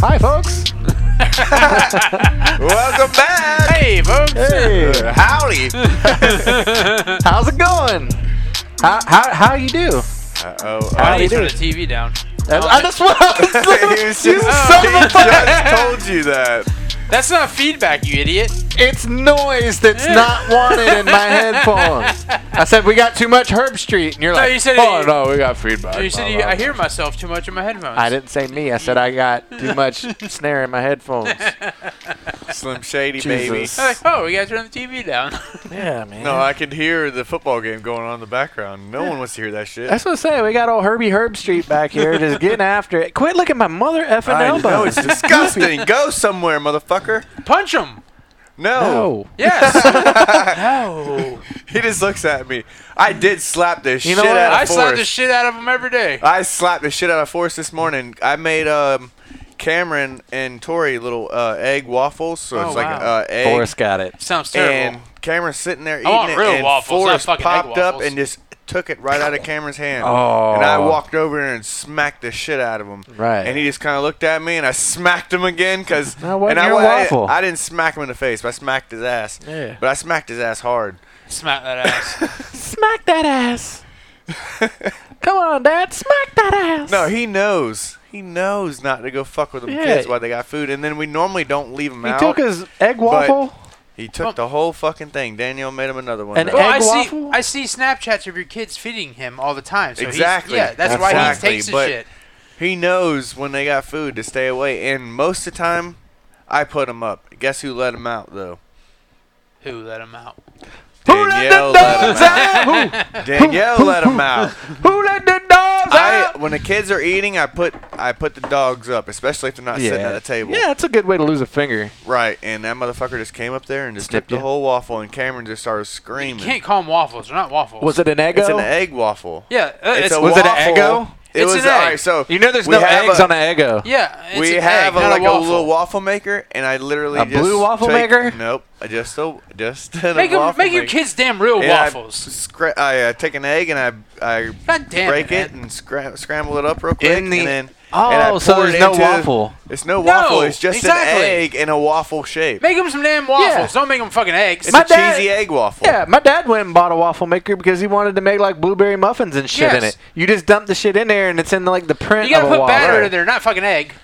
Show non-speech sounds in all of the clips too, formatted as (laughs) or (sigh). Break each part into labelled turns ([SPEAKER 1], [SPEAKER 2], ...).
[SPEAKER 1] Hi, folks.
[SPEAKER 2] Welcome back.
[SPEAKER 3] Hey, folks.
[SPEAKER 1] Hey,
[SPEAKER 2] Howdy.
[SPEAKER 1] how's it going? How how how you do?
[SPEAKER 2] Uh-oh. Oh,
[SPEAKER 3] Why
[SPEAKER 1] do you
[SPEAKER 3] do turn
[SPEAKER 1] do?
[SPEAKER 3] the TV down?
[SPEAKER 1] That's,
[SPEAKER 3] Oh,
[SPEAKER 1] I just what I was doing.
[SPEAKER 2] He was
[SPEAKER 1] You
[SPEAKER 2] just-
[SPEAKER 1] son of a
[SPEAKER 2] he
[SPEAKER 1] fuck.
[SPEAKER 2] just told you that.
[SPEAKER 3] That's not feedback, you idiot.
[SPEAKER 1] It's noise that's not wanted in my headphones. I said we got too much Herb Street, and you're
[SPEAKER 3] No,
[SPEAKER 1] like,
[SPEAKER 3] you said
[SPEAKER 1] oh
[SPEAKER 3] it-
[SPEAKER 1] no, we got feedback.
[SPEAKER 3] You said
[SPEAKER 1] blah,
[SPEAKER 3] you,
[SPEAKER 1] blah,
[SPEAKER 3] I
[SPEAKER 1] blah."
[SPEAKER 3] hear myself too much in my headphones.
[SPEAKER 1] I didn't say me. I said I got too much snare in my headphones.
[SPEAKER 2] Slim Shady,
[SPEAKER 1] Jesus.
[SPEAKER 3] I'm like, oh, we gotta turn the TV down.
[SPEAKER 1] Yeah, man.
[SPEAKER 2] baby. No, I could hear the football game going on in the background. No one wants to hear that shit.
[SPEAKER 1] That's what I'm saying. We got old Herbie Herb Street back here just getting after it. Quit looking at my mother effing
[SPEAKER 2] I
[SPEAKER 1] elbow. (laughs)
[SPEAKER 2] know it's disgusting. Go somewhere, motherfucker.
[SPEAKER 3] Punch him.
[SPEAKER 2] No.
[SPEAKER 1] No.
[SPEAKER 3] Yes. no.
[SPEAKER 2] He just looks at me. I did slap the
[SPEAKER 1] You
[SPEAKER 2] shit
[SPEAKER 1] know what?
[SPEAKER 2] out of Uh,
[SPEAKER 3] I slap the
[SPEAKER 2] Forrest.
[SPEAKER 3] shit out of him every day.
[SPEAKER 2] I slapped the shit out of Forrest this morning. I made um, Cameron and Tori little uh, egg waffles. So
[SPEAKER 3] Oh,
[SPEAKER 2] it's like
[SPEAKER 3] wow.
[SPEAKER 2] uh, egg.
[SPEAKER 1] Forrest got it.
[SPEAKER 3] Sounds
[SPEAKER 2] and
[SPEAKER 3] terrible.
[SPEAKER 2] Cameron's sitting there eating
[SPEAKER 3] want
[SPEAKER 2] it,
[SPEAKER 3] real
[SPEAKER 2] and
[SPEAKER 3] waffles, not
[SPEAKER 2] Forrest
[SPEAKER 3] fucking egg
[SPEAKER 2] popped up
[SPEAKER 3] waffles.
[SPEAKER 2] and just took it right out of Cameron's hand.
[SPEAKER 1] Oh.
[SPEAKER 2] And I walked over there and smacked the shit out of him.
[SPEAKER 1] Right.
[SPEAKER 2] And he just kind of looked at me, and I smacked him again because
[SPEAKER 1] That wasn't
[SPEAKER 2] and I,
[SPEAKER 1] your
[SPEAKER 2] wa- I-
[SPEAKER 1] waffle.
[SPEAKER 2] I, didn't smack him in the face, but I smacked his ass.
[SPEAKER 1] Yeah.
[SPEAKER 2] But I smacked his ass hard.
[SPEAKER 3] Smack that ass.
[SPEAKER 1] Smack that (laughs) ass. Come on, Dad. Smack that ass.
[SPEAKER 2] No, he knows. He knows not to go fuck with them
[SPEAKER 1] Yeah.
[SPEAKER 2] kids while they got food, and then we normally don't leave them
[SPEAKER 1] He
[SPEAKER 2] out.
[SPEAKER 1] took his egg waffle.
[SPEAKER 2] he took the whole fucking thing. Daniel made him another one.
[SPEAKER 1] An
[SPEAKER 2] though.
[SPEAKER 3] Well, I
[SPEAKER 1] Egg
[SPEAKER 3] see,
[SPEAKER 1] waffle?
[SPEAKER 3] I see Snapchats of your kids feeding him all the time. So he's-
[SPEAKER 2] Exactly.
[SPEAKER 3] yeah, that's why he
[SPEAKER 2] Exactly,
[SPEAKER 3] takes the
[SPEAKER 2] but-
[SPEAKER 3] shit.
[SPEAKER 2] He knows when they got food to stay away, and most of the time, I put him up. Guess who let him out
[SPEAKER 3] (laughs)
[SPEAKER 2] though?
[SPEAKER 3] Who let him out?
[SPEAKER 1] Who let the
[SPEAKER 2] Danielle let
[SPEAKER 1] dogs
[SPEAKER 2] him out.
[SPEAKER 1] out?
[SPEAKER 2] Danielle let
[SPEAKER 3] (laughs)
[SPEAKER 2] him out.
[SPEAKER 1] Who, who let the dogs
[SPEAKER 2] I,
[SPEAKER 1] out?
[SPEAKER 2] when the kids are eating, I put I put the dogs up, especially if they're not sitting at a table.
[SPEAKER 1] Yeah, that's a good way to lose a finger.
[SPEAKER 2] Right, and that motherfucker just came up there and just
[SPEAKER 1] Snipped
[SPEAKER 2] dipped the
[SPEAKER 1] you.
[SPEAKER 2] whole waffle, and Cameron just started
[SPEAKER 3] You
[SPEAKER 2] screaming.
[SPEAKER 3] can't call them waffles. They're not waffles.
[SPEAKER 1] Was it an egg?
[SPEAKER 2] it's an egg waffle.
[SPEAKER 3] Yeah. uh, It's,
[SPEAKER 2] a
[SPEAKER 1] Was it an
[SPEAKER 2] waffle.
[SPEAKER 1] Eggo?
[SPEAKER 2] It
[SPEAKER 3] It's
[SPEAKER 2] was
[SPEAKER 3] an egg.
[SPEAKER 2] all right. So
[SPEAKER 1] You know there's
[SPEAKER 2] we
[SPEAKER 1] no
[SPEAKER 2] have
[SPEAKER 1] eggs
[SPEAKER 2] a-
[SPEAKER 1] on an eggo.
[SPEAKER 3] Yeah. It's
[SPEAKER 2] we
[SPEAKER 3] an
[SPEAKER 2] have
[SPEAKER 3] egg,
[SPEAKER 2] a,
[SPEAKER 3] not
[SPEAKER 2] like a,
[SPEAKER 3] waffle.
[SPEAKER 2] little waffle maker, and I literally
[SPEAKER 1] A
[SPEAKER 2] just
[SPEAKER 1] blue waffle
[SPEAKER 2] take-
[SPEAKER 1] maker?
[SPEAKER 2] Nope, I just so just did a
[SPEAKER 3] Make, 'em-
[SPEAKER 2] waffle
[SPEAKER 3] make your
[SPEAKER 2] maker.
[SPEAKER 3] kids damn real
[SPEAKER 2] And I,
[SPEAKER 3] waffles.
[SPEAKER 2] scra- I uh, take an egg and I, I
[SPEAKER 3] God damn
[SPEAKER 2] break
[SPEAKER 3] it.
[SPEAKER 2] it
[SPEAKER 3] man.
[SPEAKER 2] and scra- scramble it up real quick,
[SPEAKER 1] the-
[SPEAKER 2] and then
[SPEAKER 1] Oh,
[SPEAKER 2] and I
[SPEAKER 1] so
[SPEAKER 2] pour
[SPEAKER 1] there's
[SPEAKER 2] it
[SPEAKER 1] no
[SPEAKER 2] into-
[SPEAKER 1] waffle.
[SPEAKER 2] It's no waffle.
[SPEAKER 3] No,
[SPEAKER 2] it's just
[SPEAKER 3] exactly.
[SPEAKER 2] an egg in a waffle shape.
[SPEAKER 3] Make them some damn waffles. Don't make them fucking eggs.
[SPEAKER 2] it's
[SPEAKER 1] My
[SPEAKER 2] a cheesy
[SPEAKER 1] dad-
[SPEAKER 2] egg waffle.
[SPEAKER 1] Yeah, my dad went and bought a waffle maker because he wanted to make like blueberry muffins and shit in
[SPEAKER 3] Yes.
[SPEAKER 1] it. You just dump the shit in there and it's in like the print
[SPEAKER 3] you gotta
[SPEAKER 1] of a
[SPEAKER 3] put
[SPEAKER 1] waffle.
[SPEAKER 3] batter
[SPEAKER 2] Right.
[SPEAKER 3] in there, not fucking egg.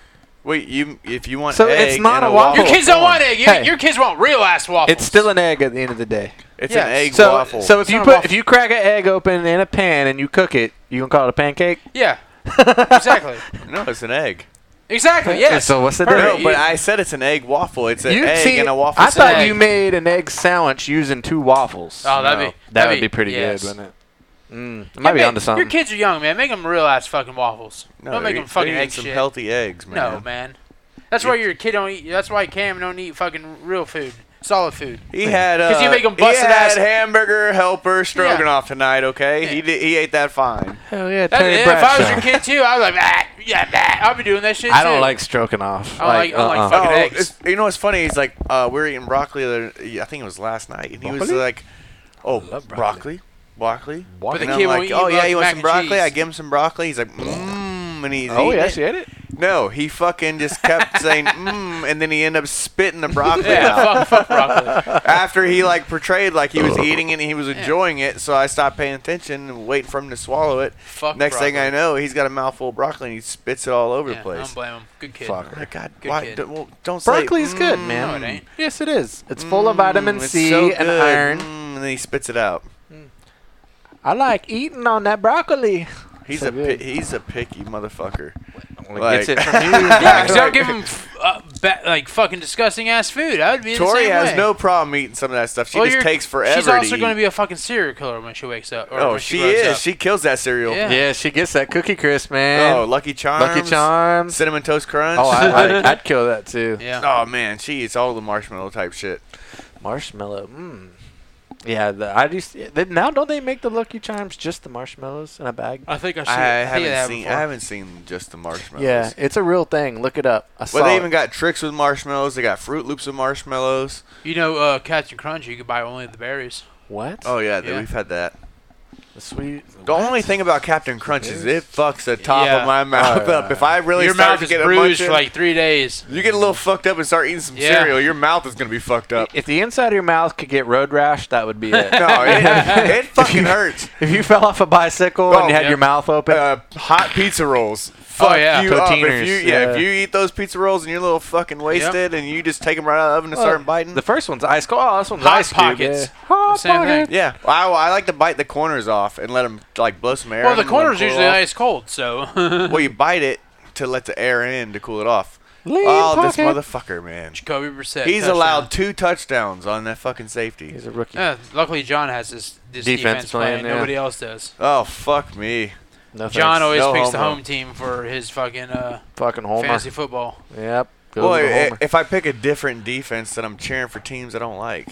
[SPEAKER 2] Wait, you if you want
[SPEAKER 1] So
[SPEAKER 2] egg
[SPEAKER 1] it's not
[SPEAKER 2] in
[SPEAKER 1] a
[SPEAKER 2] a
[SPEAKER 1] waffle.
[SPEAKER 2] waffle,
[SPEAKER 3] Your kids don't
[SPEAKER 2] Oh, come
[SPEAKER 3] want
[SPEAKER 2] on.
[SPEAKER 3] egg. You,
[SPEAKER 1] Hey.
[SPEAKER 3] Your kids want real ass waffles.
[SPEAKER 1] It's still an egg at the end of the day.
[SPEAKER 2] It's
[SPEAKER 3] Yes.
[SPEAKER 2] an egg
[SPEAKER 1] So,
[SPEAKER 2] waffle.
[SPEAKER 1] so if you
[SPEAKER 3] not a
[SPEAKER 1] put
[SPEAKER 3] waffle.
[SPEAKER 1] if you crack an egg open in a pan and you cook it, you gonna call it a pancake?
[SPEAKER 2] (laughs)
[SPEAKER 3] yeah. exactly.
[SPEAKER 2] no, it's an egg.
[SPEAKER 3] Exactly. Yes.
[SPEAKER 1] So what's the
[SPEAKER 3] Perfect.
[SPEAKER 1] difference?
[SPEAKER 2] No, but I said it's an egg waffle. It's an
[SPEAKER 1] You-
[SPEAKER 2] egg
[SPEAKER 1] see,
[SPEAKER 2] in a waffle
[SPEAKER 1] I
[SPEAKER 2] shape.
[SPEAKER 1] thought
[SPEAKER 3] egg.
[SPEAKER 1] you made an egg sandwich using two waffles.
[SPEAKER 3] Oh, that'd be
[SPEAKER 2] No,
[SPEAKER 3] that'd
[SPEAKER 1] that would be pretty
[SPEAKER 3] yes.
[SPEAKER 1] good, wouldn't it? Mm, I might be
[SPEAKER 3] Yeah,
[SPEAKER 1] onto
[SPEAKER 3] make-
[SPEAKER 1] something.
[SPEAKER 3] Your kids are young, man. Make them real ass fucking waffles.
[SPEAKER 2] No,
[SPEAKER 3] don't make
[SPEAKER 2] they're
[SPEAKER 3] them fucking
[SPEAKER 2] eating
[SPEAKER 3] egg
[SPEAKER 2] some
[SPEAKER 3] shit.
[SPEAKER 2] healthy eggs, man.
[SPEAKER 3] No, man. That's why your kid don't eat. That's why Cam don't eat fucking real food, solid food.
[SPEAKER 2] He had uh,
[SPEAKER 3] 'Cause you make 'em
[SPEAKER 2] he
[SPEAKER 3] busted
[SPEAKER 2] had
[SPEAKER 3] ass-
[SPEAKER 2] hamburger helper stroganoff tonight. Okay, he
[SPEAKER 3] Yeah.
[SPEAKER 2] did, he ate that fine.
[SPEAKER 1] Hell yeah,
[SPEAKER 3] That,
[SPEAKER 1] Terry
[SPEAKER 3] if I was
[SPEAKER 1] Bradshaw.
[SPEAKER 3] your kid too, I was like, ah, yeah, nah, I'll be doing that shit.
[SPEAKER 1] I don't
[SPEAKER 3] too.
[SPEAKER 1] like stroking off.
[SPEAKER 3] I like- I like
[SPEAKER 1] uh-uh.
[SPEAKER 3] fucking
[SPEAKER 2] Oh,
[SPEAKER 3] eggs.
[SPEAKER 2] it's- you know what's funny? He's like, uh, we were eating broccoli. The other, I think it was last night, and he was
[SPEAKER 1] Broccoli?
[SPEAKER 2] like, "Oh,
[SPEAKER 1] love
[SPEAKER 2] broccoli, broccoli."
[SPEAKER 1] But
[SPEAKER 3] the
[SPEAKER 2] And I'm
[SPEAKER 3] kid won't
[SPEAKER 2] like,
[SPEAKER 3] eat
[SPEAKER 2] "Oh yeah,
[SPEAKER 3] mac-
[SPEAKER 2] you want
[SPEAKER 3] mac
[SPEAKER 2] some
[SPEAKER 3] and
[SPEAKER 2] broccoli?"
[SPEAKER 3] cheese.
[SPEAKER 2] I give him some broccoli. He's like, "Mmm," and he's
[SPEAKER 1] Oh,
[SPEAKER 2] eating
[SPEAKER 1] yeah,
[SPEAKER 2] it.
[SPEAKER 1] she ate it.
[SPEAKER 2] No, he fucking just
[SPEAKER 1] (laughs)
[SPEAKER 2] kept saying "mmm," and then he ended up spitting the broccoli out
[SPEAKER 3] Yeah, fuck, fuck broccoli.
[SPEAKER 2] after he like portrayed like he was eating it and he was enjoying it. So I stopped paying attention and waiting for him to swallow it.
[SPEAKER 3] Fuck.
[SPEAKER 2] (laughs) Next
[SPEAKER 3] broccoli.
[SPEAKER 2] thing I know, he's got a mouthful of broccoli and he spits it all over
[SPEAKER 3] yeah,
[SPEAKER 2] the
[SPEAKER 3] I don't
[SPEAKER 2] place.
[SPEAKER 3] blame him. Good kid.
[SPEAKER 1] Fuck.
[SPEAKER 2] My God,
[SPEAKER 3] Good
[SPEAKER 2] why,
[SPEAKER 3] kid.
[SPEAKER 2] don't, well, don't
[SPEAKER 1] Broccoli's
[SPEAKER 2] say,
[SPEAKER 1] good,
[SPEAKER 2] "Mm,
[SPEAKER 1] man.
[SPEAKER 3] no, it ain't.
[SPEAKER 1] Yes, it is. It's full of vitamin
[SPEAKER 2] mm, it's
[SPEAKER 1] C
[SPEAKER 2] so
[SPEAKER 1] and
[SPEAKER 2] good,
[SPEAKER 1] iron.
[SPEAKER 2] mm," and then he spits it out.
[SPEAKER 1] I like eating on that broccoli.
[SPEAKER 2] He's
[SPEAKER 1] So
[SPEAKER 2] a
[SPEAKER 1] good.
[SPEAKER 2] pi- he's a picky motherfucker.
[SPEAKER 1] Gets (laughs) it from you.
[SPEAKER 3] Yeah, because
[SPEAKER 2] Right.
[SPEAKER 3] y'all
[SPEAKER 2] (laughs)
[SPEAKER 3] give him f- uh, ba- like fucking disgusting ass food. I would be.
[SPEAKER 2] Tori
[SPEAKER 3] the same
[SPEAKER 2] has
[SPEAKER 3] way.
[SPEAKER 2] no problem eating some of that stuff. She
[SPEAKER 3] Well,
[SPEAKER 2] just
[SPEAKER 3] you're-
[SPEAKER 2] takes forever.
[SPEAKER 3] She's also
[SPEAKER 2] to
[SPEAKER 3] gonna
[SPEAKER 2] eat.
[SPEAKER 3] be a fucking serial killer when she wakes up. Or
[SPEAKER 2] Oh,
[SPEAKER 3] when
[SPEAKER 2] she,
[SPEAKER 3] she,
[SPEAKER 2] is.
[SPEAKER 3] grows Up.
[SPEAKER 2] She kills that cereal.
[SPEAKER 3] Yeah.
[SPEAKER 1] Yeah, she gets that cookie crisp, man.
[SPEAKER 2] Oh, Lucky Charms.
[SPEAKER 1] Lucky Charms.
[SPEAKER 2] Cinnamon Toast Crunch.
[SPEAKER 1] Oh, I, I, I'd kill
[SPEAKER 2] (laughs)
[SPEAKER 1] that too.
[SPEAKER 3] yeah.
[SPEAKER 2] Oh man, she eats all the marshmallow type shit.
[SPEAKER 1] Marshmallow. Mm. Yeah, the, I just they, now don't they make the Lucky Charms just the marshmallows in a bag?
[SPEAKER 4] I
[SPEAKER 3] Oh,
[SPEAKER 4] think I
[SPEAKER 2] I
[SPEAKER 4] should.
[SPEAKER 3] think I have
[SPEAKER 2] haven't seen.
[SPEAKER 3] before.
[SPEAKER 2] I haven't seen just the marshmallows.
[SPEAKER 1] Yeah, it's a real thing. Look it up. I saw
[SPEAKER 2] Well, they
[SPEAKER 1] it.
[SPEAKER 2] even got tricks with marshmallows. They got Fruit Loops with marshmallows.
[SPEAKER 3] You know, uh, Catch and Crunch, you could buy only the berries.
[SPEAKER 1] what?
[SPEAKER 2] Oh yeah, dude,
[SPEAKER 3] Yeah.
[SPEAKER 2] we've had that.
[SPEAKER 1] the sweet.
[SPEAKER 2] The only thing about Captain Crunch is it fucks the top
[SPEAKER 3] Yeah.
[SPEAKER 2] of my mouth
[SPEAKER 1] yeah.
[SPEAKER 2] up. If I really
[SPEAKER 3] Your
[SPEAKER 2] start
[SPEAKER 3] mouth
[SPEAKER 2] to
[SPEAKER 3] is
[SPEAKER 2] get
[SPEAKER 3] bruised
[SPEAKER 2] a bunch
[SPEAKER 3] for
[SPEAKER 2] of-
[SPEAKER 3] like three days.
[SPEAKER 2] you get a little fucked up and start eating some
[SPEAKER 3] Yeah.
[SPEAKER 2] cereal, your mouth is gonna be
[SPEAKER 3] (laughs)
[SPEAKER 2] fucked up.
[SPEAKER 1] If the inside of your mouth could get road rash, that
[SPEAKER 2] (laughs)
[SPEAKER 1] would be it.
[SPEAKER 2] no, it,
[SPEAKER 1] (laughs)
[SPEAKER 2] it fucking hurts.
[SPEAKER 1] if you fell off a bicycle
[SPEAKER 2] Oh,
[SPEAKER 1] and you had
[SPEAKER 3] yeah.
[SPEAKER 1] your mouth open,
[SPEAKER 2] Uh, hot pizza rolls. Fuck
[SPEAKER 3] Oh, yeah.
[SPEAKER 2] you up.
[SPEAKER 1] Totinos,
[SPEAKER 2] If you, yeah,
[SPEAKER 1] yeah.
[SPEAKER 2] if you eat those pizza rolls and you're a little fucking wasted and you just take them right out of the oven and
[SPEAKER 1] Well,
[SPEAKER 2] start biting.
[SPEAKER 1] the first one's ice. Oh, this one's
[SPEAKER 3] Hot
[SPEAKER 1] ice Cube,
[SPEAKER 3] Pockets.
[SPEAKER 1] yeah. Hot
[SPEAKER 3] Same thing.
[SPEAKER 1] Pockets.
[SPEAKER 2] yeah, I, I like to bite the corners off and let them like blow some air.
[SPEAKER 3] Well,
[SPEAKER 2] in
[SPEAKER 3] the
[SPEAKER 2] them and let 'em
[SPEAKER 3] corner's
[SPEAKER 2] cool
[SPEAKER 3] usually
[SPEAKER 2] off.
[SPEAKER 3] ice cold, so. (laughs)
[SPEAKER 2] Well, you bite it to let the air in to cool it off.
[SPEAKER 1] Lean
[SPEAKER 2] oh, this
[SPEAKER 1] pocket.
[SPEAKER 2] motherfucker, man.
[SPEAKER 3] Kobe Brissett.
[SPEAKER 2] He's
[SPEAKER 3] touchdown.
[SPEAKER 2] allowed two touchdowns on that fucking safety.
[SPEAKER 1] He's a rookie.
[SPEAKER 3] Yeah, luckily, John has this, this
[SPEAKER 1] Defense
[SPEAKER 3] defense,
[SPEAKER 1] plan,
[SPEAKER 3] plan.
[SPEAKER 1] yeah.
[SPEAKER 3] Nobody else does.
[SPEAKER 2] Oh fuck me.
[SPEAKER 1] No
[SPEAKER 3] John
[SPEAKER 1] thanks.
[SPEAKER 3] always
[SPEAKER 2] No
[SPEAKER 3] picks the
[SPEAKER 2] homo.
[SPEAKER 3] home team for his fucking uh,
[SPEAKER 1] fucking Homer.
[SPEAKER 3] fantasy football.
[SPEAKER 1] Yep. Goes
[SPEAKER 2] Boy,
[SPEAKER 1] with
[SPEAKER 2] i-
[SPEAKER 1] Homer.
[SPEAKER 2] if I pick a different defense, then I'm cheering for teams I don't like.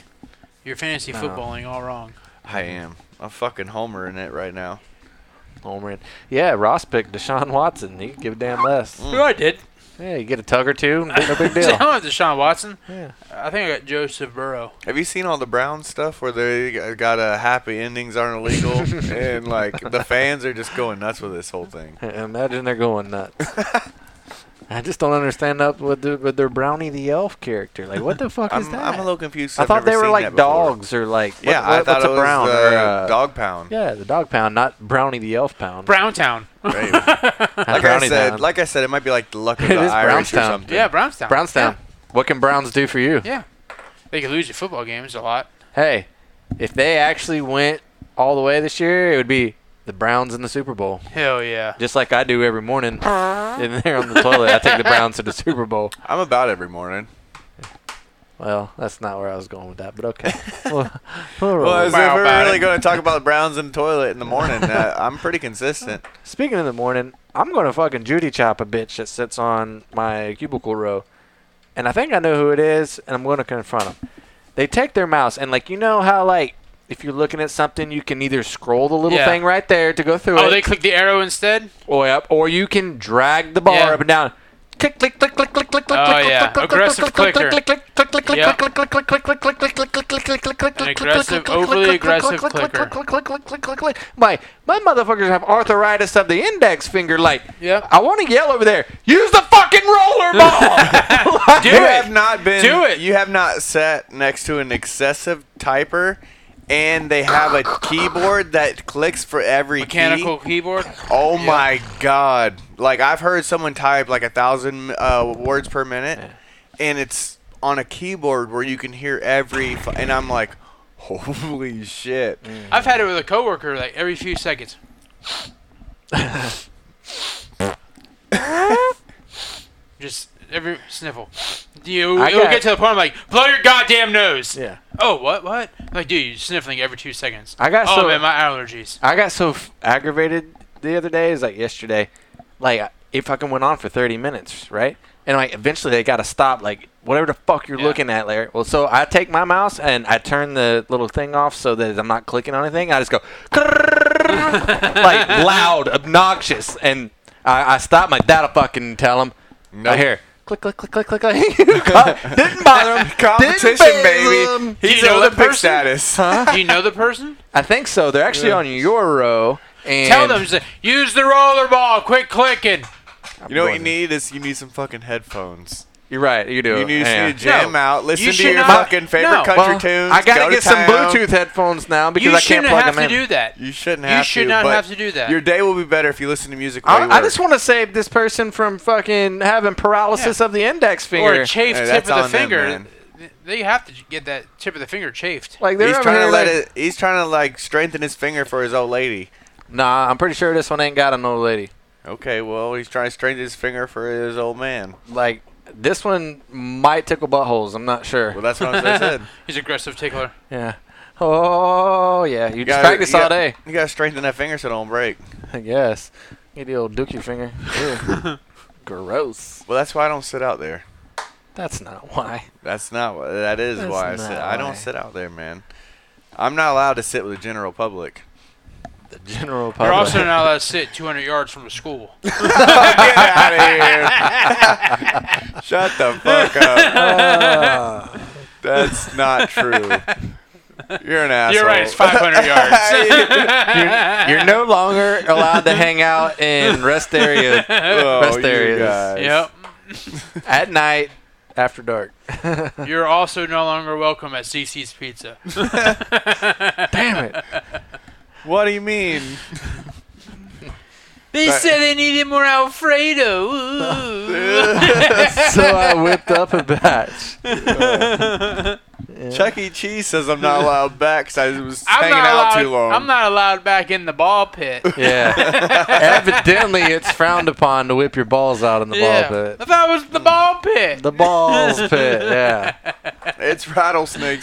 [SPEAKER 3] You're fantasy
[SPEAKER 1] No.
[SPEAKER 3] footballing all (laughs) wrong.
[SPEAKER 2] I
[SPEAKER 1] Mm-hmm.
[SPEAKER 2] am. I'm fucking Homer in it right now.
[SPEAKER 1] Homer. in. Yeah, Ross picked Deshaun Watson. He could give a damn less.
[SPEAKER 3] Who I did.
[SPEAKER 1] Yeah, you get a tug or two, and no
[SPEAKER 3] (laughs)
[SPEAKER 1] big
[SPEAKER 3] I
[SPEAKER 1] deal. (laughs)
[SPEAKER 3] don't have Deshaun Watson.
[SPEAKER 1] Yeah.
[SPEAKER 3] I think I got Joseph Burrow.
[SPEAKER 2] Have you seen all the Brown stuff where they g- got uh, happy endings
[SPEAKER 1] (laughs)
[SPEAKER 2] aren't illegal and like the fans are just going nuts with this whole thing?
[SPEAKER 1] Imagine they're going
[SPEAKER 3] (laughs)
[SPEAKER 1] nuts. I just don't understand up with the, with their Brownie the Elf character. Like, what
[SPEAKER 3] (laughs)
[SPEAKER 1] the fuck
[SPEAKER 2] I'm,
[SPEAKER 1] is that?
[SPEAKER 2] I'm a little confused. 'cause
[SPEAKER 1] I
[SPEAKER 2] I've
[SPEAKER 1] thought they
[SPEAKER 2] never
[SPEAKER 1] were
[SPEAKER 2] seen
[SPEAKER 1] like
[SPEAKER 2] that before.
[SPEAKER 1] dogs or like what,
[SPEAKER 2] Yeah, I
[SPEAKER 1] what-
[SPEAKER 2] thought
[SPEAKER 1] what's
[SPEAKER 2] it
[SPEAKER 1] a
[SPEAKER 2] was
[SPEAKER 1] brown
[SPEAKER 2] uh,
[SPEAKER 1] or a (laughs)
[SPEAKER 2] dog pound.
[SPEAKER 1] Yeah, the dog pound, not Brownie the elf pound.
[SPEAKER 3] Browntown.
[SPEAKER 2] Right.
[SPEAKER 1] Not
[SPEAKER 2] Like I
[SPEAKER 1] Brownie
[SPEAKER 2] said,
[SPEAKER 1] Town.
[SPEAKER 2] like I said, it might be like the luck of
[SPEAKER 1] (laughs) It
[SPEAKER 2] the
[SPEAKER 1] is
[SPEAKER 2] Irish or
[SPEAKER 1] Brownstown.
[SPEAKER 2] something.
[SPEAKER 3] Yeah, Brownstown.
[SPEAKER 1] Brownstown. What can Browns do for you?
[SPEAKER 3] Yeah. yeah. They could lose your football games a lot.
[SPEAKER 1] Hey, if they actually went all the way this year, it would be the Browns in the Super Bowl,
[SPEAKER 3] Hell yeah.
[SPEAKER 1] just like I do every morning. (laughs) in there on the toilet, I take the Browns to the Super Bowl.
[SPEAKER 2] I'm about every morning.
[SPEAKER 1] Well, that's not where I was going with that, but
[SPEAKER 3] (laughs)
[SPEAKER 1] okay. Well, we'll roll
[SPEAKER 2] Well,
[SPEAKER 1] with
[SPEAKER 2] as
[SPEAKER 1] it.
[SPEAKER 2] if
[SPEAKER 3] Wow,
[SPEAKER 2] we're
[SPEAKER 3] about
[SPEAKER 2] really
[SPEAKER 3] it.
[SPEAKER 2] going to talk about the Browns in the toilet in the
[SPEAKER 3] (laughs)
[SPEAKER 2] morning, uh, I'm pretty consistent.
[SPEAKER 1] Speaking of the morning, I'm going to fucking Judy chop a bitch that sits on my cubicle row. And I think I know who it is, and I'm going to confront them. They take their mouse, and like, you know how, like, if you're looking at something, you can either scroll the little
[SPEAKER 3] Yeah.
[SPEAKER 1] thing right there to go through
[SPEAKER 3] Oh,
[SPEAKER 1] it,
[SPEAKER 3] they click the arrow instead?
[SPEAKER 1] or, up, or you can drag the bar
[SPEAKER 3] Yeah.
[SPEAKER 1] up and down. Click, click, click, click, click, click, click,
[SPEAKER 3] Oh,
[SPEAKER 1] click,
[SPEAKER 3] yeah.
[SPEAKER 1] click, click,
[SPEAKER 3] Aggressive
[SPEAKER 1] click,
[SPEAKER 3] clicker.
[SPEAKER 1] click, click, click, click, click,
[SPEAKER 3] Yep.
[SPEAKER 1] click, click, click, click, click, click, click, click, click, click, click, click, click, click, click,
[SPEAKER 3] aggressive-
[SPEAKER 1] click,
[SPEAKER 3] overly
[SPEAKER 1] click, click, click,
[SPEAKER 3] aggressive
[SPEAKER 1] click,
[SPEAKER 3] clicker.
[SPEAKER 1] click, click, click, click, click, click. My my motherfuckers have arthritis of the index finger. Like,
[SPEAKER 3] Yep.
[SPEAKER 1] I want to yell over there. Use the fucking roller
[SPEAKER 3] (laughs)
[SPEAKER 1] ball. (laughs) Like,
[SPEAKER 2] you have not been.
[SPEAKER 3] Do it.
[SPEAKER 2] You have not sat next to an excessive typer, and they have a keyboard that clicks for every
[SPEAKER 3] Mechanical
[SPEAKER 2] Key.
[SPEAKER 3] keyboard?
[SPEAKER 2] Oh my god! Like I've heard someone type like a thousand uh, words per minute, and it's on a keyboard where you can hear every. Fu- and I'm like, holy shit!
[SPEAKER 3] I've had it with a coworker like every
[SPEAKER 1] (laughs)
[SPEAKER 3] few seconds. Just every sniffle. You
[SPEAKER 1] I
[SPEAKER 3] it'll
[SPEAKER 1] got-
[SPEAKER 3] get to the point I'm like, blow your goddamn nose.
[SPEAKER 1] Yeah.
[SPEAKER 3] Oh what what? Like dude, you're sniffling every two seconds.
[SPEAKER 1] I got
[SPEAKER 3] oh
[SPEAKER 1] so-
[SPEAKER 3] man, my allergies.
[SPEAKER 1] (laughs) I got so f- aggravated the other day, is like yesterday, like I- it fucking went on for 30 minutes, right? And like eventually they got to stop, like whatever the fuck you're
[SPEAKER 3] Yeah.
[SPEAKER 1] looking at, Larry. Well, so I take my mouse and I turn the little thing off so that I'm not clicking on anything. I just go like loud, obnoxious, and I, I stop. Like that'll fucking tell him. I
[SPEAKER 2] Nope.
[SPEAKER 1] hear click click click click click. click. Didn't bother him.
[SPEAKER 2] Competition,
[SPEAKER 1] Didn't faze
[SPEAKER 2] baby.
[SPEAKER 1] him.
[SPEAKER 2] He's
[SPEAKER 3] you know that
[SPEAKER 2] Olympic
[SPEAKER 3] person?
[SPEAKER 2] status.
[SPEAKER 3] Do you know the person?
[SPEAKER 1] I think so. They're actually on your row. And
[SPEAKER 3] Tell them to use the roller ball, quit clicking.
[SPEAKER 2] You know what you
[SPEAKER 1] Wasn't.
[SPEAKER 2] need is you need some fucking headphones.
[SPEAKER 1] You're right. You do.
[SPEAKER 2] You
[SPEAKER 1] it.
[SPEAKER 2] need,
[SPEAKER 1] Yeah.
[SPEAKER 2] you need to jam
[SPEAKER 3] No,
[SPEAKER 2] out, listen
[SPEAKER 3] you
[SPEAKER 2] to
[SPEAKER 3] should
[SPEAKER 2] your
[SPEAKER 3] not-
[SPEAKER 2] fucking favorite
[SPEAKER 3] no.
[SPEAKER 2] country
[SPEAKER 1] Well,
[SPEAKER 2] tunes.
[SPEAKER 1] I gotta
[SPEAKER 2] go to
[SPEAKER 1] get some
[SPEAKER 2] town.
[SPEAKER 1] Bluetooth headphones now because
[SPEAKER 3] you
[SPEAKER 1] I can't
[SPEAKER 3] shouldn't
[SPEAKER 1] plug
[SPEAKER 3] have
[SPEAKER 1] them
[SPEAKER 3] to
[SPEAKER 1] in.
[SPEAKER 3] do that.
[SPEAKER 2] You shouldn't
[SPEAKER 3] You
[SPEAKER 2] have
[SPEAKER 3] should
[SPEAKER 2] to,
[SPEAKER 3] not
[SPEAKER 2] but
[SPEAKER 3] have to do that.
[SPEAKER 2] Your day will be better if you listen to music while you
[SPEAKER 1] I, I
[SPEAKER 2] work.
[SPEAKER 1] just want to save this person from fucking having paralysis
[SPEAKER 3] Yeah.
[SPEAKER 1] of the index
[SPEAKER 3] Or
[SPEAKER 1] finger.
[SPEAKER 3] a chafed
[SPEAKER 2] Hey,
[SPEAKER 3] tip
[SPEAKER 2] that's
[SPEAKER 3] of the
[SPEAKER 2] on them,
[SPEAKER 3] finger.
[SPEAKER 2] man.
[SPEAKER 3] Th- They have to get that tip of the finger chafed.
[SPEAKER 1] like they're
[SPEAKER 2] He's
[SPEAKER 1] over
[SPEAKER 2] trying
[SPEAKER 1] here
[SPEAKER 2] to let
[SPEAKER 1] like,
[SPEAKER 2] it. He's trying to like strengthen his finger for his old lady.
[SPEAKER 1] Nah, I'm pretty sure this one ain't got an old lady.
[SPEAKER 2] Okay, well he's trying to strengthen his finger for his old man.
[SPEAKER 1] Like this one might tickle buttholes. I'm not sure.
[SPEAKER 2] Well, that's
[SPEAKER 1] (laughs)
[SPEAKER 2] what I said.
[SPEAKER 3] He's aggressive tickler.
[SPEAKER 1] yeah. Oh yeah, you,
[SPEAKER 2] You
[SPEAKER 1] just
[SPEAKER 2] gotta-
[SPEAKER 1] practice
[SPEAKER 2] you
[SPEAKER 1] all
[SPEAKER 2] gotta-
[SPEAKER 1] day. (laughs)
[SPEAKER 2] You gotta strengthen that finger so it don't break.
[SPEAKER 1] I guess. Get the old dookie finger. Ew.
[SPEAKER 2] (laughs)
[SPEAKER 1] Gross.
[SPEAKER 2] Well, that's why I don't sit out there.
[SPEAKER 1] That's not why.
[SPEAKER 2] That's not. wh- That is
[SPEAKER 1] That's
[SPEAKER 2] why I sit.
[SPEAKER 1] not
[SPEAKER 2] I
[SPEAKER 1] why.
[SPEAKER 2] don't sit out there, man. I'm not allowed to sit with the general public.
[SPEAKER 1] The general public.
[SPEAKER 3] You're also not allowed to sit 200 yards from a school.
[SPEAKER 2] Get
[SPEAKER 1] (laughs)
[SPEAKER 2] out of here. Shut the fuck up.
[SPEAKER 1] Ah.
[SPEAKER 2] That's not true. You're an asshole.
[SPEAKER 3] You're right. It's
[SPEAKER 2] (laughs)
[SPEAKER 3] 500 yards.
[SPEAKER 1] you're, you're no longer allowed to hang out (laughs) in rest area (laughs)
[SPEAKER 2] Oh,
[SPEAKER 1] Rest
[SPEAKER 2] you
[SPEAKER 1] areas.
[SPEAKER 2] guys.
[SPEAKER 3] (laughs) yep.
[SPEAKER 1] at night after (laughs) dark.
[SPEAKER 3] You're also no longer welcome at CC's Pizza.
[SPEAKER 1] Damn it.
[SPEAKER 2] What do
[SPEAKER 3] (laughs)
[SPEAKER 2] you mean?
[SPEAKER 3] They said they needed more Alfredo.
[SPEAKER 1] (laughs) So I whipped up a (laughs) batch.
[SPEAKER 2] Chuck E. Cheese says I'm not allowed back because I was
[SPEAKER 3] I'm
[SPEAKER 2] hanging
[SPEAKER 3] not
[SPEAKER 2] out
[SPEAKER 3] allowed.
[SPEAKER 2] too long.
[SPEAKER 3] I'm not allowed back in the ball pit.
[SPEAKER 1] Yeah. (laughs) Evidently, it's frowned upon to whip your balls out in the
[SPEAKER 3] yeah.
[SPEAKER 1] ball
[SPEAKER 3] I
[SPEAKER 1] pit.
[SPEAKER 3] thought it was the ball pit.
[SPEAKER 1] The balls (laughs) pit, yeah.
[SPEAKER 2] It's rattlesnake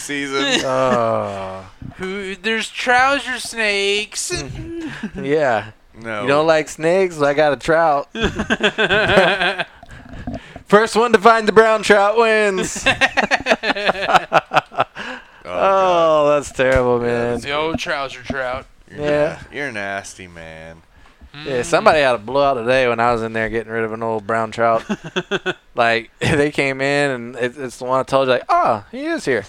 [SPEAKER 3] (laughs)
[SPEAKER 2] season.
[SPEAKER 1] Oh,
[SPEAKER 3] Who? There's trouser snakes. (laughs)
[SPEAKER 1] yeah.
[SPEAKER 2] No.
[SPEAKER 1] You don't like snakes? Well, I got a trout. First one to find the brown trout wins.
[SPEAKER 2] Oh, God.
[SPEAKER 1] (laughs) Oh, that's terrible, man.
[SPEAKER 3] the old trouser trout.
[SPEAKER 2] You're
[SPEAKER 1] yeah.
[SPEAKER 2] na- You're nasty, man.
[SPEAKER 1] Yeah, somebody had a blowout today when I was in there getting rid of an old brown trout. like (laughs) they came in and it, it's the one I told you, like, oh, he is here.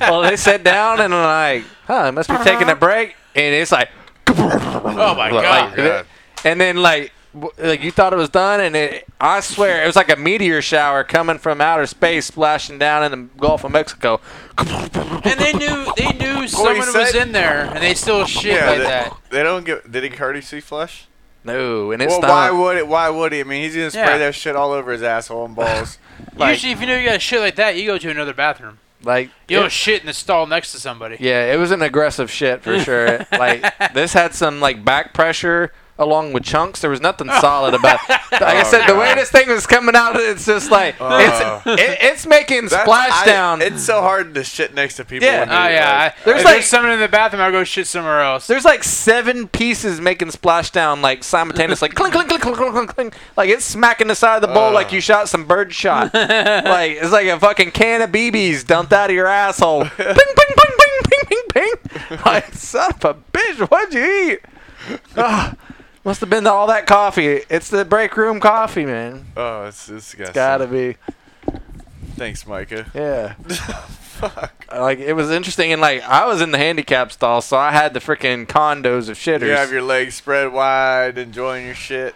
[SPEAKER 1] well, they sat down and like, huh, he must be taking a break, and it's like, (laughs)
[SPEAKER 3] Oh my
[SPEAKER 1] Like-
[SPEAKER 3] god.
[SPEAKER 2] God.
[SPEAKER 1] and then like, w- like you thought it was done, and it, I swear it was like a meteor shower coming from outer space, splashing down in the Gulf of Mexico.
[SPEAKER 3] and they knew they knew someone was
[SPEAKER 2] said-
[SPEAKER 3] in there, and they still shit
[SPEAKER 2] Yeah,
[SPEAKER 3] like
[SPEAKER 2] they,
[SPEAKER 3] that.
[SPEAKER 2] they don't give. Did he courtesy flush?
[SPEAKER 1] No, and it's
[SPEAKER 2] well,
[SPEAKER 1] not.
[SPEAKER 2] why would it? Why would he? I mean, he's gonna spray
[SPEAKER 3] Yeah.
[SPEAKER 2] that shit all over his asshole and balls. like,
[SPEAKER 3] Usually, if you know you got shit like that, you go to another bathroom.
[SPEAKER 1] like
[SPEAKER 3] You don't shit in the stall next to somebody.
[SPEAKER 1] Yeah, it was an aggressive shit
[SPEAKER 2] (laughs)
[SPEAKER 1] for sure. like this had some like back pressure along with chunks. There was
[SPEAKER 2] (laughs)
[SPEAKER 1] nothing solid about. it. Like I
[SPEAKER 2] Oh,
[SPEAKER 1] said, the way
[SPEAKER 2] God.
[SPEAKER 1] this thing was coming out, it's just like
[SPEAKER 2] Oh.
[SPEAKER 1] it's it, it's making
[SPEAKER 2] that's-
[SPEAKER 1] splashdown.
[SPEAKER 2] I- it's so hard to shit next to people.
[SPEAKER 1] Yeah.
[SPEAKER 2] when
[SPEAKER 3] Oh
[SPEAKER 2] you,
[SPEAKER 3] yeah. I,
[SPEAKER 1] There's
[SPEAKER 3] if
[SPEAKER 1] like-
[SPEAKER 3] there's someone in the bathroom, I'll go shit somewhere else.
[SPEAKER 1] There's like seven pieces making splashdown like simultaneous, like clink, clink, clink, clink, clink, clink, clink. Like it's smacking the side of the bowl
[SPEAKER 2] Oh.
[SPEAKER 1] like you shot some bird
[SPEAKER 2] (laughs)
[SPEAKER 1] shot. like it's like a fucking can of BBs dumped out of your
[SPEAKER 2] (laughs)
[SPEAKER 1] asshole. ping, ping, ping, ping, ping, ping, ping. Like son of a bitch, what'd you eat? Ah, must have been all that coffee. It's the break room coffee, man.
[SPEAKER 2] Oh, it's disgusting.
[SPEAKER 1] Gotta be,
[SPEAKER 2] Thanks, Micah.
[SPEAKER 1] yeah.
[SPEAKER 2] (laughs) Fuck.
[SPEAKER 1] Like it was interesting, and like I was in the handicap stall, so I had the freaking condos of shitters.
[SPEAKER 2] You have your legs spread wide, enjoying your shit.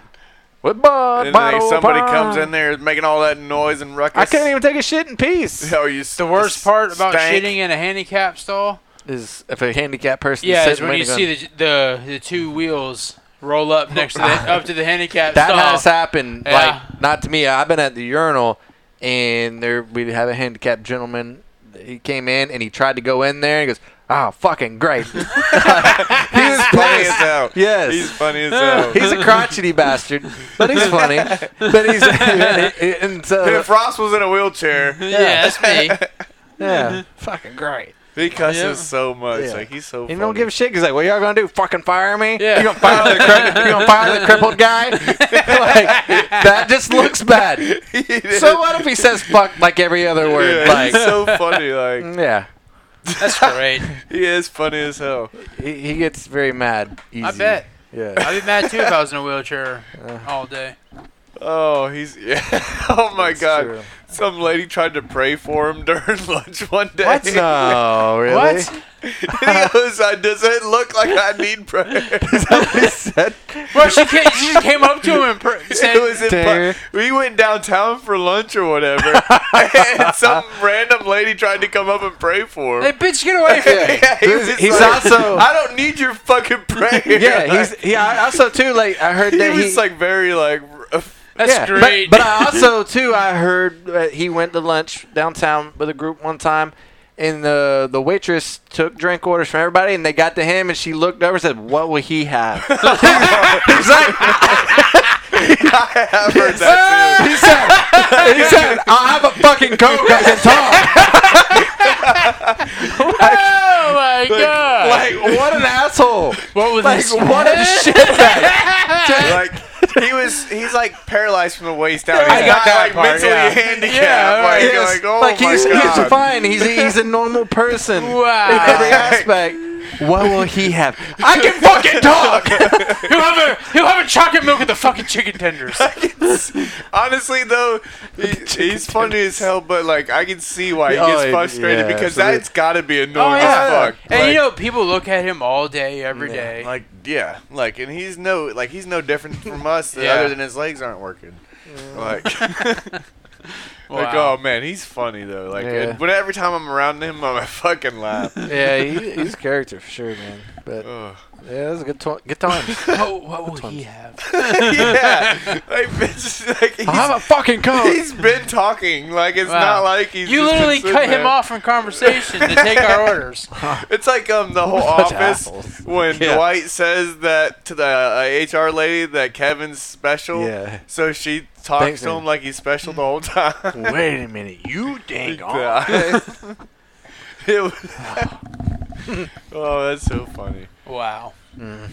[SPEAKER 1] with Bud,
[SPEAKER 2] And then
[SPEAKER 1] bottle,
[SPEAKER 2] somebody
[SPEAKER 1] Bud.
[SPEAKER 2] comes in there making all that noise and ruckus.
[SPEAKER 1] I couldn't even take a shit in peace.
[SPEAKER 2] (laughs) Oh, you s-
[SPEAKER 3] the worst
[SPEAKER 2] s-
[SPEAKER 3] part about
[SPEAKER 2] stank.
[SPEAKER 3] shitting in a handicap stall.
[SPEAKER 1] Is if a handicapped person
[SPEAKER 3] Yeah,
[SPEAKER 1] sitting
[SPEAKER 3] is when you see the, the the two wheels roll up
[SPEAKER 1] (laughs)
[SPEAKER 3] next to the up to the handicap
[SPEAKER 1] that
[SPEAKER 3] stall.
[SPEAKER 1] has happened.
[SPEAKER 3] Yeah.
[SPEAKER 1] Like not to me. I've been at the urinal, and there we have a handicapped gentleman. He came in and he tried to go in there. and He goes, "Oh, fucking great." (laughs)
[SPEAKER 3] (laughs)
[SPEAKER 1] he was
[SPEAKER 2] (laughs) Funny as
[SPEAKER 1] pissed.
[SPEAKER 2] hell.
[SPEAKER 1] Yes.
[SPEAKER 2] He's funny
[SPEAKER 1] (laughs)
[SPEAKER 2] as hell.
[SPEAKER 1] He's a crotchety bastard, but he's
[SPEAKER 3] (laughs)
[SPEAKER 1] funny. But he's (laughs) and
[SPEAKER 2] And
[SPEAKER 1] so
[SPEAKER 2] if Ross was in
[SPEAKER 1] (laughs)
[SPEAKER 2] a wheelchair,
[SPEAKER 3] yeah. that's me.
[SPEAKER 1] yeah, fucking great.
[SPEAKER 2] he cusses
[SPEAKER 3] Yeah.
[SPEAKER 2] so much.
[SPEAKER 1] Yeah.
[SPEAKER 2] Like he's so.
[SPEAKER 1] He
[SPEAKER 2] funny. (laughs)
[SPEAKER 1] don't give a shit. He's like, "What y'all gonna do? Fucking fire me?
[SPEAKER 3] Yeah.
[SPEAKER 1] You gonna fire the cri- you gonna fire the crippled guy? like, that just looks bad." So what if he says "fuck" like every other word?
[SPEAKER 2] Yeah,
[SPEAKER 1] like,
[SPEAKER 2] he's so funny. Like
[SPEAKER 1] yeah,
[SPEAKER 3] That's great.
[SPEAKER 2] he is funny as hell.
[SPEAKER 1] he, he gets very mad. Easy.
[SPEAKER 3] I bet. Oh
[SPEAKER 1] Yeah.
[SPEAKER 3] I'd be mad too if I was in a wheelchair
[SPEAKER 1] Uh.
[SPEAKER 3] all day.
[SPEAKER 2] Oh, he's (laughs) yeah. Oh my
[SPEAKER 1] That's
[SPEAKER 2] god. (laughs)
[SPEAKER 1] true.
[SPEAKER 2] Some lady tried to pray for him during (laughs) lunch one day.
[SPEAKER 1] What?
[SPEAKER 2] (laughs)
[SPEAKER 1] No, really?
[SPEAKER 3] What?
[SPEAKER 2] he goes, "I- does it look like I need prayer?
[SPEAKER 1] (laughs) He said-
[SPEAKER 3] Well, she came, she just came up to him
[SPEAKER 1] (laughs)
[SPEAKER 3] and pr-
[SPEAKER 2] (laughs) it
[SPEAKER 3] said,
[SPEAKER 2] was in
[SPEAKER 1] Dear.
[SPEAKER 2] pu- we went downtown for lunch
[SPEAKER 1] (laughs)
[SPEAKER 2] or whatever, and some random lady tried to come up and pray for
[SPEAKER 3] "Hey,
[SPEAKER 2] him.
[SPEAKER 3] bitch, get away from me!"
[SPEAKER 2] (laughs) Yeah, he was
[SPEAKER 1] He's
[SPEAKER 2] just like,
[SPEAKER 1] also-
[SPEAKER 2] (laughs) I don't need your fucking prayer.
[SPEAKER 1] (laughs)
[SPEAKER 2] (laughs)
[SPEAKER 1] yeah, he's yeah. I also too like I heard
[SPEAKER 2] he
[SPEAKER 1] that
[SPEAKER 2] was like very like. (laughs)
[SPEAKER 3] That's
[SPEAKER 1] yeah, but-
[SPEAKER 3] great.
[SPEAKER 1] But, I also too I heard that he went to lunch downtown with a group one time, and the the waitress took drink orders from everybody, and they got to him, and she looked over and said, "What will he have?"
[SPEAKER 3] (laughs)
[SPEAKER 1] He's like,
[SPEAKER 2] (laughs) I have
[SPEAKER 1] (laughs)
[SPEAKER 2] heard that too.
[SPEAKER 1] he said, he said, "I'll have a fucking coke. I can talk."
[SPEAKER 3] (laughs)
[SPEAKER 1] (laughs)
[SPEAKER 3] oh my god!
[SPEAKER 1] Like what an asshole!
[SPEAKER 3] what was (laughs)
[SPEAKER 1] Like
[SPEAKER 3] this?
[SPEAKER 1] what a shitbag!
[SPEAKER 2] Like he was he's like paralyzed from the waist down. He's
[SPEAKER 3] I got
[SPEAKER 2] not
[SPEAKER 3] that
[SPEAKER 2] like
[SPEAKER 3] part,
[SPEAKER 2] mentally
[SPEAKER 3] yeah.
[SPEAKER 2] handicapped.
[SPEAKER 3] Yeah,
[SPEAKER 2] like,
[SPEAKER 3] right.
[SPEAKER 2] you're
[SPEAKER 1] Yes,
[SPEAKER 2] like, oh
[SPEAKER 1] like,
[SPEAKER 2] my
[SPEAKER 1] he's,
[SPEAKER 2] god.
[SPEAKER 1] he's
[SPEAKER 2] (laughs)
[SPEAKER 1] fine. He's he's a normal person. In every (laughs)
[SPEAKER 3] Wow.
[SPEAKER 1] aspect. What will he have? I can fucking talk.
[SPEAKER 3] he'll, have a, he'll have a chocolate milk with the fucking chicken (laughs) tenders.
[SPEAKER 2] Honestly, though, he, he's funny as hell, but like I can see why he
[SPEAKER 1] Oh,
[SPEAKER 2] gets
[SPEAKER 1] yeah,
[SPEAKER 2] frustrated because
[SPEAKER 1] absolutely.
[SPEAKER 2] that's got to be annoying
[SPEAKER 3] oh, yeah.
[SPEAKER 2] as fuck.
[SPEAKER 3] And
[SPEAKER 2] like,
[SPEAKER 3] you know, people look at him all day, every
[SPEAKER 1] Yeah,
[SPEAKER 3] day. (laughs)
[SPEAKER 2] like (laughs) yeah, like and he's no like he's no different from us
[SPEAKER 3] Yeah.
[SPEAKER 2] other than his legs aren't working. Like, like
[SPEAKER 3] Wow.
[SPEAKER 2] (laughs) oh man, he's funny though. Like,
[SPEAKER 1] Yeah.
[SPEAKER 2] and when every time I'm around him, I'm a
[SPEAKER 1] (laughs)
[SPEAKER 2] fucking laugh.
[SPEAKER 1] (laughs) yeah, he, he's a character for sure, man. But
[SPEAKER 2] Ugh.
[SPEAKER 1] yeah, that was a good to- good times.
[SPEAKER 3] what, what will he have? (laughs)
[SPEAKER 2] (laughs) yeah, (laughs) like, bitch, like he's,
[SPEAKER 1] I (laughs) have a fucking coat. (laughs)
[SPEAKER 2] he's been talking. Like it's
[SPEAKER 3] Wow.
[SPEAKER 2] not like
[SPEAKER 3] (laughs)
[SPEAKER 2] he's
[SPEAKER 3] you
[SPEAKER 2] just been
[SPEAKER 3] literally
[SPEAKER 2] sitting
[SPEAKER 3] cut him
[SPEAKER 2] there.
[SPEAKER 3] off from conversation to take our orders.
[SPEAKER 2] It's like um
[SPEAKER 1] (laughs)
[SPEAKER 2] the whole
[SPEAKER 1] Bunch of
[SPEAKER 2] office
[SPEAKER 1] assholes.
[SPEAKER 2] when
[SPEAKER 1] Yeah.
[SPEAKER 2] Dwight says that to the uh, HR lady that Kevin's special.
[SPEAKER 1] Yeah.
[SPEAKER 2] So she talks
[SPEAKER 1] Thanks,
[SPEAKER 2] to him
[SPEAKER 1] man.
[SPEAKER 2] like he's special the whole time.
[SPEAKER 1] Wait a minute, you
[SPEAKER 2] (laughs)
[SPEAKER 1] dang on.
[SPEAKER 2] Yeah. It was- (laughs) oh, that's so funny.
[SPEAKER 3] Wow.
[SPEAKER 1] Mm.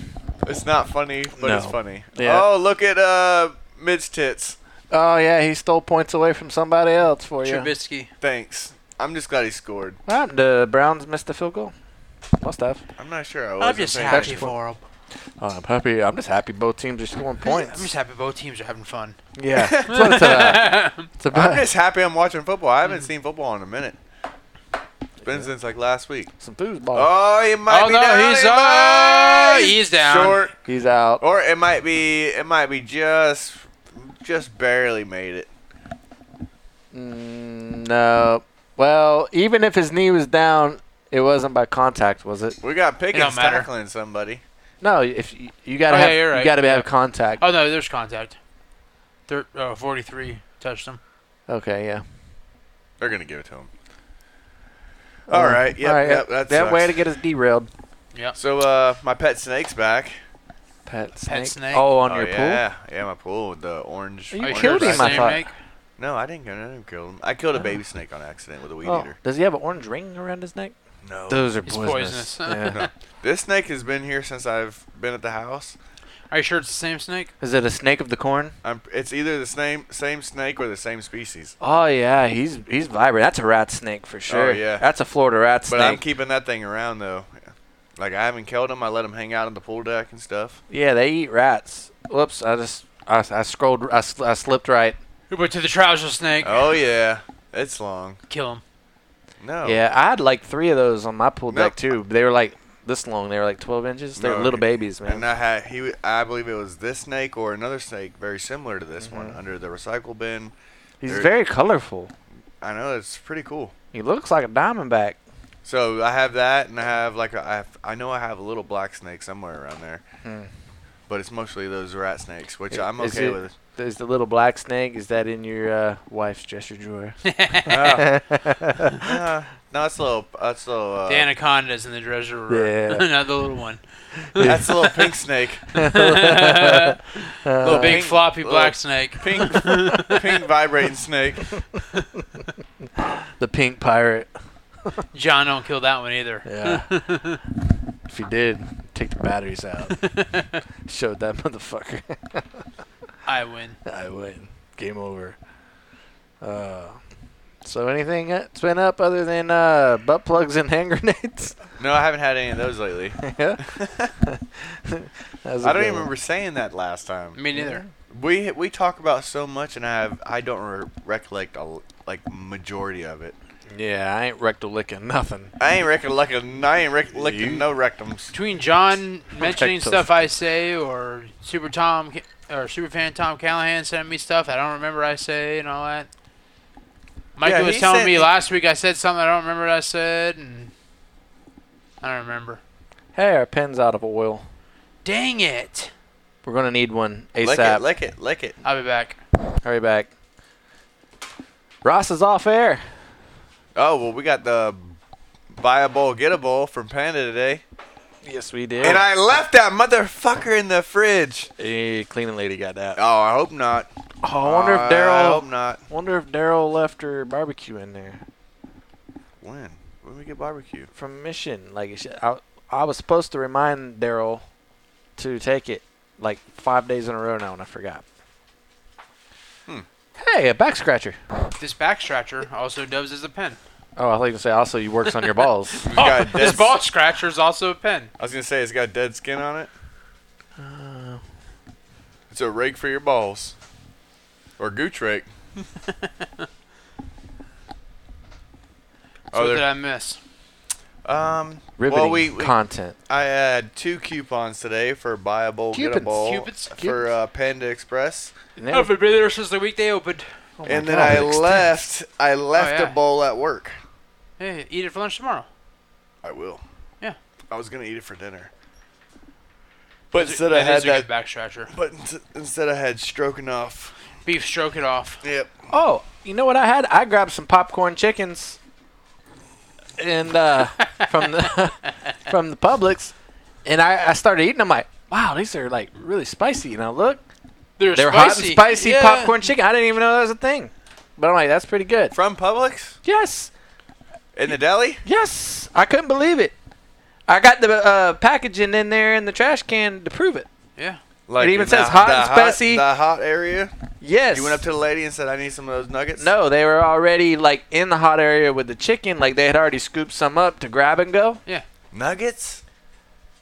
[SPEAKER 2] It's not funny, but it's
[SPEAKER 1] No.
[SPEAKER 2] funny.
[SPEAKER 1] Yeah.
[SPEAKER 2] Oh, look at uh Mitch tits.
[SPEAKER 1] Oh yeah, he stole points away from somebody else for you.
[SPEAKER 3] Trubisky.
[SPEAKER 2] Thanks. I'm just glad he scored.
[SPEAKER 1] What happened? The Browns missed the field goal. Must have.
[SPEAKER 2] I'm not sure. I was
[SPEAKER 3] I'm just happy for him.
[SPEAKER 1] Oh, I'm happy. I'm just happy both teams are scoring
[SPEAKER 3] I'm
[SPEAKER 1] points.
[SPEAKER 3] just happy both teams are having fun.
[SPEAKER 1] yeah, that's what it's (laughs) about. It's
[SPEAKER 2] (laughs) I'm
[SPEAKER 1] about
[SPEAKER 2] just happy I'm watching football. I
[SPEAKER 1] Mm-hmm.
[SPEAKER 2] haven't seen football in a minute. It's been since like last week.
[SPEAKER 1] some foosball.
[SPEAKER 2] Oh, it might
[SPEAKER 3] oh
[SPEAKER 2] be
[SPEAKER 3] no,
[SPEAKER 2] down.
[SPEAKER 3] he's
[SPEAKER 2] it
[SPEAKER 3] uh,
[SPEAKER 2] might-
[SPEAKER 3] he's down.
[SPEAKER 2] Short,
[SPEAKER 1] He's out.
[SPEAKER 2] or it might be it might be just just barely made it.
[SPEAKER 1] Mm, no. Well, even if his knee was down, it wasn't by contact, was it?
[SPEAKER 2] We got Pickens
[SPEAKER 3] don't matter.
[SPEAKER 2] tackling somebody.
[SPEAKER 1] No. If you, you gotta
[SPEAKER 3] Oh, yeah,
[SPEAKER 1] have,
[SPEAKER 3] you're right.
[SPEAKER 1] you gotta have contact.
[SPEAKER 3] Oh no, there's contact. Thir- oh, 43 touched him.
[SPEAKER 1] Okay. Yeah.
[SPEAKER 2] They're gonna give it to him. All right. Yep.
[SPEAKER 1] Oh. All right,
[SPEAKER 2] Yep. That,
[SPEAKER 1] that
[SPEAKER 2] sucks.
[SPEAKER 1] way to get us derailed.
[SPEAKER 3] Yeah.
[SPEAKER 2] So uh, my pet snake's back.
[SPEAKER 1] Pet snake.
[SPEAKER 3] snake.
[SPEAKER 1] Oh, on
[SPEAKER 2] oh,
[SPEAKER 1] your pool. Oh,
[SPEAKER 2] yeah. Yeah, my pool with the orange.
[SPEAKER 1] You
[SPEAKER 3] Are
[SPEAKER 2] orange
[SPEAKER 1] killed him,
[SPEAKER 3] nervous,
[SPEAKER 1] I
[SPEAKER 2] snake.
[SPEAKER 1] thought.
[SPEAKER 3] Nick?
[SPEAKER 2] No, I didn't, kill him. I didn't kill him. I killed a baby snake on accident with a weed
[SPEAKER 1] Oh,
[SPEAKER 2] eater. Oh,
[SPEAKER 1] does he have an orange ring around his neck?
[SPEAKER 2] No.
[SPEAKER 1] Those are
[SPEAKER 3] It's
[SPEAKER 1] poisonous.
[SPEAKER 3] poisonous.
[SPEAKER 1] Yeah.
[SPEAKER 3] (laughs)
[SPEAKER 2] No. This snake has been here since I've been at the house.
[SPEAKER 3] Are you sure it's the same snake?
[SPEAKER 1] Is it a snake of the corn?
[SPEAKER 2] I'm, it's either the same same snake or the same species.
[SPEAKER 1] Oh yeah, he's he's vibrant. That's a rat snake for sure.
[SPEAKER 2] Oh, yeah.
[SPEAKER 1] that's a Florida rat
[SPEAKER 2] But
[SPEAKER 1] snake.
[SPEAKER 2] I'm keeping that thing around though. Like I haven't killed him. I let him hang out on the pool deck and stuff.
[SPEAKER 1] yeah, they eat rats. Whoops, I just I, I scrolled I, sl- I slipped right.
[SPEAKER 3] Who went to the trouser snake?
[SPEAKER 2] Oh yeah, it's long.
[SPEAKER 3] Kill him. (laughs)
[SPEAKER 2] No.
[SPEAKER 1] Yeah, I had like three of those on my pool
[SPEAKER 2] Oh.
[SPEAKER 1] deck
[SPEAKER 2] Nope.
[SPEAKER 1] too. They were like this long. They were like 12 inches. They were
[SPEAKER 2] No,
[SPEAKER 1] little
[SPEAKER 2] okay.
[SPEAKER 1] babies, man.
[SPEAKER 2] And I had he. w- I believe it was this snake or another snake very similar to
[SPEAKER 1] Mm-hmm.
[SPEAKER 2] this one under the recycle bin.
[SPEAKER 1] he's
[SPEAKER 2] they're-
[SPEAKER 1] very colorful.
[SPEAKER 2] I know it's pretty cool.
[SPEAKER 1] He looks like a diamondback.
[SPEAKER 2] So I have that, and I have like a, I, have, I know I have a little black snake somewhere around there,
[SPEAKER 1] Hmm.
[SPEAKER 2] but it's mostly those rat snakes, which I'm
[SPEAKER 1] Is
[SPEAKER 2] okay
[SPEAKER 1] it-
[SPEAKER 2] with.
[SPEAKER 1] There's the little black snake. Is that in your uh, wife's dresser
[SPEAKER 2] (laughs)
[SPEAKER 1] drawer?
[SPEAKER 2] Ah.
[SPEAKER 1] (laughs)
[SPEAKER 2] Ah, no, that's a little. That's a little. Uh,
[SPEAKER 3] the anaconda's in the treasure room.
[SPEAKER 1] Yeah.
[SPEAKER 3] (laughs) Another little one.
[SPEAKER 2] (laughs) That's
[SPEAKER 3] (laughs)
[SPEAKER 2] a little pink snake.
[SPEAKER 3] little big (laughs)
[SPEAKER 2] pink-
[SPEAKER 3] floppy
[SPEAKER 2] little-
[SPEAKER 3] black snake. (laughs)
[SPEAKER 2] Pink, pink vibrating snake.
[SPEAKER 1] The pink pirate.
[SPEAKER 3] John don't kill that one either.
[SPEAKER 1] Yeah. if you did, take the batteries out. (laughs) Showed that motherfucker.
[SPEAKER 3] (laughs)
[SPEAKER 1] (laughs)
[SPEAKER 3] I win.
[SPEAKER 1] I win. Game over. Uh, so anything that's been up other than uh, butt plugs and (laughs) hand grenades?
[SPEAKER 2] No, I haven't had any of those lately.
[SPEAKER 1] yeah. (laughs)
[SPEAKER 2] I don't even remember saying that last time.
[SPEAKER 3] Me neither.
[SPEAKER 2] We we talk about so much, and I have I don't re- recollect a l like majority of it.
[SPEAKER 1] Yeah, I ain't rectal licking nothing.
[SPEAKER 2] I ain't recollecting. I ain't
[SPEAKER 1] You-
[SPEAKER 2] recollecting no rectums.
[SPEAKER 3] Between John
[SPEAKER 1] Protect
[SPEAKER 3] mentioning
[SPEAKER 1] us.
[SPEAKER 3] stuff I say or Super Tom Ca- or Superfan Tom Callahan sending me stuff I don't remember I say and all that. Michael
[SPEAKER 2] Yeah,
[SPEAKER 3] was
[SPEAKER 2] he
[SPEAKER 3] telling
[SPEAKER 2] sent-
[SPEAKER 3] me last week I said something I don't remember what I said and I don't remember.
[SPEAKER 1] Hey, our pen's out of oil.
[SPEAKER 3] Dang it.
[SPEAKER 1] We're gonna need one
[SPEAKER 2] Lick it,
[SPEAKER 1] ASAP.
[SPEAKER 2] lick it, lick it.
[SPEAKER 3] I'll be back.
[SPEAKER 1] Hurry back. Ross is off air.
[SPEAKER 2] Oh well, we got the buy a bowl, get a bowl from Panda today,
[SPEAKER 1] Yes, we did.
[SPEAKER 2] and I left that motherfucker in the fridge.
[SPEAKER 1] hey, cleaning lady got that.
[SPEAKER 2] Oh, I hope not. Uh,
[SPEAKER 1] Oh, I wonder if
[SPEAKER 2] I
[SPEAKER 1] Daryl.
[SPEAKER 2] hope not.
[SPEAKER 1] Wonder if Daryl left her barbecue in there
[SPEAKER 2] When? When we get barbecue?
[SPEAKER 1] from Mission. Like it should- I, I was supposed to remind Daryl to take it, like five days in a row now, and I forgot.
[SPEAKER 2] Hmm.
[SPEAKER 1] Hey, a back scratcher.
[SPEAKER 3] This back scratcher also dubs as a pen.
[SPEAKER 1] Oh, I thought you were gonna say also you works on your (laughs) balls.
[SPEAKER 2] It's got
[SPEAKER 3] (laughs)
[SPEAKER 2] dead
[SPEAKER 3] this
[SPEAKER 2] s-
[SPEAKER 3] ball scratcher is also a pen.
[SPEAKER 2] I was gonna say it's got dead skin on it.
[SPEAKER 1] Uh.
[SPEAKER 2] It's a rake for your balls, or
[SPEAKER 1] (laughs)
[SPEAKER 2] gooch rake.
[SPEAKER 3] So
[SPEAKER 2] Oh,
[SPEAKER 3] what did
[SPEAKER 2] there-
[SPEAKER 3] I miss?
[SPEAKER 2] um.
[SPEAKER 1] Riveting
[SPEAKER 2] Well, we, we
[SPEAKER 1] content.
[SPEAKER 2] I had two coupons today for buy a bowl, get a
[SPEAKER 1] Cupids.
[SPEAKER 2] bowl
[SPEAKER 3] Cupids,
[SPEAKER 2] for
[SPEAKER 1] cupids.
[SPEAKER 2] uh, Panda Express,
[SPEAKER 1] And
[SPEAKER 3] I
[SPEAKER 1] then,
[SPEAKER 3] have been there since the week they opened.
[SPEAKER 1] oh my
[SPEAKER 2] and then
[SPEAKER 1] God, Oh,
[SPEAKER 2] I
[SPEAKER 1] it extends.
[SPEAKER 2] left. I left
[SPEAKER 3] yeah.
[SPEAKER 2] a bowl at work.
[SPEAKER 3] Hey, eat it for lunch tomorrow.
[SPEAKER 2] I will.
[SPEAKER 3] Yeah.
[SPEAKER 2] I was gonna eat it for dinner. But
[SPEAKER 3] That is
[SPEAKER 2] instead I had
[SPEAKER 3] a good
[SPEAKER 2] that.
[SPEAKER 3] back scratcher.
[SPEAKER 2] But ins- instead I had stroking off.
[SPEAKER 3] Beef, stroke it off.
[SPEAKER 2] Yep.
[SPEAKER 1] Oh, you know what I had? I grabbed some popcorn chickens, and uh, from the (laughs) from the Publix, and I, I started eating. I'm like, wow, these are like really spicy. And I look,
[SPEAKER 3] They're,
[SPEAKER 1] they're hot and
[SPEAKER 3] spicy.
[SPEAKER 1] spicy
[SPEAKER 3] Yeah.
[SPEAKER 1] popcorn chicken. I didn't even know that was a thing, but I'm like, that's pretty good.
[SPEAKER 2] From Publix
[SPEAKER 1] Yes,
[SPEAKER 2] in the deli.
[SPEAKER 1] yes, I couldn't believe it. I got the uh, packaging in there in the trash can to prove it.
[SPEAKER 3] Yeah.
[SPEAKER 2] Like
[SPEAKER 1] even
[SPEAKER 2] in
[SPEAKER 1] says hot and spicy.
[SPEAKER 2] the hot area.
[SPEAKER 1] Yes,
[SPEAKER 2] You went up to the lady and said, "I need some of those nuggets."
[SPEAKER 1] No, they were already like in the hot area with the chicken. Like they had already scooped some up to grab and go.
[SPEAKER 2] nuggets.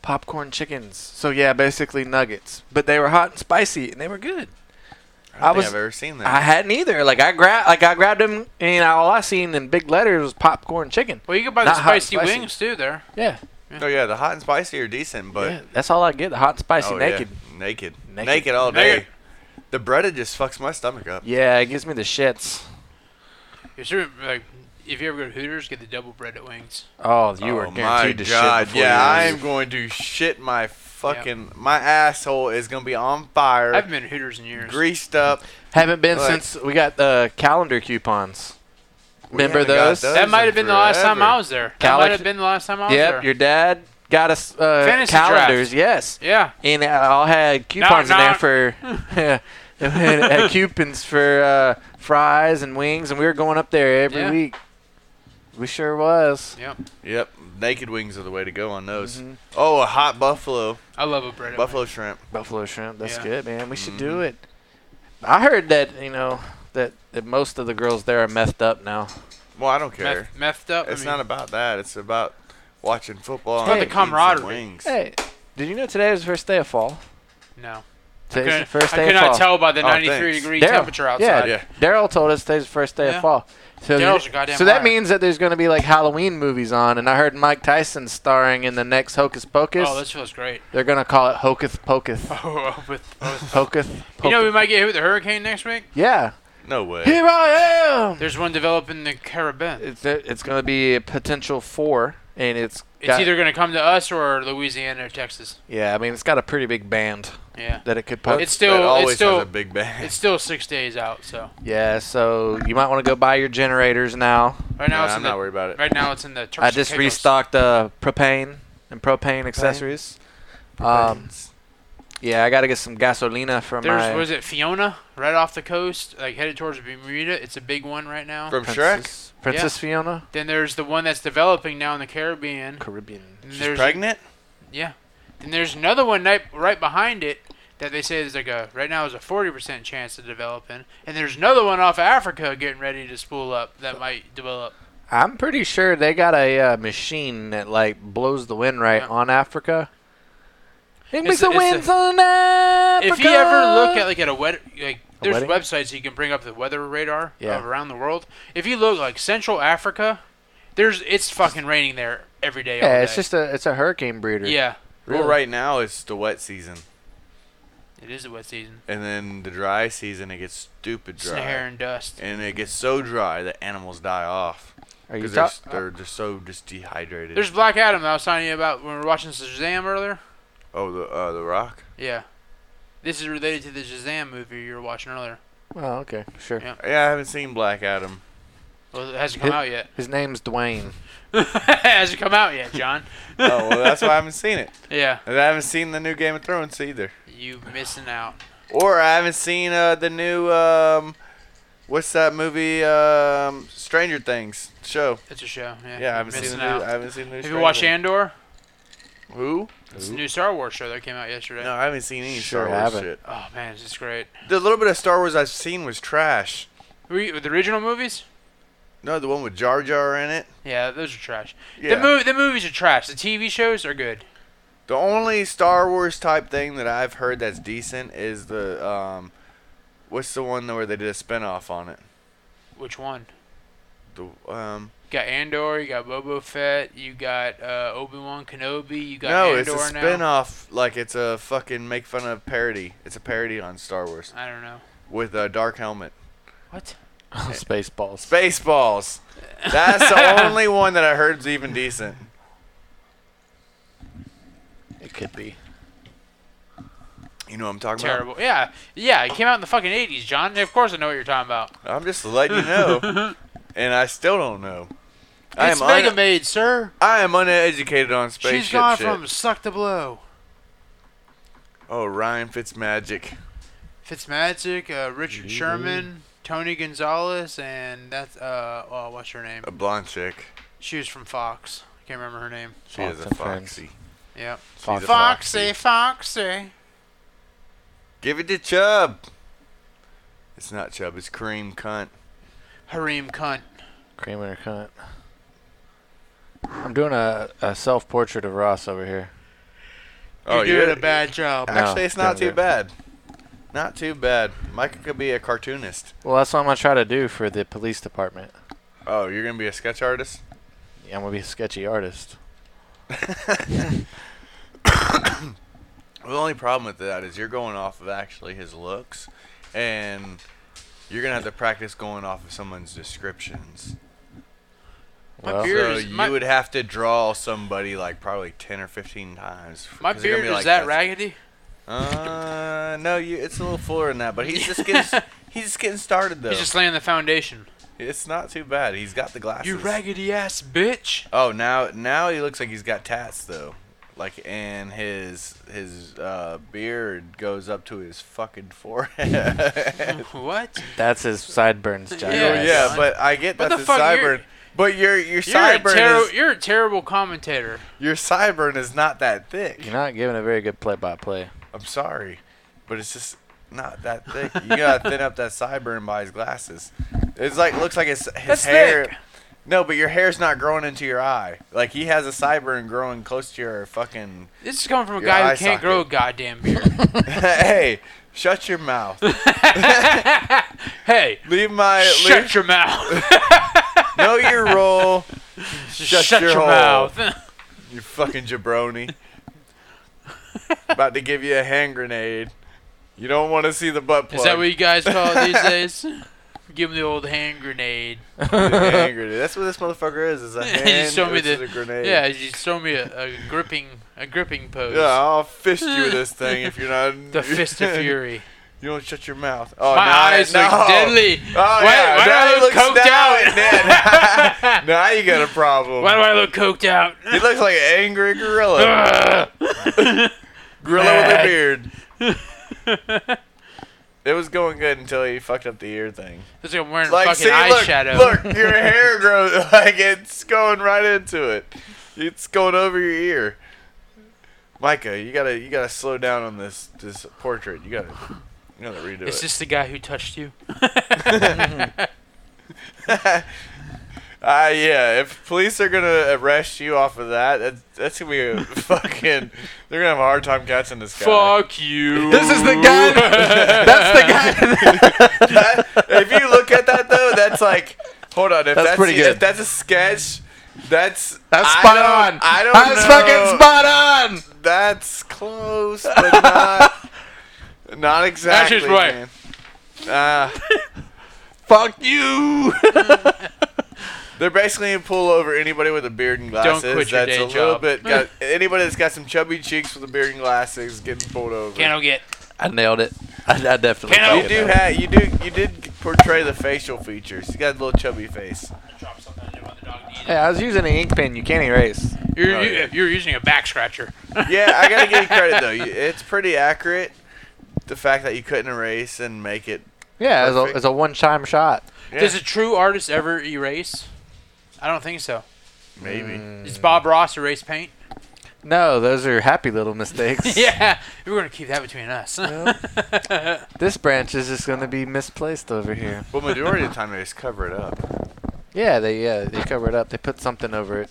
[SPEAKER 1] popcorn chickens. So yeah, basically nuggets, but they were hot and spicy, and they were good.
[SPEAKER 2] I,
[SPEAKER 1] I
[SPEAKER 2] don't think
[SPEAKER 1] was-
[SPEAKER 2] I've ever seen that.
[SPEAKER 1] I hadn't either. Like I grabbed, like I grabbed them, and all I seen in big letters was popcorn chicken.
[SPEAKER 3] Well, you can buy
[SPEAKER 1] Not
[SPEAKER 3] the
[SPEAKER 1] hot and
[SPEAKER 3] spicy,
[SPEAKER 1] spicy.
[SPEAKER 3] wings too there.
[SPEAKER 1] Yeah,
[SPEAKER 2] oh yeah, the hot and spicy are decent, but
[SPEAKER 1] yeah, that's all I get. The hot and spicy
[SPEAKER 2] oh, yeah.
[SPEAKER 1] naked.
[SPEAKER 2] naked, naked,
[SPEAKER 1] Naked.
[SPEAKER 2] all day.
[SPEAKER 3] Naked.
[SPEAKER 2] The breaded just fucks my stomach up.
[SPEAKER 1] Yeah. it gives me the shits.
[SPEAKER 3] You should, like, if you ever go to Hooters, get the double breaded wings.
[SPEAKER 1] Oh, you
[SPEAKER 2] oh,
[SPEAKER 1] were
[SPEAKER 2] my
[SPEAKER 1] guaranteed to shit.
[SPEAKER 2] god.
[SPEAKER 1] before
[SPEAKER 2] Yeah, I
[SPEAKER 1] you
[SPEAKER 2] am
[SPEAKER 1] leave.
[SPEAKER 2] going to shit my fucking my asshole is gonna be on fire,
[SPEAKER 3] I haven't been to Hooters in years.
[SPEAKER 2] greased up.
[SPEAKER 1] Haven't been
[SPEAKER 2] Like-
[SPEAKER 1] since we got the calendar coupons.
[SPEAKER 2] We
[SPEAKER 1] Remember
[SPEAKER 2] haven't got
[SPEAKER 1] those?
[SPEAKER 2] those
[SPEAKER 3] that might have been
[SPEAKER 2] in
[SPEAKER 3] the last time
[SPEAKER 2] forever.
[SPEAKER 3] I was there. That might
[SPEAKER 1] Calax-
[SPEAKER 3] have been the last time I was
[SPEAKER 1] Yep,
[SPEAKER 3] there.
[SPEAKER 1] your dad got us uh,
[SPEAKER 3] Fantasy draft.
[SPEAKER 1] calendars. Yes.
[SPEAKER 3] Yeah.
[SPEAKER 1] and I all had coupons
[SPEAKER 3] knock.
[SPEAKER 1] in (laughs) there for had coupons for uh, fries and wings, and we were going up there every
[SPEAKER 3] Yeah.
[SPEAKER 1] week. We sure was.
[SPEAKER 3] Yep.
[SPEAKER 2] Yep, naked wings are the way to go on those.
[SPEAKER 1] Mhm.
[SPEAKER 2] Oh, a hot buffalo,
[SPEAKER 3] I love a breaded
[SPEAKER 2] buffalo shrimp.
[SPEAKER 1] Buffalo shrimp, that's
[SPEAKER 3] Yeah.
[SPEAKER 1] good, man. We should do
[SPEAKER 2] Mhm.
[SPEAKER 1] it. I heard that you know that, that most of the girls there are messed up now.
[SPEAKER 2] Well, I don't
[SPEAKER 3] wing.
[SPEAKER 2] care.
[SPEAKER 3] Meth- methed up.
[SPEAKER 2] It's
[SPEAKER 3] I mean,
[SPEAKER 2] not about that. It's about watching football.
[SPEAKER 1] It's about
[SPEAKER 2] and
[SPEAKER 1] the
[SPEAKER 2] eating some
[SPEAKER 3] camaraderie.
[SPEAKER 2] Wings.
[SPEAKER 1] Hey, did you know today is the first day of fall?
[SPEAKER 3] no.
[SPEAKER 1] Today's
[SPEAKER 3] Couldn't-
[SPEAKER 1] the first
[SPEAKER 3] I
[SPEAKER 1] day
[SPEAKER 3] could
[SPEAKER 1] of
[SPEAKER 3] not
[SPEAKER 1] fall.
[SPEAKER 3] tell by the
[SPEAKER 2] Oh,
[SPEAKER 3] 93
[SPEAKER 2] thanks.
[SPEAKER 3] degree
[SPEAKER 1] Daryl.
[SPEAKER 3] temperature outside.
[SPEAKER 2] Yeah.
[SPEAKER 1] Daryl told us today's the first day
[SPEAKER 3] Yeah.
[SPEAKER 1] of fall. So,
[SPEAKER 3] Daryl's a goddamn
[SPEAKER 1] so that
[SPEAKER 3] liar.
[SPEAKER 1] means that there's going to be like Halloween movies on, and I heard Mike Tyson starring in the next Hocus Pocus.
[SPEAKER 3] Oh, this feels great.
[SPEAKER 1] They're gonna call it Hocus Pocus.
[SPEAKER 3] Oh, with, with-
[SPEAKER 1] Hocus.
[SPEAKER 3] (laughs) you know, we
[SPEAKER 1] Pocus.
[SPEAKER 3] might get hit with a hurricane next week.
[SPEAKER 1] yeah.
[SPEAKER 2] No way.
[SPEAKER 1] Here I am.
[SPEAKER 3] There's one developing in the Caribbean.
[SPEAKER 1] It's uh, it's gonna be a potential four, and it's
[SPEAKER 3] It's
[SPEAKER 1] got-
[SPEAKER 3] either going to come to us or Louisiana or Texas.
[SPEAKER 1] yeah. I mean, it's got a pretty big band (laughs)
[SPEAKER 3] Yeah.
[SPEAKER 1] that it could put.
[SPEAKER 3] It's
[SPEAKER 2] That
[SPEAKER 3] still
[SPEAKER 2] always
[SPEAKER 3] it's still
[SPEAKER 2] has a big bang.
[SPEAKER 3] it's still six days out. So
[SPEAKER 1] yeah. So you might want to go buy your generators now.
[SPEAKER 3] right now
[SPEAKER 2] (laughs) Nah,
[SPEAKER 3] it's
[SPEAKER 2] I'm
[SPEAKER 3] in
[SPEAKER 2] not
[SPEAKER 3] the,
[SPEAKER 2] worried about it.
[SPEAKER 3] right now it's in the. Turks
[SPEAKER 1] I
[SPEAKER 3] and
[SPEAKER 1] just
[SPEAKER 3] Caicos.
[SPEAKER 1] restocked uh, propane and propane accessories. Um, yeah, I gotta get some gasolina for
[SPEAKER 3] There's
[SPEAKER 1] my.
[SPEAKER 3] was it Fiona right off the coast, like headed towards Bermuda. It's a big one right now.
[SPEAKER 2] From Shrek,
[SPEAKER 1] Princess, Princess Fiona,
[SPEAKER 3] then there's the one that's developing now in the Caribbean.
[SPEAKER 1] Caribbean.
[SPEAKER 3] And
[SPEAKER 2] she's
[SPEAKER 3] there's
[SPEAKER 2] pregnant.
[SPEAKER 3] Yeah. Then there's another one right, right behind it that they say is like a right now is a 40% chance of developing. And there's another one off Africa getting ready to spool up that might develop.
[SPEAKER 1] I'm pretty sure they got a uh, machine that like blows the wind right
[SPEAKER 3] Yeah.
[SPEAKER 1] on Africa. It makes
[SPEAKER 3] a-
[SPEAKER 1] the
[SPEAKER 3] it's a-
[SPEAKER 1] winds on Africa.
[SPEAKER 3] If you ever look at like at a wet like
[SPEAKER 1] A
[SPEAKER 3] there's
[SPEAKER 1] wedding?
[SPEAKER 3] websites you can bring up the weather radar
[SPEAKER 1] Yeah.
[SPEAKER 3] of around the world. If you look like Central Africa, there's it's fucking raining there every day. all
[SPEAKER 1] yeah, it's
[SPEAKER 3] day.
[SPEAKER 1] just a it's a hurricane breeder.
[SPEAKER 3] yeah.
[SPEAKER 2] Well,
[SPEAKER 1] Really?
[SPEAKER 2] right now it's the wet season,
[SPEAKER 3] It is a wet season.
[SPEAKER 2] and then the dry season it gets stupid dry,
[SPEAKER 3] Snare and dust.
[SPEAKER 2] and it gets so dry that animals die off
[SPEAKER 1] Are you
[SPEAKER 2] because they're,
[SPEAKER 1] talk-
[SPEAKER 2] s- they're just so just dehydrated.
[SPEAKER 3] There's Black Adam that I was telling you about when we were watching Shazam earlier.
[SPEAKER 2] oh the uh, the Rock.
[SPEAKER 3] Yeah. This is related to the Shazam movie you were watching earlier.
[SPEAKER 1] oh, okay, sure.
[SPEAKER 3] Yeah.
[SPEAKER 2] Yeah, I haven't seen Black Adam.
[SPEAKER 3] Well, it hasn't come
[SPEAKER 1] It-
[SPEAKER 3] out yet. (laughs)
[SPEAKER 1] His name's Dwayne. (laughs)
[SPEAKER 3] it hasn't come out yet, John.
[SPEAKER 2] oh well, that's why I haven't seen it,
[SPEAKER 3] Yeah,
[SPEAKER 2] and I haven't seen the new Game of Thrones either,
[SPEAKER 3] you missing out.
[SPEAKER 2] or I haven't seen uh, the new um, what's that movie um, Stranger Things show.
[SPEAKER 3] It's a show. Yeah,
[SPEAKER 2] Yeah, I
[SPEAKER 3] you're
[SPEAKER 2] haven't seen the
[SPEAKER 3] missing
[SPEAKER 2] new.
[SPEAKER 3] out.
[SPEAKER 2] I haven't seen the
[SPEAKER 3] Have
[SPEAKER 2] new.
[SPEAKER 3] you
[SPEAKER 2] Stranger
[SPEAKER 3] watched
[SPEAKER 2] Things.
[SPEAKER 3] Andor?
[SPEAKER 2] Who?
[SPEAKER 3] It's a new Star Wars show that came out yesterday.
[SPEAKER 2] No, I haven't seen any
[SPEAKER 1] Sure
[SPEAKER 2] Star Wars
[SPEAKER 1] haven't.
[SPEAKER 2] shit.
[SPEAKER 3] Oh man, this is great.
[SPEAKER 2] The little bit of Star Wars I've seen was trash.
[SPEAKER 3] We, the original movies?
[SPEAKER 2] No, the one with Jar Jar in it.
[SPEAKER 3] Yeah, those are trash.
[SPEAKER 2] Yeah.
[SPEAKER 3] The mov the movies are trash. The TV shows are good.
[SPEAKER 2] The only Star Wars type thing that I've heard that's decent is the um, what's the one where they did a spinoff on it?
[SPEAKER 3] Which one?
[SPEAKER 2] The um,
[SPEAKER 3] You got Andor, you got Bobo Fett, you got uh, Obi Wan Kenobi, you got
[SPEAKER 2] no, it's
[SPEAKER 3] Andor
[SPEAKER 2] a
[SPEAKER 3] now.
[SPEAKER 2] spinoff. Like it's a fucking make fun of parody. It's a parody on Star Wars
[SPEAKER 3] I don't know.
[SPEAKER 2] with a dark helmet.
[SPEAKER 3] What?
[SPEAKER 1] Spaceballs.
[SPEAKER 2] Spaceballs.
[SPEAKER 3] (laughs)
[SPEAKER 2] That's the only one that I heard's even decent.
[SPEAKER 1] it could be.
[SPEAKER 2] You know what I'm talking
[SPEAKER 3] Terrible. Yeah, yeah. It came out in the fucking eighties, John. Of course I know what you're talking about.
[SPEAKER 2] about? I'm just letting you
[SPEAKER 3] (laughs)
[SPEAKER 2] know, and I still don't know. I
[SPEAKER 3] It's
[SPEAKER 2] am,
[SPEAKER 3] Mega
[SPEAKER 2] un-
[SPEAKER 3] Maid, sir.
[SPEAKER 2] I am uneducated on spaceship
[SPEAKER 3] She's gone
[SPEAKER 2] shit.
[SPEAKER 3] from suck to blow.
[SPEAKER 2] oh, Ryan Fitzmagic.
[SPEAKER 3] Fitzmagic, uh, Richard
[SPEAKER 2] Mm-hmm.
[SPEAKER 1] Mhm.
[SPEAKER 3] Sherman, Tony Gonzalez, and that's uh, oh, what's her name?
[SPEAKER 2] A blonde chick.
[SPEAKER 3] She was from Fox. I can't remember her name.
[SPEAKER 2] She
[SPEAKER 1] Fox
[SPEAKER 2] is a
[SPEAKER 1] and Friends.
[SPEAKER 2] foxy.
[SPEAKER 3] Yeah.
[SPEAKER 1] Fox-
[SPEAKER 2] Fox-
[SPEAKER 3] Foxy, Foxy.
[SPEAKER 2] Give it to Chubb. It's not Chubb. It's Cream Cunt.
[SPEAKER 3] Hareem cunt.
[SPEAKER 1] Cream in her cunt. I'm doing a, a self portrait of Ross over here.
[SPEAKER 2] Oh,
[SPEAKER 3] You're doing a bad job.
[SPEAKER 1] No,
[SPEAKER 2] Actually, it's not
[SPEAKER 1] doing good.
[SPEAKER 2] too bad. Not too bad. Micah could be a cartoonist.
[SPEAKER 1] Well, that's what I'm gonna try to do for the police department.
[SPEAKER 2] Oh, you're gonna be a sketch artist.
[SPEAKER 1] Yeah, I'm gonna be a sketchy artist.
[SPEAKER 2] The only problem with that is you're going off of actually his looks, and you're gonna have to practice going off of someone's descriptions.
[SPEAKER 3] My
[SPEAKER 1] Well,
[SPEAKER 3] beard
[SPEAKER 2] so
[SPEAKER 3] is-
[SPEAKER 2] you
[SPEAKER 3] my-
[SPEAKER 2] would have to draw somebody like probably ten or fifteen times.
[SPEAKER 3] My
[SPEAKER 2] 'cause you're
[SPEAKER 3] beard
[SPEAKER 2] gonna
[SPEAKER 3] is
[SPEAKER 2] be like,
[SPEAKER 3] that
[SPEAKER 2] "That's-
[SPEAKER 3] raggedy.
[SPEAKER 2] Uh, no, you. It's a little fuller than that, but he's just
[SPEAKER 3] (laughs)
[SPEAKER 2] getting he's just getting started though.
[SPEAKER 3] He's just laying the foundation.
[SPEAKER 2] it's not too bad. He's got the glasses.
[SPEAKER 3] You raggedy ass bitch.
[SPEAKER 2] Oh, now now he looks like he's got tats though, like and his his uh, beard goes up to his
[SPEAKER 3] (laughs)
[SPEAKER 2] fucking forehead. (laughs)
[SPEAKER 3] what?
[SPEAKER 1] that's his sideburns, John.
[SPEAKER 3] Yeah,
[SPEAKER 2] yeah,
[SPEAKER 3] son.
[SPEAKER 2] but I get
[SPEAKER 3] What
[SPEAKER 2] that's
[SPEAKER 3] the
[SPEAKER 2] his
[SPEAKER 3] fuck,
[SPEAKER 2] sideburn.
[SPEAKER 3] you're-
[SPEAKER 2] but your your
[SPEAKER 3] You're a,
[SPEAKER 2] sideburn
[SPEAKER 3] ter-
[SPEAKER 2] is,
[SPEAKER 3] you're a terrible commentator.
[SPEAKER 2] your sideburn is not that thick.
[SPEAKER 1] You're not giving a very good play-by-play.
[SPEAKER 2] I'm sorry, but it's just not that thick. You gotta thin up that sideburn by his glasses. It's like looks like his his
[SPEAKER 3] That's
[SPEAKER 2] hair.
[SPEAKER 3] thick.
[SPEAKER 2] No, but your hair's not growing into your eye. Like he has a sideburn growing close to your fucking. (laughs)
[SPEAKER 3] This is coming from a
[SPEAKER 2] Your
[SPEAKER 3] guy
[SPEAKER 2] eye
[SPEAKER 3] who can't
[SPEAKER 2] socket.
[SPEAKER 3] grow a goddamn
[SPEAKER 2] (laughs)
[SPEAKER 3] beard. (laughs)
[SPEAKER 2] hey, shut your mouth.
[SPEAKER 3] hey,
[SPEAKER 2] Leave my
[SPEAKER 3] (laughs)
[SPEAKER 2] leave,
[SPEAKER 3] shut your
[SPEAKER 2] (laughs)
[SPEAKER 3] mouth. (laughs)
[SPEAKER 2] know your role.
[SPEAKER 3] Shut,
[SPEAKER 2] your
[SPEAKER 3] your,
[SPEAKER 2] hole.
[SPEAKER 3] mouth. (laughs)
[SPEAKER 2] You fucking jabroni. About to give you a hand grenade. You don't want to see the butt plug.
[SPEAKER 3] Is that what you guys call it
[SPEAKER 2] (laughs)
[SPEAKER 3] these days? Give him the old hand grenade.
[SPEAKER 2] (laughs)
[SPEAKER 3] (laughs)
[SPEAKER 2] The hand grenade. That's what this motherfucker is. Is a
[SPEAKER 3] You
[SPEAKER 2] hand.
[SPEAKER 3] showed me
[SPEAKER 2] versus
[SPEAKER 3] the-
[SPEAKER 2] a grenade.
[SPEAKER 3] Yeah, you show me a, a gripping a gripping pose.
[SPEAKER 2] Yeah, I'll fist you
[SPEAKER 3] (laughs)
[SPEAKER 2] with this thing if you're not. (laughs)
[SPEAKER 3] The fist of fury.
[SPEAKER 2] You don't shut your mouth. Oh,
[SPEAKER 3] My
[SPEAKER 2] now
[SPEAKER 3] eyes
[SPEAKER 2] no.
[SPEAKER 3] look deadly.
[SPEAKER 2] Oh, yeah.
[SPEAKER 3] why do
[SPEAKER 2] now
[SPEAKER 3] I
[SPEAKER 2] he
[SPEAKER 3] look
[SPEAKER 2] looks
[SPEAKER 3] coked
[SPEAKER 2] down
[SPEAKER 3] out?
[SPEAKER 2] at
[SPEAKER 3] (laughs)
[SPEAKER 2] that. now you got a problem.
[SPEAKER 3] Why do I Ah, look coked out?
[SPEAKER 2] He looks like an angry
[SPEAKER 3] (laughs)
[SPEAKER 2] gorilla. (laughs) gorilla with a
[SPEAKER 3] Mad.
[SPEAKER 2] beard.
[SPEAKER 3] (laughs)
[SPEAKER 2] it was going good until he fucked up the ear thing.
[SPEAKER 3] It's like I'm wearing
[SPEAKER 2] (laughs) Like,
[SPEAKER 3] fucking
[SPEAKER 2] see, look,
[SPEAKER 3] eyeshadow.
[SPEAKER 2] look, your hair grows (laughs) like it's going right into it. It's going over your ear. Micah, you gotta you gotta slow down on this this portrait. You gotta you gotta redo
[SPEAKER 3] Is
[SPEAKER 2] it.
[SPEAKER 3] this the guy who touched you? (laughs)
[SPEAKER 2] (laughs) Ah, yeah. If police are gonna arrest you off of that, that's, that's gonna
[SPEAKER 1] (laughs)
[SPEAKER 2] be a fucking. They're gonna have a hard time catching this guy.
[SPEAKER 3] Fuck you.
[SPEAKER 1] This is the
[SPEAKER 3] (laughs)
[SPEAKER 1] guy. that's the guy.
[SPEAKER 2] (laughs) That- if you look at that though, that's like, hold on. If that's,
[SPEAKER 1] That's pretty good.
[SPEAKER 2] If that's a sketch, that's
[SPEAKER 1] That's
[SPEAKER 2] I
[SPEAKER 1] spot
[SPEAKER 2] don't-
[SPEAKER 1] on.
[SPEAKER 2] I don't
[SPEAKER 1] That's fucking
[SPEAKER 2] know.
[SPEAKER 1] spot on.
[SPEAKER 2] That's close,
[SPEAKER 3] (laughs)
[SPEAKER 2] but not not exactly.
[SPEAKER 3] just right.
[SPEAKER 2] man. Uh,
[SPEAKER 1] Fuck you.
[SPEAKER 2] they're basically gonna pull over anybody with a beard and glasses.
[SPEAKER 3] quit your
[SPEAKER 2] that's
[SPEAKER 3] day
[SPEAKER 2] a little
[SPEAKER 3] job. (laughs)
[SPEAKER 2] bit. Got, anybody that's got some chubby cheeks with a beard and glasses is getting pulled over.
[SPEAKER 3] Can't get.
[SPEAKER 1] I nailed it. I, I definitely.
[SPEAKER 3] Can I-
[SPEAKER 1] fucking
[SPEAKER 2] you do
[SPEAKER 1] nailed it.
[SPEAKER 2] have you do you did portray the facial features. You got a little chubby face.
[SPEAKER 1] Hey, I was using an ink pen. You can't erase.
[SPEAKER 3] You're,
[SPEAKER 2] Oh,
[SPEAKER 3] you-
[SPEAKER 2] yeah.
[SPEAKER 3] you're using a back scratcher.
[SPEAKER 2] Yeah, I gotta give you credit though. You- It's pretty accurate. The fact that you couldn't erase and make it.
[SPEAKER 1] Yeah, it's a,
[SPEAKER 2] Perfect.
[SPEAKER 1] it's a one-time shot.
[SPEAKER 2] Yeah,
[SPEAKER 3] Does a true artist ever erase? I don't think so.
[SPEAKER 2] maybe.
[SPEAKER 3] Mm. Does Bob Ross erase paint?
[SPEAKER 1] No, those are happy little mistakes.
[SPEAKER 3] (laughs) yeah, we're gonna keep that between us. (laughs)
[SPEAKER 1] Well, this branch is just going to be misplaced over here.
[SPEAKER 2] Well, majority of the time they just cover it up.
[SPEAKER 1] Yeah, they yeah they cover it up. They put something over it,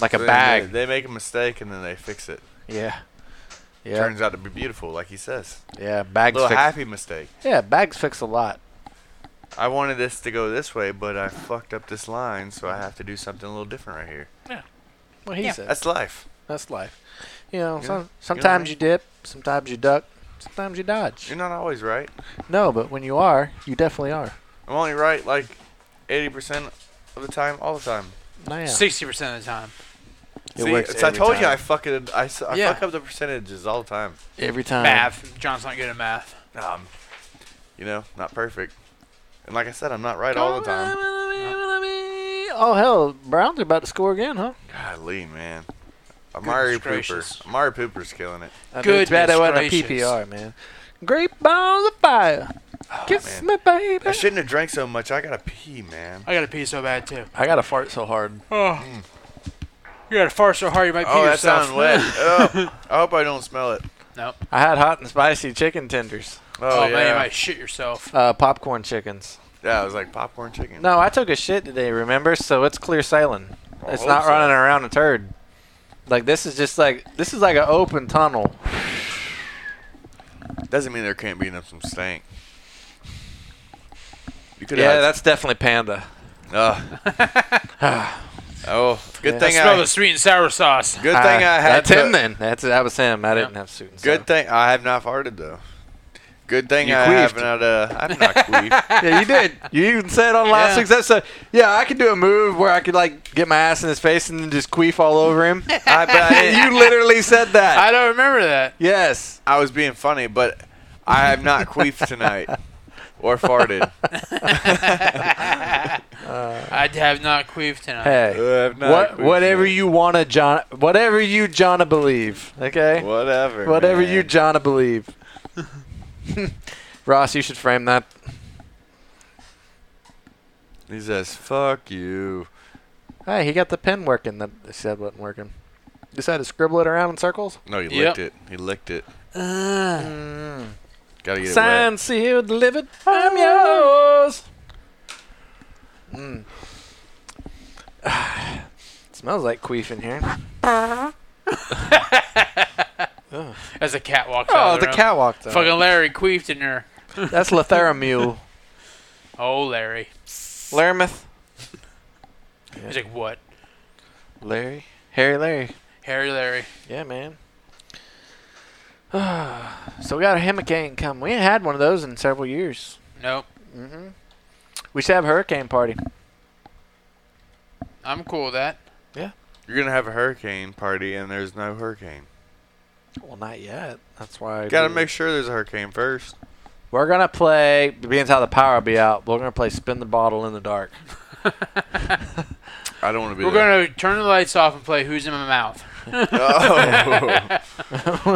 [SPEAKER 1] like a
[SPEAKER 2] So then
[SPEAKER 1] bag.
[SPEAKER 2] They, they make a mistake and then they fix it.
[SPEAKER 1] Yeah, yeah,
[SPEAKER 2] Turns out to be beautiful, like he says.
[SPEAKER 1] yeah. Bags
[SPEAKER 2] little
[SPEAKER 1] fix.
[SPEAKER 2] happy mistake.
[SPEAKER 1] yeah, bags fix a lot.
[SPEAKER 2] I wanted this to go this way, but I fucked up this line, so I have to do something a little different right here.
[SPEAKER 1] Well, he
[SPEAKER 3] Yeah.
[SPEAKER 1] said
[SPEAKER 2] That's life.
[SPEAKER 1] that's life. You know,
[SPEAKER 2] Yeah.
[SPEAKER 1] some, sometimes
[SPEAKER 2] right.
[SPEAKER 1] you dip, sometimes you duck, sometimes you dodge.
[SPEAKER 2] You're not always right.
[SPEAKER 1] No, but when you are, you definitely are.
[SPEAKER 2] I'm only right like 80% of the time, all the time.
[SPEAKER 1] No, yeah.
[SPEAKER 3] Sixty percent of the time.
[SPEAKER 1] It
[SPEAKER 2] See,
[SPEAKER 1] works
[SPEAKER 2] it's- I
[SPEAKER 1] every
[SPEAKER 2] told you
[SPEAKER 1] time.
[SPEAKER 2] I fucking I, s- I
[SPEAKER 3] Yeah.
[SPEAKER 2] fuck up the percentages all the time.
[SPEAKER 1] Every time.
[SPEAKER 3] math. John's not good at math.
[SPEAKER 2] Um, you know, not perfect. And like I said, I'm not right all the time.
[SPEAKER 1] Oh hell, Browns are about to score again, huh?
[SPEAKER 2] Golly, man. Amari
[SPEAKER 3] Goodness
[SPEAKER 2] Pooper.
[SPEAKER 3] gracious.
[SPEAKER 2] Amari Pooper's killing it.
[SPEAKER 1] I mean,
[SPEAKER 3] Goodness
[SPEAKER 1] it's bad it wasn't a
[SPEAKER 3] gracious.
[SPEAKER 1] PPR, man. Great balls of fire, kiss me,
[SPEAKER 2] man.
[SPEAKER 1] baby.
[SPEAKER 2] I shouldn't have drank so much. I gotta pee, man.
[SPEAKER 3] I gotta pee so bad too.
[SPEAKER 1] I gotta fart so hard.
[SPEAKER 3] Oh. You gotta fart so hard you might pee
[SPEAKER 2] Oh, that
[SPEAKER 3] yourself.
[SPEAKER 2] sounded
[SPEAKER 1] (laughs)
[SPEAKER 2] wet. oh, I hope I don't smell it.
[SPEAKER 3] (laughs) Nope.
[SPEAKER 1] I had hot and spicy chicken tenders,
[SPEAKER 3] Oh,
[SPEAKER 2] Oh, yeah.
[SPEAKER 3] man, you might shit yourself.
[SPEAKER 1] uh, popcorn chickens.
[SPEAKER 2] Yeah, it was like popcorn chicken.
[SPEAKER 1] No, I took a shit today, remember? So it's clear sailing.
[SPEAKER 2] I
[SPEAKER 1] it's
[SPEAKER 2] hope
[SPEAKER 1] not
[SPEAKER 2] so.
[SPEAKER 1] running around a turd. Like this is just like this is like an open tunnel.
[SPEAKER 2] Doesn't mean there can't be enough some stank. You could
[SPEAKER 1] Yeah,
[SPEAKER 2] have.
[SPEAKER 1] that's definitely (sighs) panda.
[SPEAKER 2] Ugh.
[SPEAKER 1] Ah,
[SPEAKER 2] oh, good
[SPEAKER 1] Yeah.
[SPEAKER 3] I
[SPEAKER 2] thing I.
[SPEAKER 3] smell the sweet and sour sauce.
[SPEAKER 2] good thing
[SPEAKER 1] I-
[SPEAKER 2] I had.
[SPEAKER 1] Ah, That's him
[SPEAKER 2] to-
[SPEAKER 1] then. That's that was him. I didn't
[SPEAKER 3] Yeah.
[SPEAKER 1] have suits.
[SPEAKER 2] Good thing I have not farted though. Good thing
[SPEAKER 1] You queefed.
[SPEAKER 2] I have not. Uh, I've
[SPEAKER 1] (laughs)
[SPEAKER 2] not queefed.
[SPEAKER 1] yeah, you did.
[SPEAKER 2] (laughs)
[SPEAKER 1] You even said on last
[SPEAKER 3] Yeah.
[SPEAKER 1] week's episode, yeah, I could do a move where I could like get my ass in his face and then just queef all over
[SPEAKER 2] (laughs)
[SPEAKER 1] him.
[SPEAKER 2] I, but I,
[SPEAKER 1] (laughs)
[SPEAKER 2] didn't-
[SPEAKER 1] you literally said that.
[SPEAKER 3] I don't remember that. (laughs)
[SPEAKER 1] yes.
[SPEAKER 2] I was being funny, but I have not queefed tonight
[SPEAKER 1] (laughs)
[SPEAKER 2] or farted.
[SPEAKER 3] I have not queefed tonight.
[SPEAKER 2] I
[SPEAKER 1] Hey.
[SPEAKER 2] have not
[SPEAKER 1] What,
[SPEAKER 2] queefed
[SPEAKER 1] whatever
[SPEAKER 2] tonight.
[SPEAKER 1] you wanna John whatever you Johna believe. Okay?
[SPEAKER 2] Whatever.
[SPEAKER 1] Whatever
[SPEAKER 2] man.
[SPEAKER 1] you Johna believe. (laughs) Ross, you should frame that.
[SPEAKER 2] He says, "Fuck you."
[SPEAKER 1] Hey, he got the pen working that they said wasn't working. Just had to scribble it around in circles.
[SPEAKER 2] No, he
[SPEAKER 3] Yep.
[SPEAKER 2] licked it. He licked it.
[SPEAKER 1] Mm.
[SPEAKER 2] Gotta get it
[SPEAKER 1] Signed, sealed, delivered. I'm yours. Mm. (sighs) Smells like queef in here.
[SPEAKER 3] As the cat walks out.
[SPEAKER 1] Oh,
[SPEAKER 3] of
[SPEAKER 1] the
[SPEAKER 3] room.
[SPEAKER 1] cat walked out.
[SPEAKER 3] Fucking Larry queefed in her.
[SPEAKER 1] That's (laughs) Letharamule.
[SPEAKER 3] Oh, Larry.
[SPEAKER 1] Laramith.
[SPEAKER 3] He's like, what?
[SPEAKER 1] Larry. Harry Larry.
[SPEAKER 3] Harry Larry.
[SPEAKER 1] Yeah, man. (sighs) so we got a hurricane coming. We ain't had one of those in several years.
[SPEAKER 3] Nope.
[SPEAKER 1] hmm We should have a hurricane party.
[SPEAKER 3] I'm cool with that.
[SPEAKER 2] wet. You're gonna have a hurricane party, and there's no hurricane.
[SPEAKER 1] Well, not yet. That's why.
[SPEAKER 2] Gotta
[SPEAKER 1] we-
[SPEAKER 2] make sure there's a hurricane first.
[SPEAKER 1] We're gonna play. Being how the power will be out, we're gonna play spin the bottle in the dark.
[SPEAKER 2] I don't want to be.
[SPEAKER 3] We're
[SPEAKER 2] there.
[SPEAKER 3] gonna (laughs) turn the lights off and play Who's in My
[SPEAKER 1] (laughs)
[SPEAKER 3] Mouth.
[SPEAKER 2] (laughs) Oh.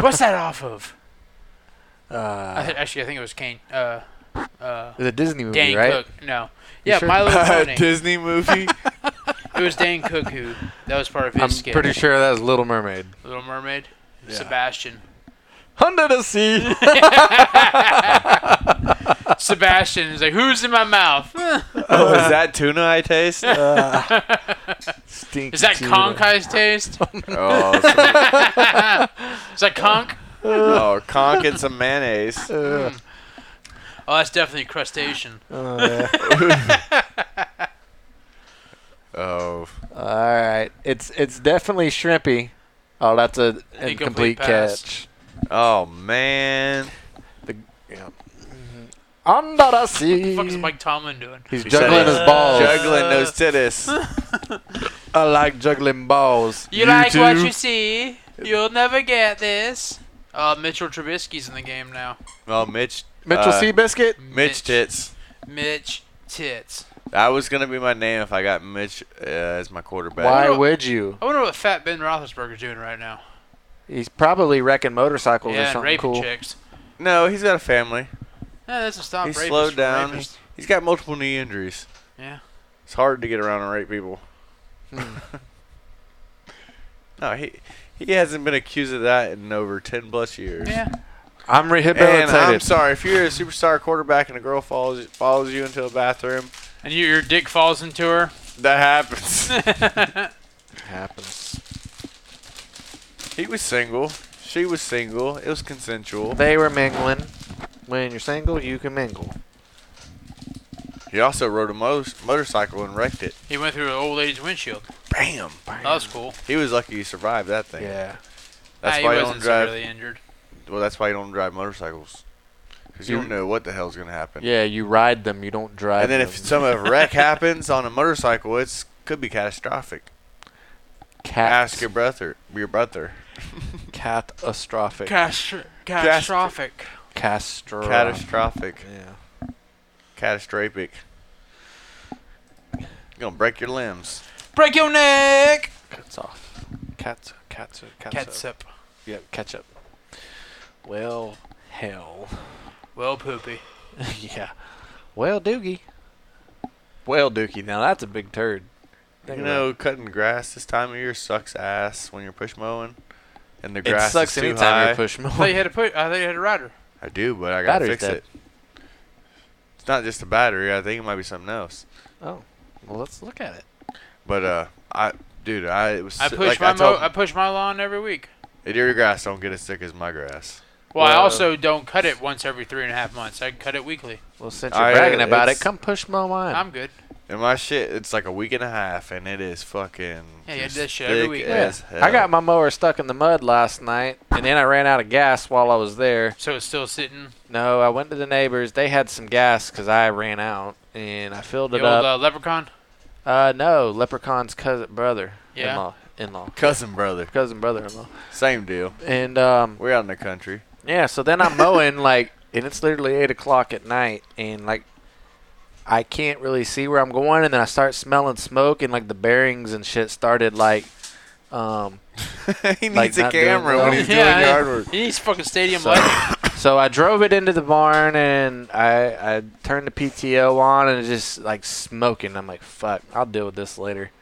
[SPEAKER 3] What's that off of? I
[SPEAKER 1] Uh,
[SPEAKER 3] th- actually, I think it was Kane. Uh, uh,
[SPEAKER 1] the Disney movie,
[SPEAKER 3] Dane
[SPEAKER 1] right?
[SPEAKER 3] Cook. No.
[SPEAKER 1] You
[SPEAKER 3] Yeah,
[SPEAKER 1] sure? (laughs)
[SPEAKER 3] My Little Pony.
[SPEAKER 2] Disney movie.
[SPEAKER 3] It was Dane Cook who that was part of his
[SPEAKER 1] I'm
[SPEAKER 3] skit.
[SPEAKER 1] pretty sure that was Little Mermaid.
[SPEAKER 3] Little Mermaid,
[SPEAKER 1] Yeah.
[SPEAKER 3] Sebastian.
[SPEAKER 1] Under the (laughs) sea.
[SPEAKER 3] Sebastian is like, who's in my mouth?
[SPEAKER 2] oh, is that tuna I taste?
[SPEAKER 1] Uh, Stinky
[SPEAKER 3] Is that
[SPEAKER 1] tuna. (laughs)
[SPEAKER 3] Conkai's taste? (laughs)
[SPEAKER 2] oh, some,
[SPEAKER 3] Is that conch?
[SPEAKER 2] oh, conch and some mayonnaise.
[SPEAKER 1] Uh,
[SPEAKER 3] Oh, that's definitely crustacean.
[SPEAKER 1] oh, yeah.
[SPEAKER 2] Oh,
[SPEAKER 1] All right. It's it's definitely shrimpy. Oh, that's a incomplete
[SPEAKER 3] Incomplete pass.
[SPEAKER 1] catch.
[SPEAKER 2] oh man.
[SPEAKER 1] Under the
[SPEAKER 3] What the
[SPEAKER 1] sea.
[SPEAKER 3] fuck is Mike Tomlin doing?
[SPEAKER 1] He's
[SPEAKER 2] He said
[SPEAKER 1] juggling
[SPEAKER 2] he's
[SPEAKER 1] his balls.
[SPEAKER 2] Juggling those titties.
[SPEAKER 1] I like juggling balls.
[SPEAKER 3] You, like what
[SPEAKER 1] too?
[SPEAKER 3] you see? You'll never get this. Uh, Mitchell Trubisky's in the game now.
[SPEAKER 2] Oh, Mitch.
[SPEAKER 1] Mitchell
[SPEAKER 2] uh,
[SPEAKER 1] Seabiscuit.
[SPEAKER 2] Mitch tits.
[SPEAKER 3] Mitch Tits.
[SPEAKER 2] That was gonna be my name if I got Mitch uh, as my quarterback.
[SPEAKER 1] Why
[SPEAKER 3] Wonder-
[SPEAKER 1] would you?
[SPEAKER 3] I wonder what Fat Ben Roethlisberger's doing right now.
[SPEAKER 1] He's probably wrecking motorcycles or
[SPEAKER 3] yeah, and
[SPEAKER 1] something
[SPEAKER 3] raping
[SPEAKER 1] cool.
[SPEAKER 3] chicks.
[SPEAKER 2] No, he's got a family.
[SPEAKER 3] Yeah, that's a stop.
[SPEAKER 2] He's
[SPEAKER 3] rapists
[SPEAKER 2] slowed
[SPEAKER 3] from
[SPEAKER 2] down.
[SPEAKER 3] rapists.
[SPEAKER 2] He's got multiple knee injuries.
[SPEAKER 3] Yeah. Hmm.
[SPEAKER 2] It's hard to get around and rape people.
[SPEAKER 1] Hmm.
[SPEAKER 2] (laughs) no, he He hasn't been accused of that in over ten plus years.
[SPEAKER 3] Yeah.
[SPEAKER 1] I'm rehabilitated.
[SPEAKER 2] And I'm sorry if you're a superstar quarterback and a girl follows follows you into a bathroom.
[SPEAKER 3] And you, your dick falls into her. (laughs)
[SPEAKER 2] That happens. (laughs)
[SPEAKER 1] Happens.
[SPEAKER 2] he was single. She was single. It was consensual.
[SPEAKER 1] They were mingling. When you're single, you can mingle.
[SPEAKER 2] He also rode a mo- motorcycle and wrecked it.
[SPEAKER 3] he went through an old lady's windshield.
[SPEAKER 2] Bam.
[SPEAKER 3] That
[SPEAKER 1] Oh,
[SPEAKER 3] was cool.
[SPEAKER 2] He was lucky he survived that thing.
[SPEAKER 1] Yeah.
[SPEAKER 2] That's
[SPEAKER 3] Nah,
[SPEAKER 2] why
[SPEAKER 3] he
[SPEAKER 2] you
[SPEAKER 3] wasn't
[SPEAKER 2] don't drive.
[SPEAKER 3] severely injured.
[SPEAKER 2] Well, that's why you don't drive motorcycles. Because you
[SPEAKER 1] You-
[SPEAKER 2] don't know what the hell's gonna happen.
[SPEAKER 1] Yeah, you ride them, you don't drive
[SPEAKER 2] And then
[SPEAKER 1] them.
[SPEAKER 2] if some of wreck happens on a motorcycle, it's could be catastrophic.
[SPEAKER 1] Cat-
[SPEAKER 2] Ask your brother. Your brother.
[SPEAKER 1] catastrophic.
[SPEAKER 3] Castr- catastrophic.
[SPEAKER 1] Castro.
[SPEAKER 2] Catastrophic.
[SPEAKER 1] Yeah.
[SPEAKER 2] Catastrophic. You're gonna break your limbs.
[SPEAKER 3] Break your neck.
[SPEAKER 1] Cats off. Cats. Cats. Cats.
[SPEAKER 3] Catsup.
[SPEAKER 1] Yeah, ketchup. Well, hell.
[SPEAKER 3] Well,
[SPEAKER 2] (laughs)
[SPEAKER 3] poopy.
[SPEAKER 1] (laughs) yeah. Well, Doogie. Well, Dookie. Now that's a big turd.
[SPEAKER 2] You
[SPEAKER 1] Think about
[SPEAKER 2] know, cutting grass this time of year sucks ass when you're push mowing, and the
[SPEAKER 1] it
[SPEAKER 2] grass
[SPEAKER 1] sucks
[SPEAKER 2] is too
[SPEAKER 1] anytime
[SPEAKER 2] high.
[SPEAKER 1] you (laughs) push
[SPEAKER 3] I thought you
[SPEAKER 1] more.
[SPEAKER 3] had a put. I thought you had a rider.
[SPEAKER 2] I do, but I gotta
[SPEAKER 1] Battery's
[SPEAKER 2] fix
[SPEAKER 1] dead.
[SPEAKER 2] it. It's not just the battery. I think it might be something else.
[SPEAKER 1] Oh, well, let's look at it.
[SPEAKER 2] But uh, I, dude, I it was.
[SPEAKER 3] I
[SPEAKER 2] so-
[SPEAKER 3] push
[SPEAKER 2] like
[SPEAKER 3] my
[SPEAKER 2] I told,
[SPEAKER 3] mo- I push my lawn every week.
[SPEAKER 2] your grass don't get as thick as my grass.
[SPEAKER 3] Well, I
[SPEAKER 1] Well-
[SPEAKER 3] also don't cut it once every three and a half months. I cut it weekly.
[SPEAKER 1] Well, since you're
[SPEAKER 2] I, uh,
[SPEAKER 1] bragging about it,
[SPEAKER 2] it's-
[SPEAKER 1] come push mow mine.
[SPEAKER 3] I'm good.
[SPEAKER 2] And my shit, it's like a week and a half, and it is fucking.
[SPEAKER 3] Yeah, you
[SPEAKER 2] just
[SPEAKER 3] do that shit every
[SPEAKER 2] thick
[SPEAKER 3] week.
[SPEAKER 1] yeah.
[SPEAKER 2] as
[SPEAKER 1] I
[SPEAKER 2] hell.
[SPEAKER 1] got my mower stuck in the mud last night, and then I ran out of gas while I was there.
[SPEAKER 3] So it's still sitting.
[SPEAKER 1] No, I went to the neighbors. They had some gas because I ran out, and I filled
[SPEAKER 3] The
[SPEAKER 1] it up.
[SPEAKER 3] old uh, leprechaun.
[SPEAKER 1] Uh, no, Leprechaun's cousin brother.
[SPEAKER 3] Yeah.
[SPEAKER 1] In-law. In-law.
[SPEAKER 2] cousin brother.
[SPEAKER 1] Cousin brother-in-law.
[SPEAKER 2] Same deal.
[SPEAKER 1] And um,
[SPEAKER 2] We're out in the country. (laughs)
[SPEAKER 1] Yeah, so then I'm
[SPEAKER 3] (laughs)
[SPEAKER 1] mowing like, and it's literally eight o'clock at night, and like, I can't really see where I'm going, and then I start smelling smoke, and like the bearings and shit started like, um,
[SPEAKER 2] he needs
[SPEAKER 1] Like,
[SPEAKER 2] a
[SPEAKER 1] not doing
[SPEAKER 2] camera when
[SPEAKER 1] well.
[SPEAKER 2] he's
[SPEAKER 3] Yeah,
[SPEAKER 2] doing
[SPEAKER 1] (laughs)
[SPEAKER 2] yard work.
[SPEAKER 3] He needs fucking stadium
[SPEAKER 1] So-
[SPEAKER 3] lighting.
[SPEAKER 1] (coughs) so I drove it into the barn, and I I turned the PTO on, and it's just like smoking. I'm like, fuck, I'll deal with this later.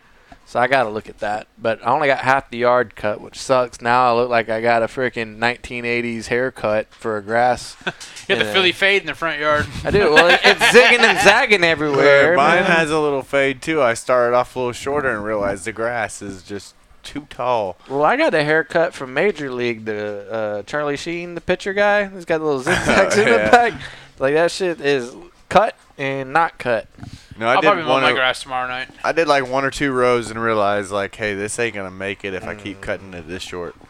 [SPEAKER 1] So I gotta look at that, but I only got half the yard cut, which sucks. Now I look like I got a freaking 1980s haircut for a grass.
[SPEAKER 3] (laughs) You have the
[SPEAKER 1] Yeah.
[SPEAKER 3] Philly fade in the front yard.
[SPEAKER 1] I do. Well, it- it's zigging and zagging everywhere.
[SPEAKER 2] Where mine
[SPEAKER 1] man.
[SPEAKER 2] has a little fade too. I started off a little shorter and realized the grass is just too tall.
[SPEAKER 1] Well, I got a haircut from Major League, the uh, Charlie Sheen, the pitcher guy. He's got little zigzags in the
[SPEAKER 2] Yeah.
[SPEAKER 1] back. Like that shit is cut and not cut.
[SPEAKER 2] No, I
[SPEAKER 3] I'll probably
[SPEAKER 2] did
[SPEAKER 3] mow
[SPEAKER 2] one.
[SPEAKER 3] my
[SPEAKER 2] Or,
[SPEAKER 3] grass tomorrow night.
[SPEAKER 2] I did like one or two rows and realized like, hey, this ain't gonna make it if I keep cutting it this short.
[SPEAKER 1] Mm.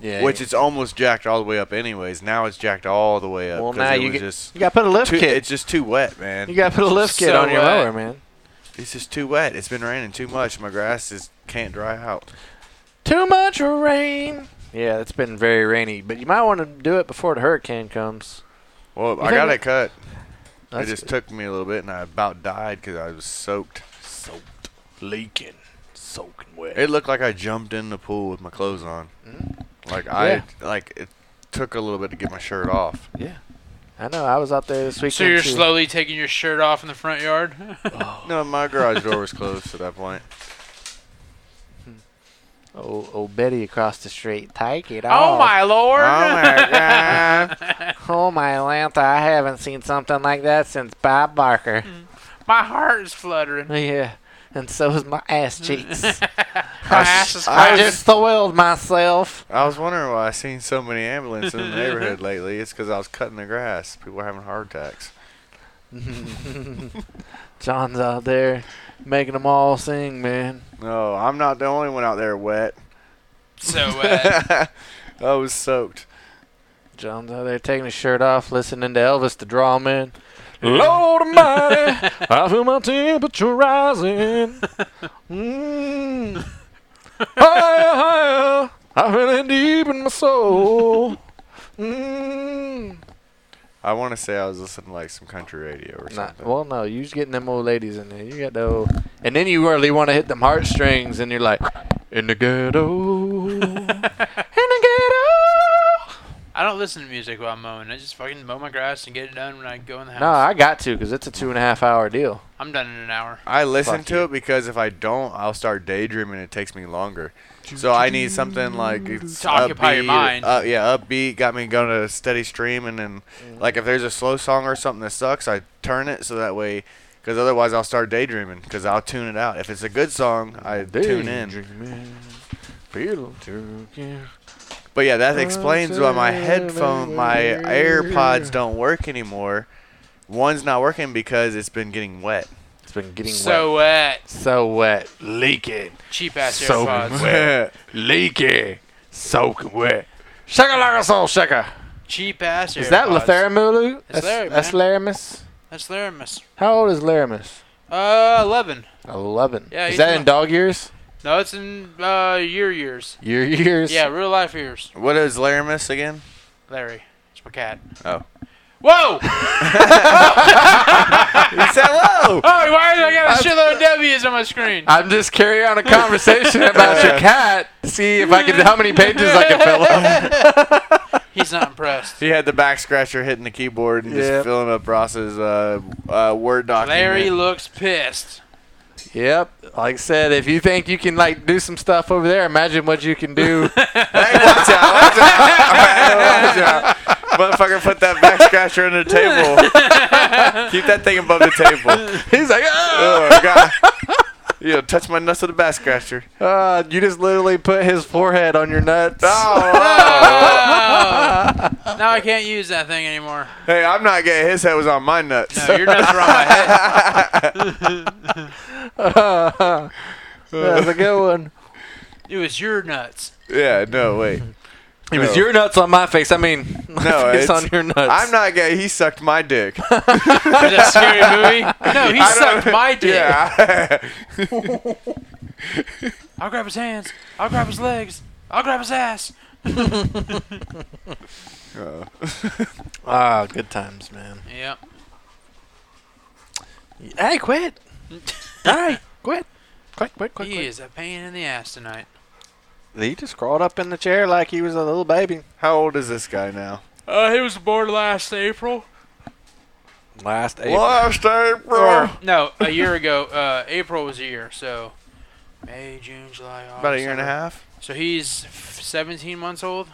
[SPEAKER 1] Yeah.
[SPEAKER 2] Which it's almost jacked all the way up, anyways. Now it's jacked all the way up.
[SPEAKER 1] well
[SPEAKER 2] 'cause
[SPEAKER 1] now
[SPEAKER 2] it
[SPEAKER 1] you
[SPEAKER 2] was
[SPEAKER 1] get,
[SPEAKER 2] just
[SPEAKER 1] you got to put a lift
[SPEAKER 2] too,
[SPEAKER 1] kit.
[SPEAKER 2] it's just too wet, man.
[SPEAKER 1] You got to put a lift kit
[SPEAKER 3] So
[SPEAKER 1] on your
[SPEAKER 3] wet.
[SPEAKER 1] mower, man.
[SPEAKER 2] it's just too wet. It's been raining too much. My grass just can't dry out.
[SPEAKER 1] Too much rain. Yeah, it's been very rainy, but you might want to do it before the hurricane comes.
[SPEAKER 2] Well,
[SPEAKER 1] You
[SPEAKER 2] I got it
[SPEAKER 1] think-
[SPEAKER 2] cut.
[SPEAKER 1] That's
[SPEAKER 2] it just
[SPEAKER 1] good.
[SPEAKER 2] took me a little bit, and I about died because I was soaked.
[SPEAKER 1] soaked, leaking, soaking wet.
[SPEAKER 2] It looked like I jumped in the pool with my clothes on.
[SPEAKER 1] Mm.
[SPEAKER 2] Like
[SPEAKER 1] Yeah.
[SPEAKER 2] I like it took a little bit to get my shirt off.
[SPEAKER 1] yeah. I know. I was out there this weekend.
[SPEAKER 3] So you're
[SPEAKER 1] too.
[SPEAKER 3] slowly taking your shirt off in the front yard. (laughs) Oh,
[SPEAKER 2] No, my garage door was closed at
[SPEAKER 1] (laughs)
[SPEAKER 2] that point.
[SPEAKER 1] Oh, oh, Betty across the street. Take it off.
[SPEAKER 3] oh my lord!
[SPEAKER 2] god.
[SPEAKER 1] (laughs) Oh my Lanta, I haven't seen something like that since Bob Barker.
[SPEAKER 3] (laughs) my heart is fluttering.
[SPEAKER 1] Yeah, and so is my ass cheeks.
[SPEAKER 3] Mm. (laughs) My ass is
[SPEAKER 1] I
[SPEAKER 3] crying.
[SPEAKER 1] just soiled myself. (laughs)
[SPEAKER 2] I was wondering why I seen so many ambulances in the neighborhood lately. It's because I was cutting the grass. People were having heart attacks.
[SPEAKER 1] John's out there making them all sing, man.
[SPEAKER 2] No, I'm not the only one out there wet.
[SPEAKER 3] (laughs) so uh, (laughs)
[SPEAKER 2] (laughs) I was soaked.
[SPEAKER 1] John's out there taking his shirt off, listening to Elvis the Drawman. (laughs) Lord Almighty, I feel my temperature rising. (laughs) Mm. Higher, higher, I feel it deep in my soul. Mm.
[SPEAKER 2] I want to say I was listening to like some country radio or
[SPEAKER 1] Not,
[SPEAKER 2] something.
[SPEAKER 1] well, no, you just getting them old ladies in there. You got the old, and then you really want to hit them heartstrings, and you're like, in the ghetto, in the ghetto.
[SPEAKER 3] I don't listen to music while I'm mowing. I just fucking mow my grass and get it done when I go in the house.
[SPEAKER 1] No, I got to because it's a two and a half hour deal.
[SPEAKER 3] I'm done in an hour.
[SPEAKER 2] I listen
[SPEAKER 1] Fuck
[SPEAKER 2] to
[SPEAKER 1] you.
[SPEAKER 2] it because if I don't, I'll start daydreaming. It takes me longer. So I need something like it's
[SPEAKER 3] To occupy your
[SPEAKER 2] upbeat,
[SPEAKER 3] mind.
[SPEAKER 2] Uh, yeah, upbeat got me going to a steady stream, and then
[SPEAKER 1] Mm-hmm.
[SPEAKER 2] like if there's a slow song or something that sucks, I turn it so that way, because otherwise I'll start daydreaming because I'll tune it out. If it's a good song, I tune in.
[SPEAKER 1] Daydreaming, feel too-
[SPEAKER 2] But yeah, that explains why my headphone, my AirPods don't work anymore. One's not working because it's been getting wet.
[SPEAKER 1] It's been getting
[SPEAKER 3] So
[SPEAKER 1] wet.
[SPEAKER 3] wet.
[SPEAKER 1] So wet. Leaking.
[SPEAKER 3] Cheap ass
[SPEAKER 1] So
[SPEAKER 3] AirPods.
[SPEAKER 1] wet. Leaking. Soaking wet. Shaka like a soul shaker.
[SPEAKER 3] Cheap ass AirPods.
[SPEAKER 1] Is that Latheramu?
[SPEAKER 3] It's
[SPEAKER 1] That's,
[SPEAKER 3] Larry,
[SPEAKER 1] that's Laramus.
[SPEAKER 3] That's Laramus.
[SPEAKER 1] How old is Laramus?
[SPEAKER 3] Uh, 11.
[SPEAKER 1] 11.
[SPEAKER 3] Yeah,
[SPEAKER 1] is
[SPEAKER 3] he's
[SPEAKER 1] that
[SPEAKER 3] not-
[SPEAKER 1] in dog years?
[SPEAKER 3] No, it's in uh, your years.
[SPEAKER 1] Your years?
[SPEAKER 3] Yeah, real life years.
[SPEAKER 2] (laughs) What is Laramus again?
[SPEAKER 3] Larry. It's my cat.
[SPEAKER 2] Oh.
[SPEAKER 3] Whoa!
[SPEAKER 2] He said, "Whoa!"
[SPEAKER 3] Oh, why did I got a
[SPEAKER 1] (laughs)
[SPEAKER 3] shitload of W's on my screen?
[SPEAKER 1] I'm just carrying on a conversation about (laughs) your cat. to See if I can, how many pages I can fill (laughs) up.
[SPEAKER 3] (laughs) He's not
[SPEAKER 1] (laughs)
[SPEAKER 3] impressed.
[SPEAKER 2] He had the back scratcher hitting the keyboard and
[SPEAKER 1] Yeah.
[SPEAKER 2] just filling up Ross's uh, uh, Word document.
[SPEAKER 3] Larry looks
[SPEAKER 1] (laughs)
[SPEAKER 3] pissed.
[SPEAKER 1] Yep. Like I said, if you think you can like do some stuff over there, imagine what you can do.
[SPEAKER 3] Oh.
[SPEAKER 2] Hey, watch out, watch (laughs) out, watch out. Motherfucker put that back scratcher on
[SPEAKER 3] (laughs)
[SPEAKER 2] the table. Keep that thing above the table.
[SPEAKER 1] (laughs) He's (laughs) like, oh.
[SPEAKER 2] Oh, God. You know, touch my nuts with a back scratcher.
[SPEAKER 1] Uh, you just literally put his forehead on your nuts.
[SPEAKER 2] (laughs) Oh,
[SPEAKER 3] Oh. now I can't use that thing anymore.
[SPEAKER 2] oh. Hey, I'm not gay. His head was on my nuts.
[SPEAKER 3] No,
[SPEAKER 2] (laughs)
[SPEAKER 3] your nuts are on my
[SPEAKER 1] (laughs) (laughs)
[SPEAKER 3] head.
[SPEAKER 1] That's a good one.
[SPEAKER 3] It was your nuts.
[SPEAKER 2] yeah, no, wait.
[SPEAKER 1] It was
[SPEAKER 2] No.
[SPEAKER 1] your nuts on my face. I mean, (laughs) my
[SPEAKER 2] No,
[SPEAKER 1] face
[SPEAKER 2] it's-
[SPEAKER 1] on your nuts.
[SPEAKER 2] I'm not gay. He sucked
[SPEAKER 3] (laughs)
[SPEAKER 2] my dick.
[SPEAKER 3] Was that
[SPEAKER 1] (laughs)
[SPEAKER 3] scary movie? No, he
[SPEAKER 2] I don't-
[SPEAKER 3] sucked my dick.
[SPEAKER 2] (laughs) Yeah.
[SPEAKER 3] I'll grab his hands. I'll grab his legs. I'll grab his ass.
[SPEAKER 2] Oh.
[SPEAKER 1] Ah, good times, man.
[SPEAKER 3] Yeah.
[SPEAKER 1] Hey, quit. (laughs) hey, quit. Quit, quit, quit,
[SPEAKER 3] He
[SPEAKER 1] quit.
[SPEAKER 3] is a pain in the ass tonight.
[SPEAKER 1] He just crawled up in the chair like he was a little baby.
[SPEAKER 2] How old is this guy now?
[SPEAKER 3] Uh, he was born last April.
[SPEAKER 1] Last April.
[SPEAKER 2] Last April.
[SPEAKER 3] Or no, a year ago. Uh, April was a year. So May, June, July, August.
[SPEAKER 2] About a year and a
[SPEAKER 3] September.
[SPEAKER 2] half.
[SPEAKER 3] So he's f- 17 months old.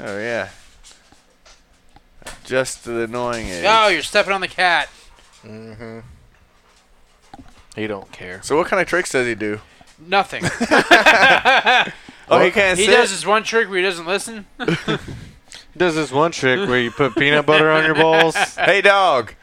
[SPEAKER 2] Oh yeah. Just the annoying age.
[SPEAKER 3] Oh, you're stepping on the cat.
[SPEAKER 1] Mm-hmm. He don't care.
[SPEAKER 2] So what kind of tricks does he do?
[SPEAKER 3] (laughs) Nothing.
[SPEAKER 2] Oh,
[SPEAKER 1] Well,
[SPEAKER 2] he can't
[SPEAKER 3] he
[SPEAKER 2] sit.
[SPEAKER 3] does this one trick where he doesn't listen.
[SPEAKER 1] Does this one trick where you put peanut butter on your balls?
[SPEAKER 2] Hey dog.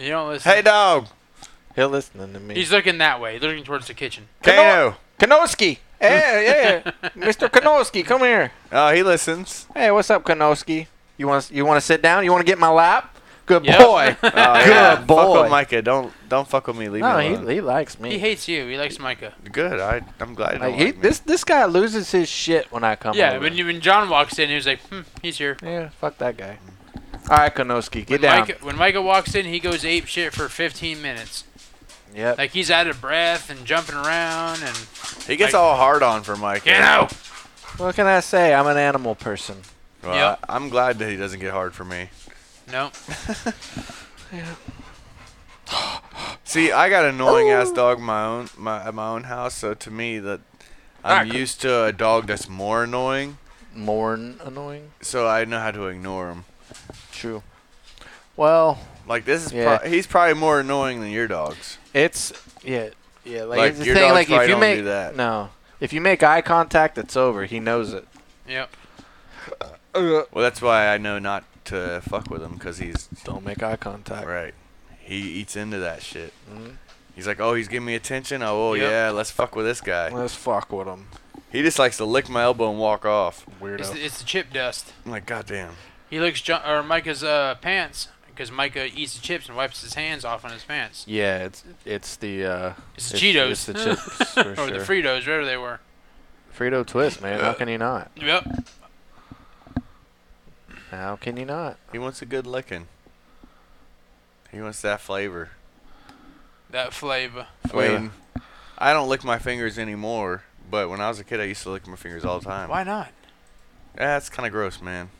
[SPEAKER 3] You don't listen.
[SPEAKER 2] Hey dog.
[SPEAKER 1] (laughs) He'll listen to me.
[SPEAKER 3] He's looking that way, looking towards the kitchen.
[SPEAKER 2] Kano.
[SPEAKER 1] Konoski. Hey, yeah, Mr. Konoski, come here.
[SPEAKER 2] Oh, he listens.
[SPEAKER 1] Hey, what's up, Konoski? You want you want to sit down? You want to get in my lap? Good
[SPEAKER 3] Yep.
[SPEAKER 1] boy.
[SPEAKER 2] Oh, yeah. Fuck
[SPEAKER 1] boy.
[SPEAKER 2] with Micah. Don't don't fuck with me.
[SPEAKER 1] (laughs)
[SPEAKER 2] Leave
[SPEAKER 1] no,
[SPEAKER 2] me
[SPEAKER 1] he,
[SPEAKER 2] alone.
[SPEAKER 1] he likes me.
[SPEAKER 3] (laughs) He hates you. He likes Micah.
[SPEAKER 2] Good. I I'm glad. You don't
[SPEAKER 1] Like, he,
[SPEAKER 2] like me.
[SPEAKER 1] this this guy loses his shit when I come.
[SPEAKER 3] yeah,
[SPEAKER 1] over.
[SPEAKER 3] when you, when John walks in, he was like, hmm, he's here.
[SPEAKER 1] yeah, fuck that guy. All right, Konoski, get
[SPEAKER 3] When
[SPEAKER 1] down.
[SPEAKER 3] Micah, when Micah walks in, he goes ape shit for 15 minutes.
[SPEAKER 1] yep.
[SPEAKER 3] Like he's out of breath and jumping around and
[SPEAKER 2] he gets
[SPEAKER 3] like-
[SPEAKER 2] all hard on for Micah.
[SPEAKER 3] get out.
[SPEAKER 1] what can I say? I'm an animal person.
[SPEAKER 2] Well,
[SPEAKER 3] Yep.
[SPEAKER 2] I, am glad that he doesn't get hard for me.
[SPEAKER 3] No,
[SPEAKER 2] See, I got an annoying ass dog in my own my at my own house. So to me, that I'm
[SPEAKER 3] Alright, cool.
[SPEAKER 2] used to a dog that's more annoying.
[SPEAKER 1] More n- annoying.
[SPEAKER 2] so I know how to ignore him.
[SPEAKER 1] True. Well,
[SPEAKER 2] Like this is
[SPEAKER 1] Yeah.
[SPEAKER 2] pro- he's probably more annoying than your dogs.
[SPEAKER 1] it's yeah, yeah. Like,
[SPEAKER 2] Like,
[SPEAKER 1] it's the
[SPEAKER 2] your
[SPEAKER 1] thing.
[SPEAKER 2] dogs
[SPEAKER 1] Like
[SPEAKER 2] probably
[SPEAKER 1] if you
[SPEAKER 2] don't
[SPEAKER 1] make
[SPEAKER 2] do that.
[SPEAKER 1] no, if you make eye contact, it's over. He knows it.
[SPEAKER 3] yep.
[SPEAKER 2] Well, that's why I know not to fuck with him because he's
[SPEAKER 1] Don't make eye contact.
[SPEAKER 2] right. He eats into that shit.
[SPEAKER 1] Mhm.
[SPEAKER 2] He's like, oh, he's giving me attention. Oh, oh
[SPEAKER 3] Yep.
[SPEAKER 2] yeah, let's fuck with this guy.
[SPEAKER 1] Let's fuck with him,
[SPEAKER 2] He just likes to lick my elbow and walk off.
[SPEAKER 3] It's,
[SPEAKER 1] weirdo.
[SPEAKER 3] the- it's the chip dust.
[SPEAKER 2] I'm like, goddamn.
[SPEAKER 3] He licks John, or Micah's uh, pants because Micah eats the chips and wipes his hands off on his pants.
[SPEAKER 1] yeah, it's it's the uh,
[SPEAKER 3] It's the Cheetos.
[SPEAKER 1] it's the chips for
[SPEAKER 3] (laughs) or
[SPEAKER 1] sure.
[SPEAKER 3] the Fritos, wherever they were.
[SPEAKER 1] Frito twist, man. How can you not?
[SPEAKER 3] Yep.
[SPEAKER 1] How can you not?
[SPEAKER 2] He wants a good licking. He wants that flavor.
[SPEAKER 3] That flavor.
[SPEAKER 1] Flavor.
[SPEAKER 2] Wait, I don't lick my fingers anymore. But when I was a kid, I used to lick my fingers all the time.
[SPEAKER 3] Why not?
[SPEAKER 2] That's kind of gross, man.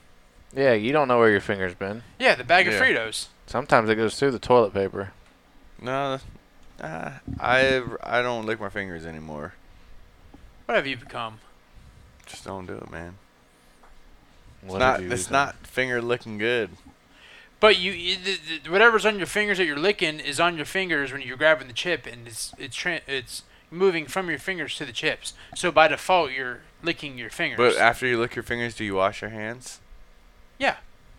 [SPEAKER 1] Yeah, you don't know where your finger's been.
[SPEAKER 3] Yeah, the bag of
[SPEAKER 2] Yeah.
[SPEAKER 3] Fritos.
[SPEAKER 1] Sometimes it goes through the toilet paper.
[SPEAKER 2] No, uh, I I don't lick my fingers anymore.
[SPEAKER 3] What have you become?
[SPEAKER 2] Just don't do it, man. It's
[SPEAKER 1] What
[SPEAKER 2] not
[SPEAKER 1] did you
[SPEAKER 2] it's
[SPEAKER 1] do?
[SPEAKER 2] not finger licking good.
[SPEAKER 3] But you, you th- th- whatever's on your fingers that you're licking is on your fingers when you're grabbing the chip, and it's it's tran it's moving from your fingers to the chips. So by default, you're licking your fingers.
[SPEAKER 2] But after you lick your fingers, do you wash your hands?
[SPEAKER 3] yeah,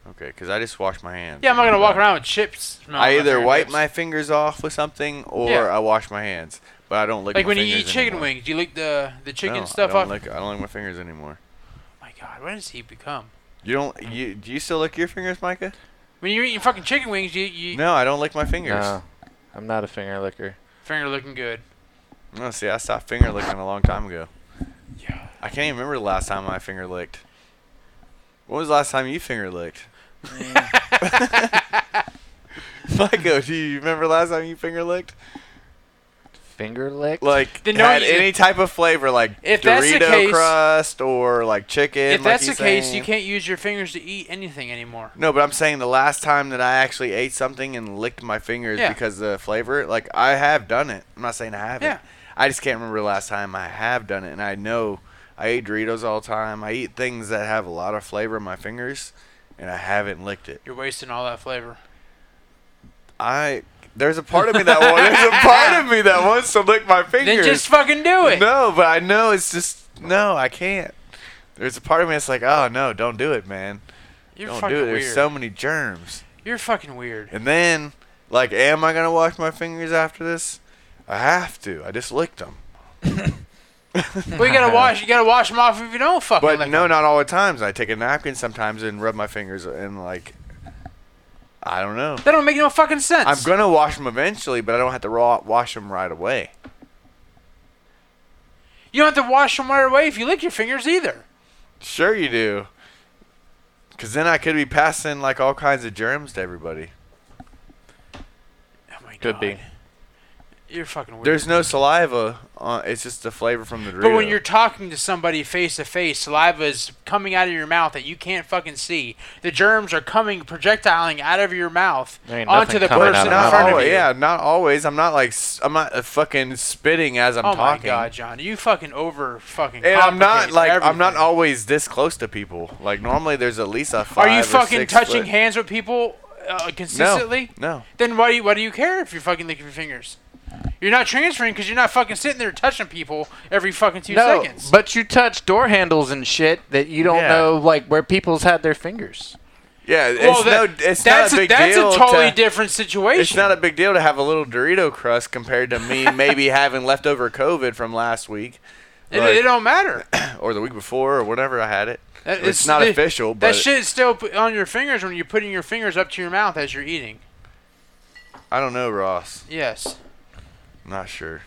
[SPEAKER 2] Okay, because I just wash my hands.
[SPEAKER 3] yeah, I'm not gonna walk around with chips. smelling
[SPEAKER 2] I
[SPEAKER 3] on my
[SPEAKER 2] either wipe
[SPEAKER 3] fingertips.
[SPEAKER 2] my fingers off with something or
[SPEAKER 3] Yeah.
[SPEAKER 2] I wash my hands, but I don't lick.
[SPEAKER 3] like
[SPEAKER 2] my
[SPEAKER 3] when you
[SPEAKER 2] fingers
[SPEAKER 3] eat chicken
[SPEAKER 2] anymore.
[SPEAKER 3] wings, you lick the the chicken
[SPEAKER 2] No,
[SPEAKER 3] stuff
[SPEAKER 2] I don't
[SPEAKER 3] off.
[SPEAKER 2] Lick, I don't lick my fingers anymore.
[SPEAKER 3] my God, what has he become?
[SPEAKER 2] You don't. You do you still lick your fingers, Micah?
[SPEAKER 3] When you're eating fucking chicken wings, you you
[SPEAKER 2] No, I don't lick my fingers.
[SPEAKER 1] No, I'm not a finger licker.
[SPEAKER 3] finger looking good.
[SPEAKER 2] No, see, I stopped finger licking a long time ago.
[SPEAKER 3] Yeah.
[SPEAKER 2] I can't even remember the last time I finger licked. When was the last time you finger licked?
[SPEAKER 3] Mm.
[SPEAKER 2] (laughs) Michael, do you remember last time you finger licked?
[SPEAKER 1] Finger lick?
[SPEAKER 2] Like
[SPEAKER 3] Then no,
[SPEAKER 2] had
[SPEAKER 3] you-
[SPEAKER 2] any type of flavor, like
[SPEAKER 3] If
[SPEAKER 2] Dorito
[SPEAKER 3] that's the case-
[SPEAKER 2] crust or like chicken.
[SPEAKER 3] If
[SPEAKER 2] like
[SPEAKER 3] that's the
[SPEAKER 2] he's
[SPEAKER 3] case, you
[SPEAKER 2] saying.
[SPEAKER 3] can't use your fingers to eat anything anymore.
[SPEAKER 2] No, but I'm saying the last time that I actually ate something and licked my fingers
[SPEAKER 3] Yeah.
[SPEAKER 2] because of the flavor, like I have done it. I'm not saying I haven't.
[SPEAKER 3] Yeah.
[SPEAKER 2] I just can't remember the last time I have done it, and I know I eat Doritos all the time. I eat things that have a lot of flavor in my fingers, and I haven't licked it.
[SPEAKER 3] You're wasting all that flavor.
[SPEAKER 2] I there's a part of me that wants there's a part of me that wants to lick my fingers.
[SPEAKER 3] Then just fucking do it.
[SPEAKER 2] No, but I know it's just no, I can't. There's a part of me that's like, oh no, don't do it, man.
[SPEAKER 3] You're
[SPEAKER 2] don't
[SPEAKER 3] fucking
[SPEAKER 2] do it.
[SPEAKER 3] weird.
[SPEAKER 2] There's so many germs.
[SPEAKER 3] You're fucking weird.
[SPEAKER 2] And then, like, am I gonna wash my fingers after this? I have to. I just licked them.
[SPEAKER 3] well, you gotta wash. You gotta wash them off if you don't fucking.
[SPEAKER 2] But
[SPEAKER 3] lick
[SPEAKER 2] no,
[SPEAKER 3] 'em.
[SPEAKER 2] not all the times. I take a napkin sometimes and rub my fingers, and like, I don't know.
[SPEAKER 3] that don't make no fucking sense.
[SPEAKER 2] I'm gonna wash them eventually, but I don't have to raw wash them right away.
[SPEAKER 3] you don't have to wash them right away if you lick your fingers either.
[SPEAKER 2] Sure you do. Cause then I could be passing like all kinds of germs to everybody.
[SPEAKER 3] Oh my god.
[SPEAKER 1] Could be.
[SPEAKER 3] You're fucking weird.
[SPEAKER 2] There's no saliva. Uh, it's just the flavor from the Dorito.
[SPEAKER 3] but when you're talking to somebody face to face, saliva is coming out of your mouth that you can't fucking see. The germs are coming, projectiling out of your mouth
[SPEAKER 1] There ain't
[SPEAKER 3] onto
[SPEAKER 1] nothing
[SPEAKER 3] the
[SPEAKER 1] coming out
[SPEAKER 3] person
[SPEAKER 1] of
[SPEAKER 3] in
[SPEAKER 1] my
[SPEAKER 2] not
[SPEAKER 1] mouth.
[SPEAKER 3] front of
[SPEAKER 2] always,
[SPEAKER 3] you.
[SPEAKER 2] Oh, yeah, not always. I'm not like s- I'm not uh, fucking spitting as I'm
[SPEAKER 3] oh
[SPEAKER 2] talking.
[SPEAKER 3] my god, John, you fucking over fucking.
[SPEAKER 2] And I'm not
[SPEAKER 3] complicate
[SPEAKER 2] like I'm not
[SPEAKER 3] everything.
[SPEAKER 2] always this close to people. Like normally, there's at least a five.
[SPEAKER 3] Are you
[SPEAKER 2] or
[SPEAKER 3] fucking
[SPEAKER 2] six
[SPEAKER 3] touching
[SPEAKER 2] foot-
[SPEAKER 3] hands with people uh, consistently?
[SPEAKER 2] No, no.
[SPEAKER 3] Then why do you, why do you care if you're fucking licking your fingers? You're not transferring because you're not fucking sitting there touching people every fucking two
[SPEAKER 1] no,
[SPEAKER 3] seconds.
[SPEAKER 1] but you touch door handles and shit that you don't
[SPEAKER 2] Yeah.
[SPEAKER 1] know, like where people's had their fingers.
[SPEAKER 2] Yeah, it's
[SPEAKER 3] well, that-
[SPEAKER 2] no. It's
[SPEAKER 3] that's
[SPEAKER 2] not a big
[SPEAKER 3] that's
[SPEAKER 2] deal.
[SPEAKER 3] a totally
[SPEAKER 2] to,
[SPEAKER 3] different situation.
[SPEAKER 2] It's not a big deal to have a little Dorito crust compared
[SPEAKER 3] (laughs)
[SPEAKER 2] to me maybe having leftover COVID from last week,
[SPEAKER 3] It,
[SPEAKER 2] like-
[SPEAKER 3] it don't
[SPEAKER 2] (coughs)
[SPEAKER 3] matter.
[SPEAKER 2] or the week before, or whenever I had it.
[SPEAKER 3] That
[SPEAKER 2] it's
[SPEAKER 3] is-
[SPEAKER 2] not
[SPEAKER 3] that-
[SPEAKER 2] official, but
[SPEAKER 3] That shit's still p- on your fingers when you're putting your fingers up to your mouth as you're eating.
[SPEAKER 2] I don't know, Ross.
[SPEAKER 3] Yes,
[SPEAKER 2] I'm not sure.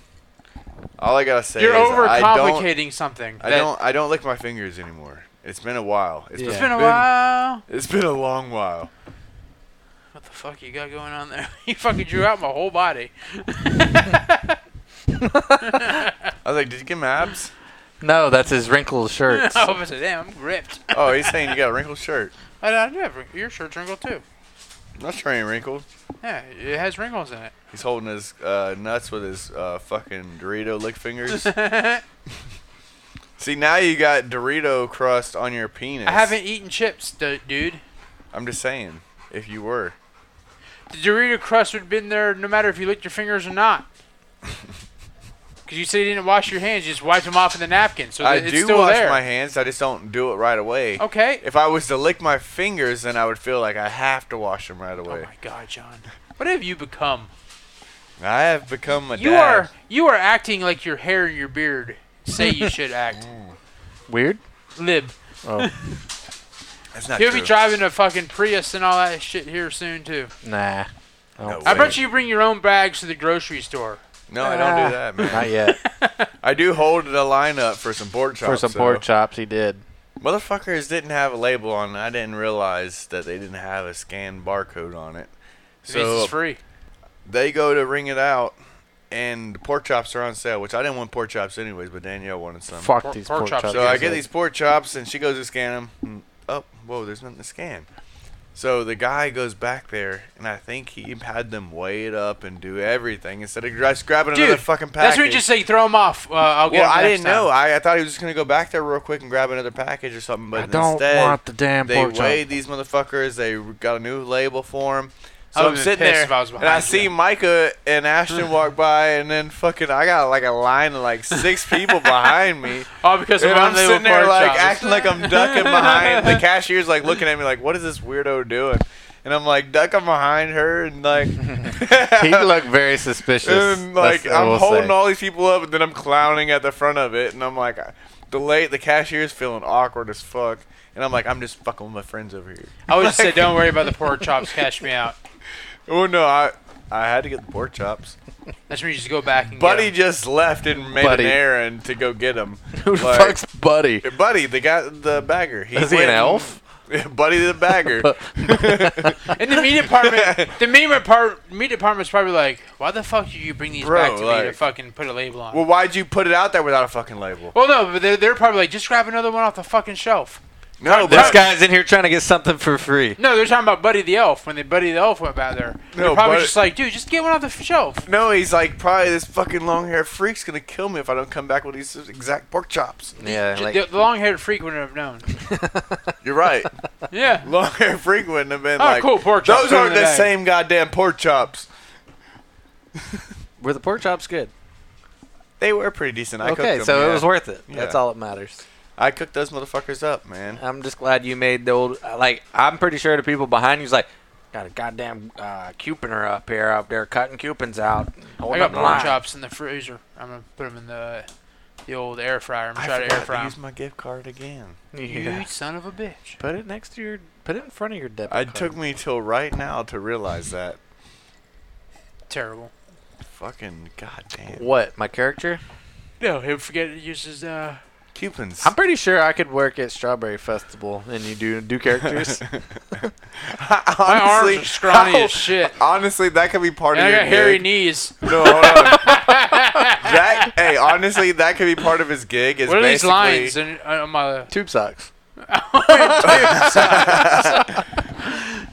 [SPEAKER 2] All I gotta say
[SPEAKER 3] you're
[SPEAKER 2] is I don't.
[SPEAKER 3] overcomplicating something.
[SPEAKER 2] I
[SPEAKER 3] that-
[SPEAKER 2] don't. I don't lick my fingers anymore. It's been a while. It's
[SPEAKER 3] It's
[SPEAKER 1] Yeah.
[SPEAKER 3] been a while.
[SPEAKER 2] It's been a long while.
[SPEAKER 3] What the fuck you got going on there? (laughs) you fucking drew out my whole body. (laughs)
[SPEAKER 2] I was like, did you get my abs?
[SPEAKER 1] No, that's his wrinkled
[SPEAKER 3] I (laughs)
[SPEAKER 1] shirts.
[SPEAKER 3] was like, damn, I'm ripped. (laughs)
[SPEAKER 2] Oh, he's saying you got a wrinkled shirt.
[SPEAKER 3] I, I do have wrin- your shirt's wrinkled too.
[SPEAKER 2] Not sure ain't wrinkled.
[SPEAKER 3] Yeah, it has wrinkles in it.
[SPEAKER 2] He's holding his uh, nuts with his uh, fucking Dorito
[SPEAKER 3] (laughs)
[SPEAKER 2] lick fingers. See, now you got Dorito crust on your penis.
[SPEAKER 3] I haven't eaten chips, du- dude.
[SPEAKER 2] I'm just saying, if you were.
[SPEAKER 3] The Dorito crust would have been there no matter if you licked your fingers or
[SPEAKER 2] (laughs)
[SPEAKER 3] not. Because you said you didn't wash your hands, you just wiped them off in the napkin. So
[SPEAKER 2] I
[SPEAKER 3] th- it's
[SPEAKER 2] do
[SPEAKER 3] still
[SPEAKER 2] wash
[SPEAKER 3] there. Oh.
[SPEAKER 2] my hands. I just don't do it right away.
[SPEAKER 3] Okay.
[SPEAKER 2] If I was to lick my fingers, then I would feel like I have to wash them right
[SPEAKER 3] oh
[SPEAKER 2] away.
[SPEAKER 3] my god, John. What have you become?
[SPEAKER 2] I have become a
[SPEAKER 3] you
[SPEAKER 2] dad.
[SPEAKER 3] are you are acting like your hair and your beard say
[SPEAKER 2] (laughs)
[SPEAKER 3] you should act.
[SPEAKER 1] Weird.
[SPEAKER 3] Lib.
[SPEAKER 1] Oh,
[SPEAKER 2] That's not
[SPEAKER 3] He'll
[SPEAKER 2] true.
[SPEAKER 3] be driving a fucking Prius and all that shit here soon too.
[SPEAKER 1] nah. I
[SPEAKER 2] No
[SPEAKER 1] don't
[SPEAKER 3] I
[SPEAKER 1] think-
[SPEAKER 2] way.
[SPEAKER 3] bet you bring your own bags to the grocery store.
[SPEAKER 2] no, I don't
[SPEAKER 1] Ah.
[SPEAKER 2] do
[SPEAKER 3] (laughs)
[SPEAKER 2] that, man.
[SPEAKER 1] Not (laughs) yet.
[SPEAKER 2] I do hold the line up for some pork chops.
[SPEAKER 1] For some
[SPEAKER 2] though.
[SPEAKER 1] pork chops, he did.
[SPEAKER 2] Motherfuckers didn't have a label on. it. I didn't realize that they didn't have a scanned barcode on it.
[SPEAKER 3] So
[SPEAKER 2] So
[SPEAKER 3] it's free.
[SPEAKER 2] they go to ring it out, and the pork chops are on sale, which I didn't want pork chops anyways, but Danielle wanted some.
[SPEAKER 1] Fuck
[SPEAKER 3] Pork-
[SPEAKER 1] these
[SPEAKER 3] pork
[SPEAKER 1] pork,
[SPEAKER 3] chops
[SPEAKER 1] chops.
[SPEAKER 2] so I
[SPEAKER 3] is
[SPEAKER 2] get
[SPEAKER 3] it.
[SPEAKER 2] these pork chops, and she goes to scan them. oh, whoa, there's nothing to scan. So the guy goes back there, and I think he had them weigh it up and do everything instead of just grabbing another
[SPEAKER 3] Dude,
[SPEAKER 2] fucking package.
[SPEAKER 3] that's what you just say. Throw them off. Uh, I'll get
[SPEAKER 2] Well,
[SPEAKER 3] 'em
[SPEAKER 2] I
[SPEAKER 3] next
[SPEAKER 2] didn't know.
[SPEAKER 3] time.
[SPEAKER 2] I, I thought he was just gonna go back there real quick and grab another package or something. But
[SPEAKER 1] I don't
[SPEAKER 2] instead,
[SPEAKER 1] want the damn
[SPEAKER 2] they
[SPEAKER 1] pork chop.
[SPEAKER 2] weighed these motherfuckers. They got a new label for them. So
[SPEAKER 3] I
[SPEAKER 2] I
[SPEAKER 3] would've been
[SPEAKER 2] am sitting
[SPEAKER 3] pissed
[SPEAKER 2] there,
[SPEAKER 3] if I was
[SPEAKER 2] and
[SPEAKER 3] behind
[SPEAKER 2] I
[SPEAKER 3] you.
[SPEAKER 2] see Micah and Ashton
[SPEAKER 4] (laughs)
[SPEAKER 2] walk by, and then fucking, I got like a line of like six people
[SPEAKER 3] (laughs)
[SPEAKER 2] behind me,
[SPEAKER 3] All because of
[SPEAKER 2] and I'm
[SPEAKER 3] unlabeled
[SPEAKER 2] sitting there
[SPEAKER 3] pork
[SPEAKER 2] like
[SPEAKER 3] chops.
[SPEAKER 2] acting like I'm ducking behind.
[SPEAKER 4] (laughs)
[SPEAKER 2] The cashier's like looking at me like, "What is this weirdo doing?" And I'm like ducking behind her,
[SPEAKER 4] (laughs)
[SPEAKER 3] (laughs)
[SPEAKER 2] and like (laughs)
[SPEAKER 4] he looked very suspicious.
[SPEAKER 2] and
[SPEAKER 4] That's-
[SPEAKER 2] like
[SPEAKER 4] I will
[SPEAKER 2] I'm holding
[SPEAKER 4] say.
[SPEAKER 2] all these people up, and then I'm clowning at the front of it, and I'm like, I- the late the cashier's feeling awkward as fuck, and I'm like, I'm just fucking with my friends over here.
[SPEAKER 3] I would just say, don't worry about the pork chops. Cash me out.
[SPEAKER 2] Oh no, I I had to get the pork chops.
[SPEAKER 3] That's when you just go back and
[SPEAKER 2] Buddy
[SPEAKER 3] Get 'em.
[SPEAKER 2] just left and made
[SPEAKER 4] Buddy.
[SPEAKER 2] an errand to go get him.
[SPEAKER 4] (laughs) Who the fuck's
[SPEAKER 2] (laughs)
[SPEAKER 4] Buddy?
[SPEAKER 2] Buddy, the guy, the bagger. He
[SPEAKER 4] Is he an
[SPEAKER 2] went-
[SPEAKER 4] elf?
[SPEAKER 2] (laughs) Buddy the
[SPEAKER 1] (laughs)
[SPEAKER 2] bagger.
[SPEAKER 4] (laughs)
[SPEAKER 3] And the meat
[SPEAKER 2] (laughs)
[SPEAKER 3] department, the meat department, meat department's probably like, why the fuck did you bring these
[SPEAKER 2] Bro,
[SPEAKER 3] back to me to
[SPEAKER 2] like-
[SPEAKER 3] fucking put a label on?
[SPEAKER 2] well, why'd you put it out there without a fucking label?
[SPEAKER 3] Well, no, but they're, they're probably like, just grab another one off the fucking shelf.
[SPEAKER 2] No,
[SPEAKER 1] This
[SPEAKER 2] but-
[SPEAKER 1] guy's in here trying to get something for free.
[SPEAKER 3] No, they're talking about Buddy the Elf when they Buddy the Elf went back there. they're
[SPEAKER 2] No,
[SPEAKER 3] probably
[SPEAKER 2] Buddy-
[SPEAKER 3] just like, dude, just get one off the f- shelf.
[SPEAKER 2] No, he's like probably this fucking long haired freak's gonna kill me if I don't come back with these exact pork chops.
[SPEAKER 1] Yeah,
[SPEAKER 3] J-
[SPEAKER 1] like
[SPEAKER 3] the the long-haired freak wouldn't
[SPEAKER 1] (laughs)
[SPEAKER 3] have known.
[SPEAKER 2] You're right.
[SPEAKER 3] Yeah.
[SPEAKER 2] long hair freak wouldn't have been
[SPEAKER 3] Oh,
[SPEAKER 2] like
[SPEAKER 3] cool, pork chops,
[SPEAKER 2] Those
[SPEAKER 3] throw
[SPEAKER 2] aren't
[SPEAKER 3] it in
[SPEAKER 2] the
[SPEAKER 3] the bag."
[SPEAKER 2] same goddamn pork chops.
[SPEAKER 1] were the pork chops good?
[SPEAKER 2] They were pretty decent. I
[SPEAKER 1] okay,
[SPEAKER 2] cooked
[SPEAKER 1] so
[SPEAKER 2] them,
[SPEAKER 1] it
[SPEAKER 2] yeah.
[SPEAKER 1] was worth it. That's
[SPEAKER 2] Yeah.
[SPEAKER 1] all that matters.
[SPEAKER 2] I cooked those motherfuckers up, man.
[SPEAKER 1] I'm just glad you made the old uh, like. I'm pretty sure the people behind you's like, got a goddamn uh, cuponer up here, up there cutting cupins out.
[SPEAKER 3] I
[SPEAKER 1] holding
[SPEAKER 3] got
[SPEAKER 1] up the line.
[SPEAKER 3] pork chops in the freezer. I'm gonna put them in the the old air fryer. I'm gonna
[SPEAKER 2] I
[SPEAKER 3] try to air
[SPEAKER 2] forgot
[SPEAKER 3] fry 'em.
[SPEAKER 2] (laughs) use my gift card again.
[SPEAKER 1] Yeah.
[SPEAKER 3] You son of a bitch.
[SPEAKER 1] Put it next to your. Put it in front of your debit.
[SPEAKER 2] It
[SPEAKER 1] card.
[SPEAKER 2] took me till right now to realize that.
[SPEAKER 3] Terrible.
[SPEAKER 2] Fucking goddamn.
[SPEAKER 1] What my character?
[SPEAKER 3] No, he'll forget to use his. Uh,
[SPEAKER 2] Cupins.
[SPEAKER 1] I'm pretty sure I could work at Strawberry Festival, and you do do characters.
[SPEAKER 2] (laughs)
[SPEAKER 3] my
[SPEAKER 2] (laughs) honestly,
[SPEAKER 3] arms are scrawny
[SPEAKER 2] no.
[SPEAKER 3] as
[SPEAKER 2] (laughs)
[SPEAKER 3] shit.
[SPEAKER 2] honestly, that could be part
[SPEAKER 3] And I
[SPEAKER 2] of
[SPEAKER 3] got
[SPEAKER 2] your
[SPEAKER 3] hairy
[SPEAKER 2] gig.
[SPEAKER 3] knees.
[SPEAKER 2] No, hold on. that hey, honestly, that could be part of his gig. Is
[SPEAKER 3] What are these
[SPEAKER 2] basically-
[SPEAKER 3] lines in, uh, on my?
[SPEAKER 4] Tube socks.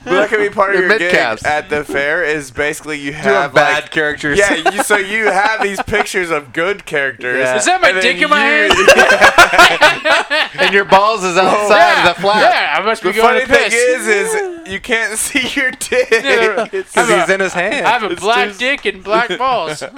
[SPEAKER 2] But that could be part of
[SPEAKER 4] Your
[SPEAKER 2] your gig
[SPEAKER 4] mid-calves.
[SPEAKER 2] at the fair. Is basically
[SPEAKER 3] (laughs)
[SPEAKER 2] you
[SPEAKER 1] do
[SPEAKER 2] have
[SPEAKER 1] a bad
[SPEAKER 2] like,
[SPEAKER 1] characters.
[SPEAKER 2] (laughs) Yeah, you, so you have these pictures of good characters.
[SPEAKER 1] Yeah.
[SPEAKER 3] Is that my
[SPEAKER 2] and then
[SPEAKER 3] dick in my
[SPEAKER 2] you-
[SPEAKER 3] hand?
[SPEAKER 4] and your balls is outside
[SPEAKER 3] yeah,
[SPEAKER 4] of the flat.
[SPEAKER 3] Yeah, I must
[SPEAKER 2] The
[SPEAKER 3] be going
[SPEAKER 2] funny
[SPEAKER 3] to
[SPEAKER 2] thing
[SPEAKER 3] piss.
[SPEAKER 2] is, is you can't (laughs) see your dick.
[SPEAKER 3] Yeah,
[SPEAKER 2] It's-
[SPEAKER 1] because
[SPEAKER 3] I'm
[SPEAKER 1] he's
[SPEAKER 3] a-
[SPEAKER 1] in his hand.
[SPEAKER 3] I have a
[SPEAKER 2] it's
[SPEAKER 3] black
[SPEAKER 2] just-
[SPEAKER 3] dick and
[SPEAKER 2] (laughs)
[SPEAKER 3] black (laughs) balls.
[SPEAKER 2] no,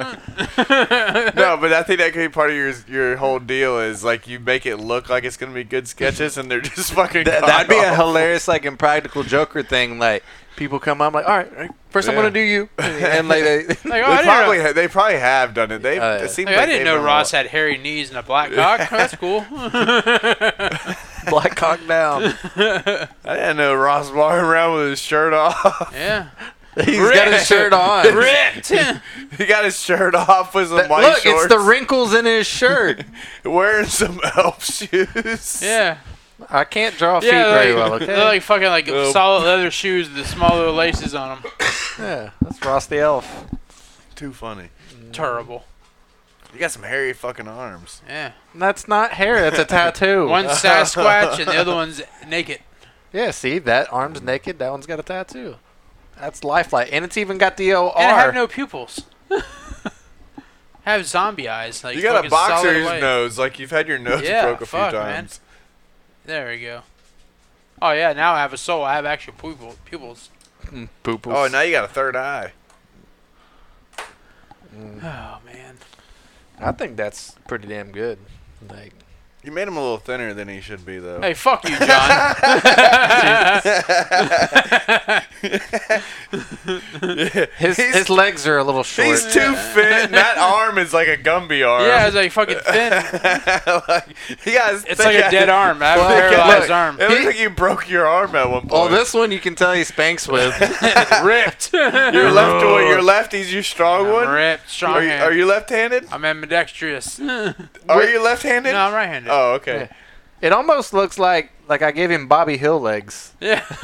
[SPEAKER 2] but I think that could be part of your your whole deal. Is like you make it look like it's gonna be good sketches, and they're just (laughs) fucking.
[SPEAKER 1] Th- that'd be a
[SPEAKER 2] god-awful.
[SPEAKER 1] hilarious, like, impractical Joker thing. Like, people come, I'm like, all right, all right, first I'm
[SPEAKER 2] Yeah.
[SPEAKER 1] gonna do you, and like, they, (laughs)
[SPEAKER 3] Like, oh, I
[SPEAKER 2] They
[SPEAKER 3] didn't
[SPEAKER 2] probably
[SPEAKER 3] know,
[SPEAKER 2] ha- they probably have done it. They
[SPEAKER 1] Oh, yeah.
[SPEAKER 2] it seems
[SPEAKER 3] like, I
[SPEAKER 2] like
[SPEAKER 3] didn't
[SPEAKER 2] they've
[SPEAKER 3] know
[SPEAKER 2] been
[SPEAKER 3] Ross
[SPEAKER 2] wa-
[SPEAKER 3] had hairy knees and a black cock. That's
[SPEAKER 2] (laughs)
[SPEAKER 3] cool. (laughs)
[SPEAKER 1] black cock down.
[SPEAKER 2] I didn't know Ross walking around with his shirt (laughs) off.
[SPEAKER 3] yeah.
[SPEAKER 1] He's got his shirt on.
[SPEAKER 3] (laughs) Ripped.
[SPEAKER 2] he got his shirt off with some
[SPEAKER 1] Th-
[SPEAKER 2] white
[SPEAKER 1] Look,
[SPEAKER 2] shorts.
[SPEAKER 1] it's the wrinkles in his shirt.
[SPEAKER 2] wearing some (laughs) elf shoes.
[SPEAKER 3] yeah.
[SPEAKER 1] I can't draw feet
[SPEAKER 3] Yeah,
[SPEAKER 1] very
[SPEAKER 3] they're
[SPEAKER 1] well.
[SPEAKER 3] like,
[SPEAKER 1] Okay,
[SPEAKER 3] they're like fucking like
[SPEAKER 2] Oh.
[SPEAKER 3] solid leather shoes with the smaller laces on them.
[SPEAKER 1] (laughs) yeah, that's Ross the Elf.
[SPEAKER 2] Too funny.
[SPEAKER 3] Terrible.
[SPEAKER 2] You got some hairy fucking arms.
[SPEAKER 3] Yeah.
[SPEAKER 1] That's not hair. That's a
[SPEAKER 3] (laughs)
[SPEAKER 1] tattoo. (laughs)
[SPEAKER 3] One's Sasquatch and the other one's naked.
[SPEAKER 1] yeah, see, that arm's naked. That one's got a tattoo. That's lifelike, and it's even got the OR.
[SPEAKER 3] And I have no pupils. I have zombie eyes. Like
[SPEAKER 2] you got a
[SPEAKER 3] fucking solid
[SPEAKER 2] boxer's
[SPEAKER 3] white.
[SPEAKER 2] nose, like you've had your nose
[SPEAKER 3] Yeah,
[SPEAKER 2] broke a
[SPEAKER 3] fuck,
[SPEAKER 2] few
[SPEAKER 3] man.
[SPEAKER 2] times.
[SPEAKER 3] There we go. Oh yeah, now I have a soul. I have actual pupil, pupils.
[SPEAKER 1] Mm, Pooples.
[SPEAKER 2] Oh, now you got a third eye.
[SPEAKER 3] Oh man.
[SPEAKER 1] I think that's pretty damn good. Like,
[SPEAKER 2] You made him a little thinner than he should be, though.
[SPEAKER 3] Hey, fuck you, John.
[SPEAKER 1] his
[SPEAKER 2] He's-
[SPEAKER 1] his legs are a little short.
[SPEAKER 2] He's too
[SPEAKER 3] (laughs)
[SPEAKER 2] thin. and that arm is like a Gumby arm.
[SPEAKER 3] yeah, it's like fucking thin.
[SPEAKER 2] (laughs) like, he got
[SPEAKER 3] It's like a dead arm. I have a
[SPEAKER 1] Well, look,
[SPEAKER 3] paralyzed
[SPEAKER 1] look.
[SPEAKER 3] arm.
[SPEAKER 2] It looks like you broke your arm at one point.
[SPEAKER 4] Oh,
[SPEAKER 1] Well, this one you can tell he spanks with.
[SPEAKER 3] ripped.
[SPEAKER 2] your left one, your lefty's your strong
[SPEAKER 3] (laughs)
[SPEAKER 2] one.
[SPEAKER 3] I'm ripped. Strong
[SPEAKER 2] Are you,
[SPEAKER 3] hand.
[SPEAKER 2] are you left-handed?
[SPEAKER 3] I'm ambidextrous. (laughs) no,
[SPEAKER 2] Are you left-handed?
[SPEAKER 3] I'm right-handed.
[SPEAKER 2] Oh, okay.
[SPEAKER 1] (laughs) It almost looks like like I gave him Bobby Hill legs.
[SPEAKER 3] (laughs) Yeah.
[SPEAKER 2] (laughs)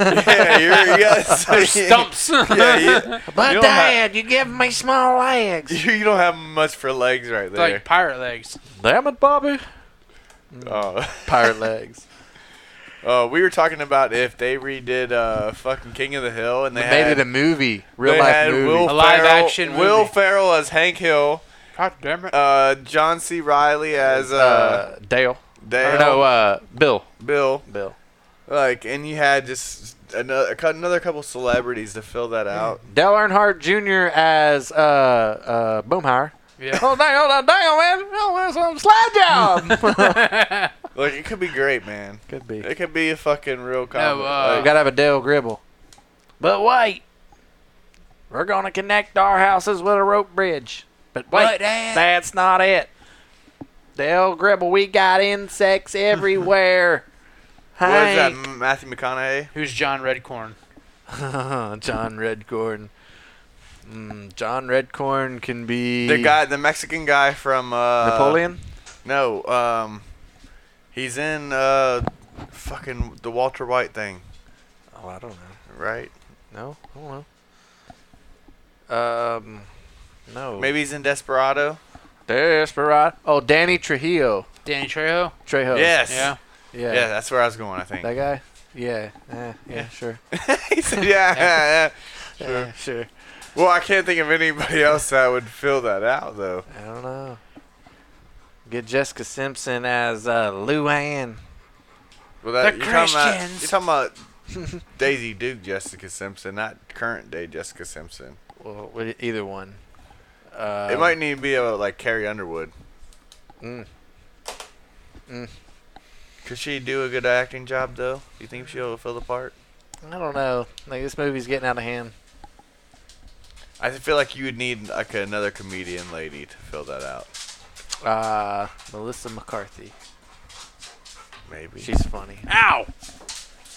[SPEAKER 3] (laughs)
[SPEAKER 2] Yeah, you're yes.
[SPEAKER 3] Stumps. (laughs)
[SPEAKER 2] (laughs) Yeah, you,
[SPEAKER 1] But
[SPEAKER 2] You don't have-
[SPEAKER 1] you give me small legs.
[SPEAKER 2] you don't have much for legs right there.
[SPEAKER 3] like pirate legs.
[SPEAKER 1] Damn it, Bobby.
[SPEAKER 2] oh.
[SPEAKER 1] (laughs) Pirate legs.
[SPEAKER 2] Uh, we were talking about if they redid uh, fucking King of the Hill and they
[SPEAKER 4] They
[SPEAKER 2] had,
[SPEAKER 4] made it a movie, real
[SPEAKER 2] they
[SPEAKER 4] life
[SPEAKER 2] had
[SPEAKER 4] movie.
[SPEAKER 3] A
[SPEAKER 2] Will
[SPEAKER 3] live
[SPEAKER 2] Ferrell-
[SPEAKER 3] action
[SPEAKER 2] Will
[SPEAKER 3] movie.
[SPEAKER 2] Ferrell as Hank Hill,
[SPEAKER 3] God damn (laughs) it.
[SPEAKER 2] uh, John C. Riley as uh,
[SPEAKER 1] uh, Dale.
[SPEAKER 2] Dale,
[SPEAKER 1] Or no, uh, Bill.
[SPEAKER 2] Bill,
[SPEAKER 1] Bill.
[SPEAKER 2] like, and you had just another another couple celebrities to fill that out.
[SPEAKER 1] Dale Earnhardt Jr. as uh, uh, Boomhauer.
[SPEAKER 3] yeah.
[SPEAKER 1] Oh, dang, oh, dang, man. Oh, that's a slide job.
[SPEAKER 2] Like, it could be great, man.
[SPEAKER 1] (laughs) Could be.
[SPEAKER 2] It could be a fucking real comedy.
[SPEAKER 3] uh,
[SPEAKER 1] We gotta have a Dale Gribble. But wait, we're gonna connect our houses with a rope bridge. But wait,
[SPEAKER 3] But, Dad-
[SPEAKER 1] that's not it. Dale Gribble, we got
[SPEAKER 2] (laughs)
[SPEAKER 1] insects everywhere.
[SPEAKER 2] what is that?
[SPEAKER 1] Hank.
[SPEAKER 2] M- Matthew McConaughey.
[SPEAKER 3] Who's John Redcorn?
[SPEAKER 1] (laughs) John Redcorn. Mm, John Redcorn can be
[SPEAKER 2] The guy, the Mexican guy from uh,
[SPEAKER 1] Napoleon.
[SPEAKER 2] No, um, he's in uh, fucking the Walter White thing,
[SPEAKER 1] Oh, I don't know.
[SPEAKER 2] right?
[SPEAKER 1] No, I don't know. Um, no.
[SPEAKER 2] Maybe he's in Desperado.
[SPEAKER 1] Desperado. Oh, Danny Trujillo.
[SPEAKER 3] Danny Trejo?
[SPEAKER 1] Trejo.
[SPEAKER 2] Yes.
[SPEAKER 3] Yeah.
[SPEAKER 1] Yeah.
[SPEAKER 2] Yeah, that's where I was going. I think.
[SPEAKER 1] That guy? Yeah. eh, yeah, sure.
[SPEAKER 2] (laughs) He said, (laughs) yeah, yeah,
[SPEAKER 1] (laughs) Sure. (laughs) sure.
[SPEAKER 2] yeah. Well, I can't think of anybody (laughs) else that would fill that out though.
[SPEAKER 1] I don't know. Get Jessica Simpson as uh, Lou Ann.
[SPEAKER 2] Well, that,
[SPEAKER 3] The
[SPEAKER 2] you're talking about
[SPEAKER 3] Christians.
[SPEAKER 2] you're talking about
[SPEAKER 3] (laughs)
[SPEAKER 2] Daisy Duke, Jessica Simpson, not current day Jessica Simpson.
[SPEAKER 1] Well, wi- either one. Uh,
[SPEAKER 2] it might need to be a, like Carrie Underwood.
[SPEAKER 1] Mm. Mm.
[SPEAKER 2] Could she do a good acting job though? You think she'll fill the part?
[SPEAKER 1] I don't know. Like this movie's getting out of hand.
[SPEAKER 2] I feel like you would need like another comedian lady to fill that out.
[SPEAKER 1] Uh, Melissa McCarthy.
[SPEAKER 2] Maybe.
[SPEAKER 1] She's funny.
[SPEAKER 3] Ow!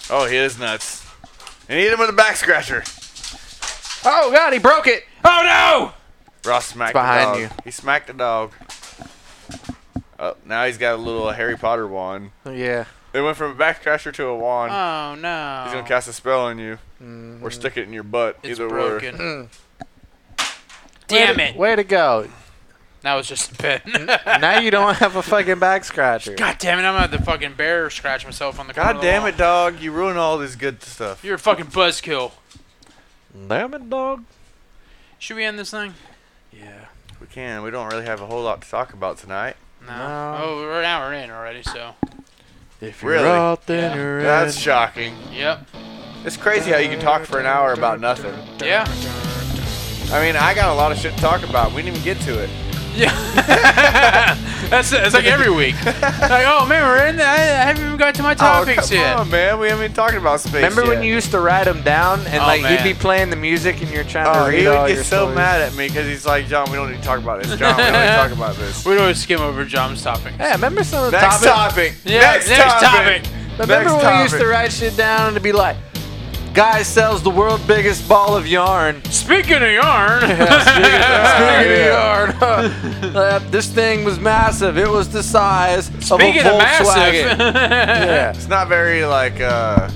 [SPEAKER 2] oh, he is nuts. And he hit him with a back scratcher.
[SPEAKER 1] Oh God, he broke it.
[SPEAKER 3] Oh no!
[SPEAKER 2] Ross smacked
[SPEAKER 1] behind
[SPEAKER 2] the dog. He smacked the dog. Oh, now he's got a little Harry Potter wand.
[SPEAKER 1] Yeah.
[SPEAKER 2] It went from a back scratcher to a wand.
[SPEAKER 3] Oh no.
[SPEAKER 2] he's gonna cast a spell on you
[SPEAKER 1] Mm-hmm.
[SPEAKER 2] or stick it in your butt.
[SPEAKER 3] It's
[SPEAKER 2] either
[SPEAKER 3] broken.
[SPEAKER 2] or.
[SPEAKER 3] Damn
[SPEAKER 1] Mm. Way
[SPEAKER 3] it.
[SPEAKER 1] to- Way to go.
[SPEAKER 3] That was just a (laughs) pin.
[SPEAKER 1] now you don't have a fucking back (laughs) scratcher.
[SPEAKER 3] God damn it, I'm gonna have to fucking bear scratch myself on the corner
[SPEAKER 2] God
[SPEAKER 3] of the
[SPEAKER 2] damn
[SPEAKER 3] wall.
[SPEAKER 2] it, dog! You ruin all this good stuff.
[SPEAKER 3] You're a fucking buzzkill.
[SPEAKER 1] Damn it, dog.
[SPEAKER 3] Should we end this thing?
[SPEAKER 1] Yeah.
[SPEAKER 2] We can. We don't really have a whole lot to talk about tonight.
[SPEAKER 3] No.
[SPEAKER 1] No.
[SPEAKER 3] Oh, we're now we're in already, so.
[SPEAKER 1] If
[SPEAKER 2] Really?
[SPEAKER 1] out,
[SPEAKER 3] Yeah.
[SPEAKER 1] you're in.
[SPEAKER 2] That's shocking.
[SPEAKER 3] Yep.
[SPEAKER 2] It's crazy how you can talk for an hour about nothing.
[SPEAKER 3] Yeah.
[SPEAKER 2] I mean, I got a lot of shit to talk about. We didn't even get to it.
[SPEAKER 3] Yeah. that's it's like every week. like, oh man, we're in. The, I, I haven't even got to my (laughs)
[SPEAKER 2] oh,
[SPEAKER 3] topics
[SPEAKER 2] come
[SPEAKER 3] yet.
[SPEAKER 2] on, man. We haven't even talked about space.
[SPEAKER 1] Remember when
[SPEAKER 2] yet.
[SPEAKER 1] you used to write them down and
[SPEAKER 3] Oh,
[SPEAKER 1] like
[SPEAKER 3] man.
[SPEAKER 1] he'd be playing the music and you're trying
[SPEAKER 2] Oh,
[SPEAKER 1] to read
[SPEAKER 2] he
[SPEAKER 1] all
[SPEAKER 2] would
[SPEAKER 1] your
[SPEAKER 2] get so
[SPEAKER 1] stories.
[SPEAKER 2] mad at me because he's like, John, we don't need to talk about this. John, we don't need to
[SPEAKER 3] (laughs)
[SPEAKER 2] talk about this.
[SPEAKER 3] We'd always skim over John's topics.
[SPEAKER 1] Yeah, remember some of the
[SPEAKER 2] Next
[SPEAKER 1] topics?
[SPEAKER 2] topic.
[SPEAKER 3] Yeah,
[SPEAKER 2] next,
[SPEAKER 3] next
[SPEAKER 2] topic.
[SPEAKER 3] topic.
[SPEAKER 1] Remember
[SPEAKER 2] Next
[SPEAKER 1] when we used to
[SPEAKER 2] topic.
[SPEAKER 1] write shit down and to be like, "Guy sells the world biggest ball of yarn."
[SPEAKER 3] Speaking of yarn.
[SPEAKER 1] Speaking
[SPEAKER 2] (laughs)
[SPEAKER 3] (laughs)
[SPEAKER 2] Yeah.
[SPEAKER 1] of yarn, (laughs) uh, this thing was massive. It was the size
[SPEAKER 3] Speaking
[SPEAKER 1] of a
[SPEAKER 3] of
[SPEAKER 1] Volkswagen.
[SPEAKER 3] massive.
[SPEAKER 1] (laughs) yeah.
[SPEAKER 2] It's not very like uh,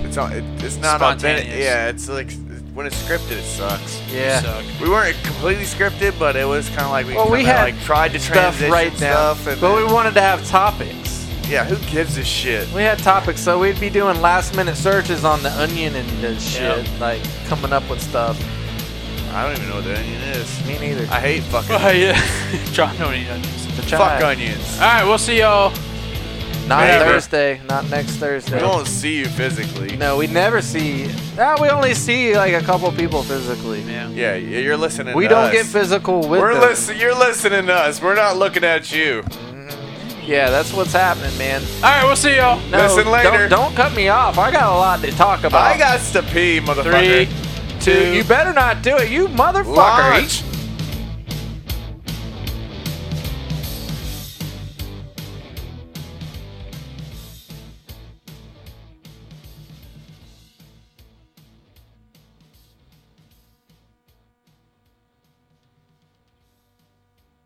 [SPEAKER 2] it's not, it, it's not authentic.
[SPEAKER 3] Spontaneous.
[SPEAKER 2] Yeah, it's like when it's scripted, it sucks.
[SPEAKER 1] Yeah.
[SPEAKER 3] Suck.
[SPEAKER 2] We weren't completely scripted, but it was kind of like we,
[SPEAKER 1] Well, we
[SPEAKER 2] kinda,
[SPEAKER 1] had
[SPEAKER 2] like tried to
[SPEAKER 1] Stuff
[SPEAKER 2] transition
[SPEAKER 1] right now.
[SPEAKER 2] stuff, and
[SPEAKER 1] But we
[SPEAKER 2] then-
[SPEAKER 1] wanted to have topics.
[SPEAKER 2] yeah, who gives a shit?
[SPEAKER 1] We had topics, so we'd be doing last minute searches on the onion and the
[SPEAKER 3] Yeah.
[SPEAKER 1] shit, like coming up with stuff.
[SPEAKER 2] I don't even know what the onion is.
[SPEAKER 1] Me neither.
[SPEAKER 2] I hate fucking
[SPEAKER 3] Oh yeah. John don't eat onions.
[SPEAKER 1] The
[SPEAKER 2] fuck
[SPEAKER 1] child.
[SPEAKER 2] onions.
[SPEAKER 3] All right, we'll see y'all.
[SPEAKER 1] Not
[SPEAKER 3] Never.
[SPEAKER 1] Thursday, not next
[SPEAKER 2] We
[SPEAKER 1] Thursday.
[SPEAKER 2] don't see you physically.
[SPEAKER 1] No, we never see. Ah, we only see like a couple people physically.
[SPEAKER 3] Yeah.
[SPEAKER 2] Yeah, y- you're listening.
[SPEAKER 1] We
[SPEAKER 2] to
[SPEAKER 1] don't
[SPEAKER 2] us.
[SPEAKER 1] get physical with
[SPEAKER 2] We're
[SPEAKER 1] them.
[SPEAKER 2] listening. You're listening to us. We're not looking at you.
[SPEAKER 1] Yeah, that's what's happening, man.
[SPEAKER 3] All right, we'll see y'all.
[SPEAKER 1] No,
[SPEAKER 2] Listen
[SPEAKER 1] don't-
[SPEAKER 2] later.
[SPEAKER 1] Don't, cut me off. I got a lot to talk about.
[SPEAKER 2] I got to pee, motherfucker.
[SPEAKER 3] Three,
[SPEAKER 1] two. You better not do it, you motherfucker.
[SPEAKER 2] Launch.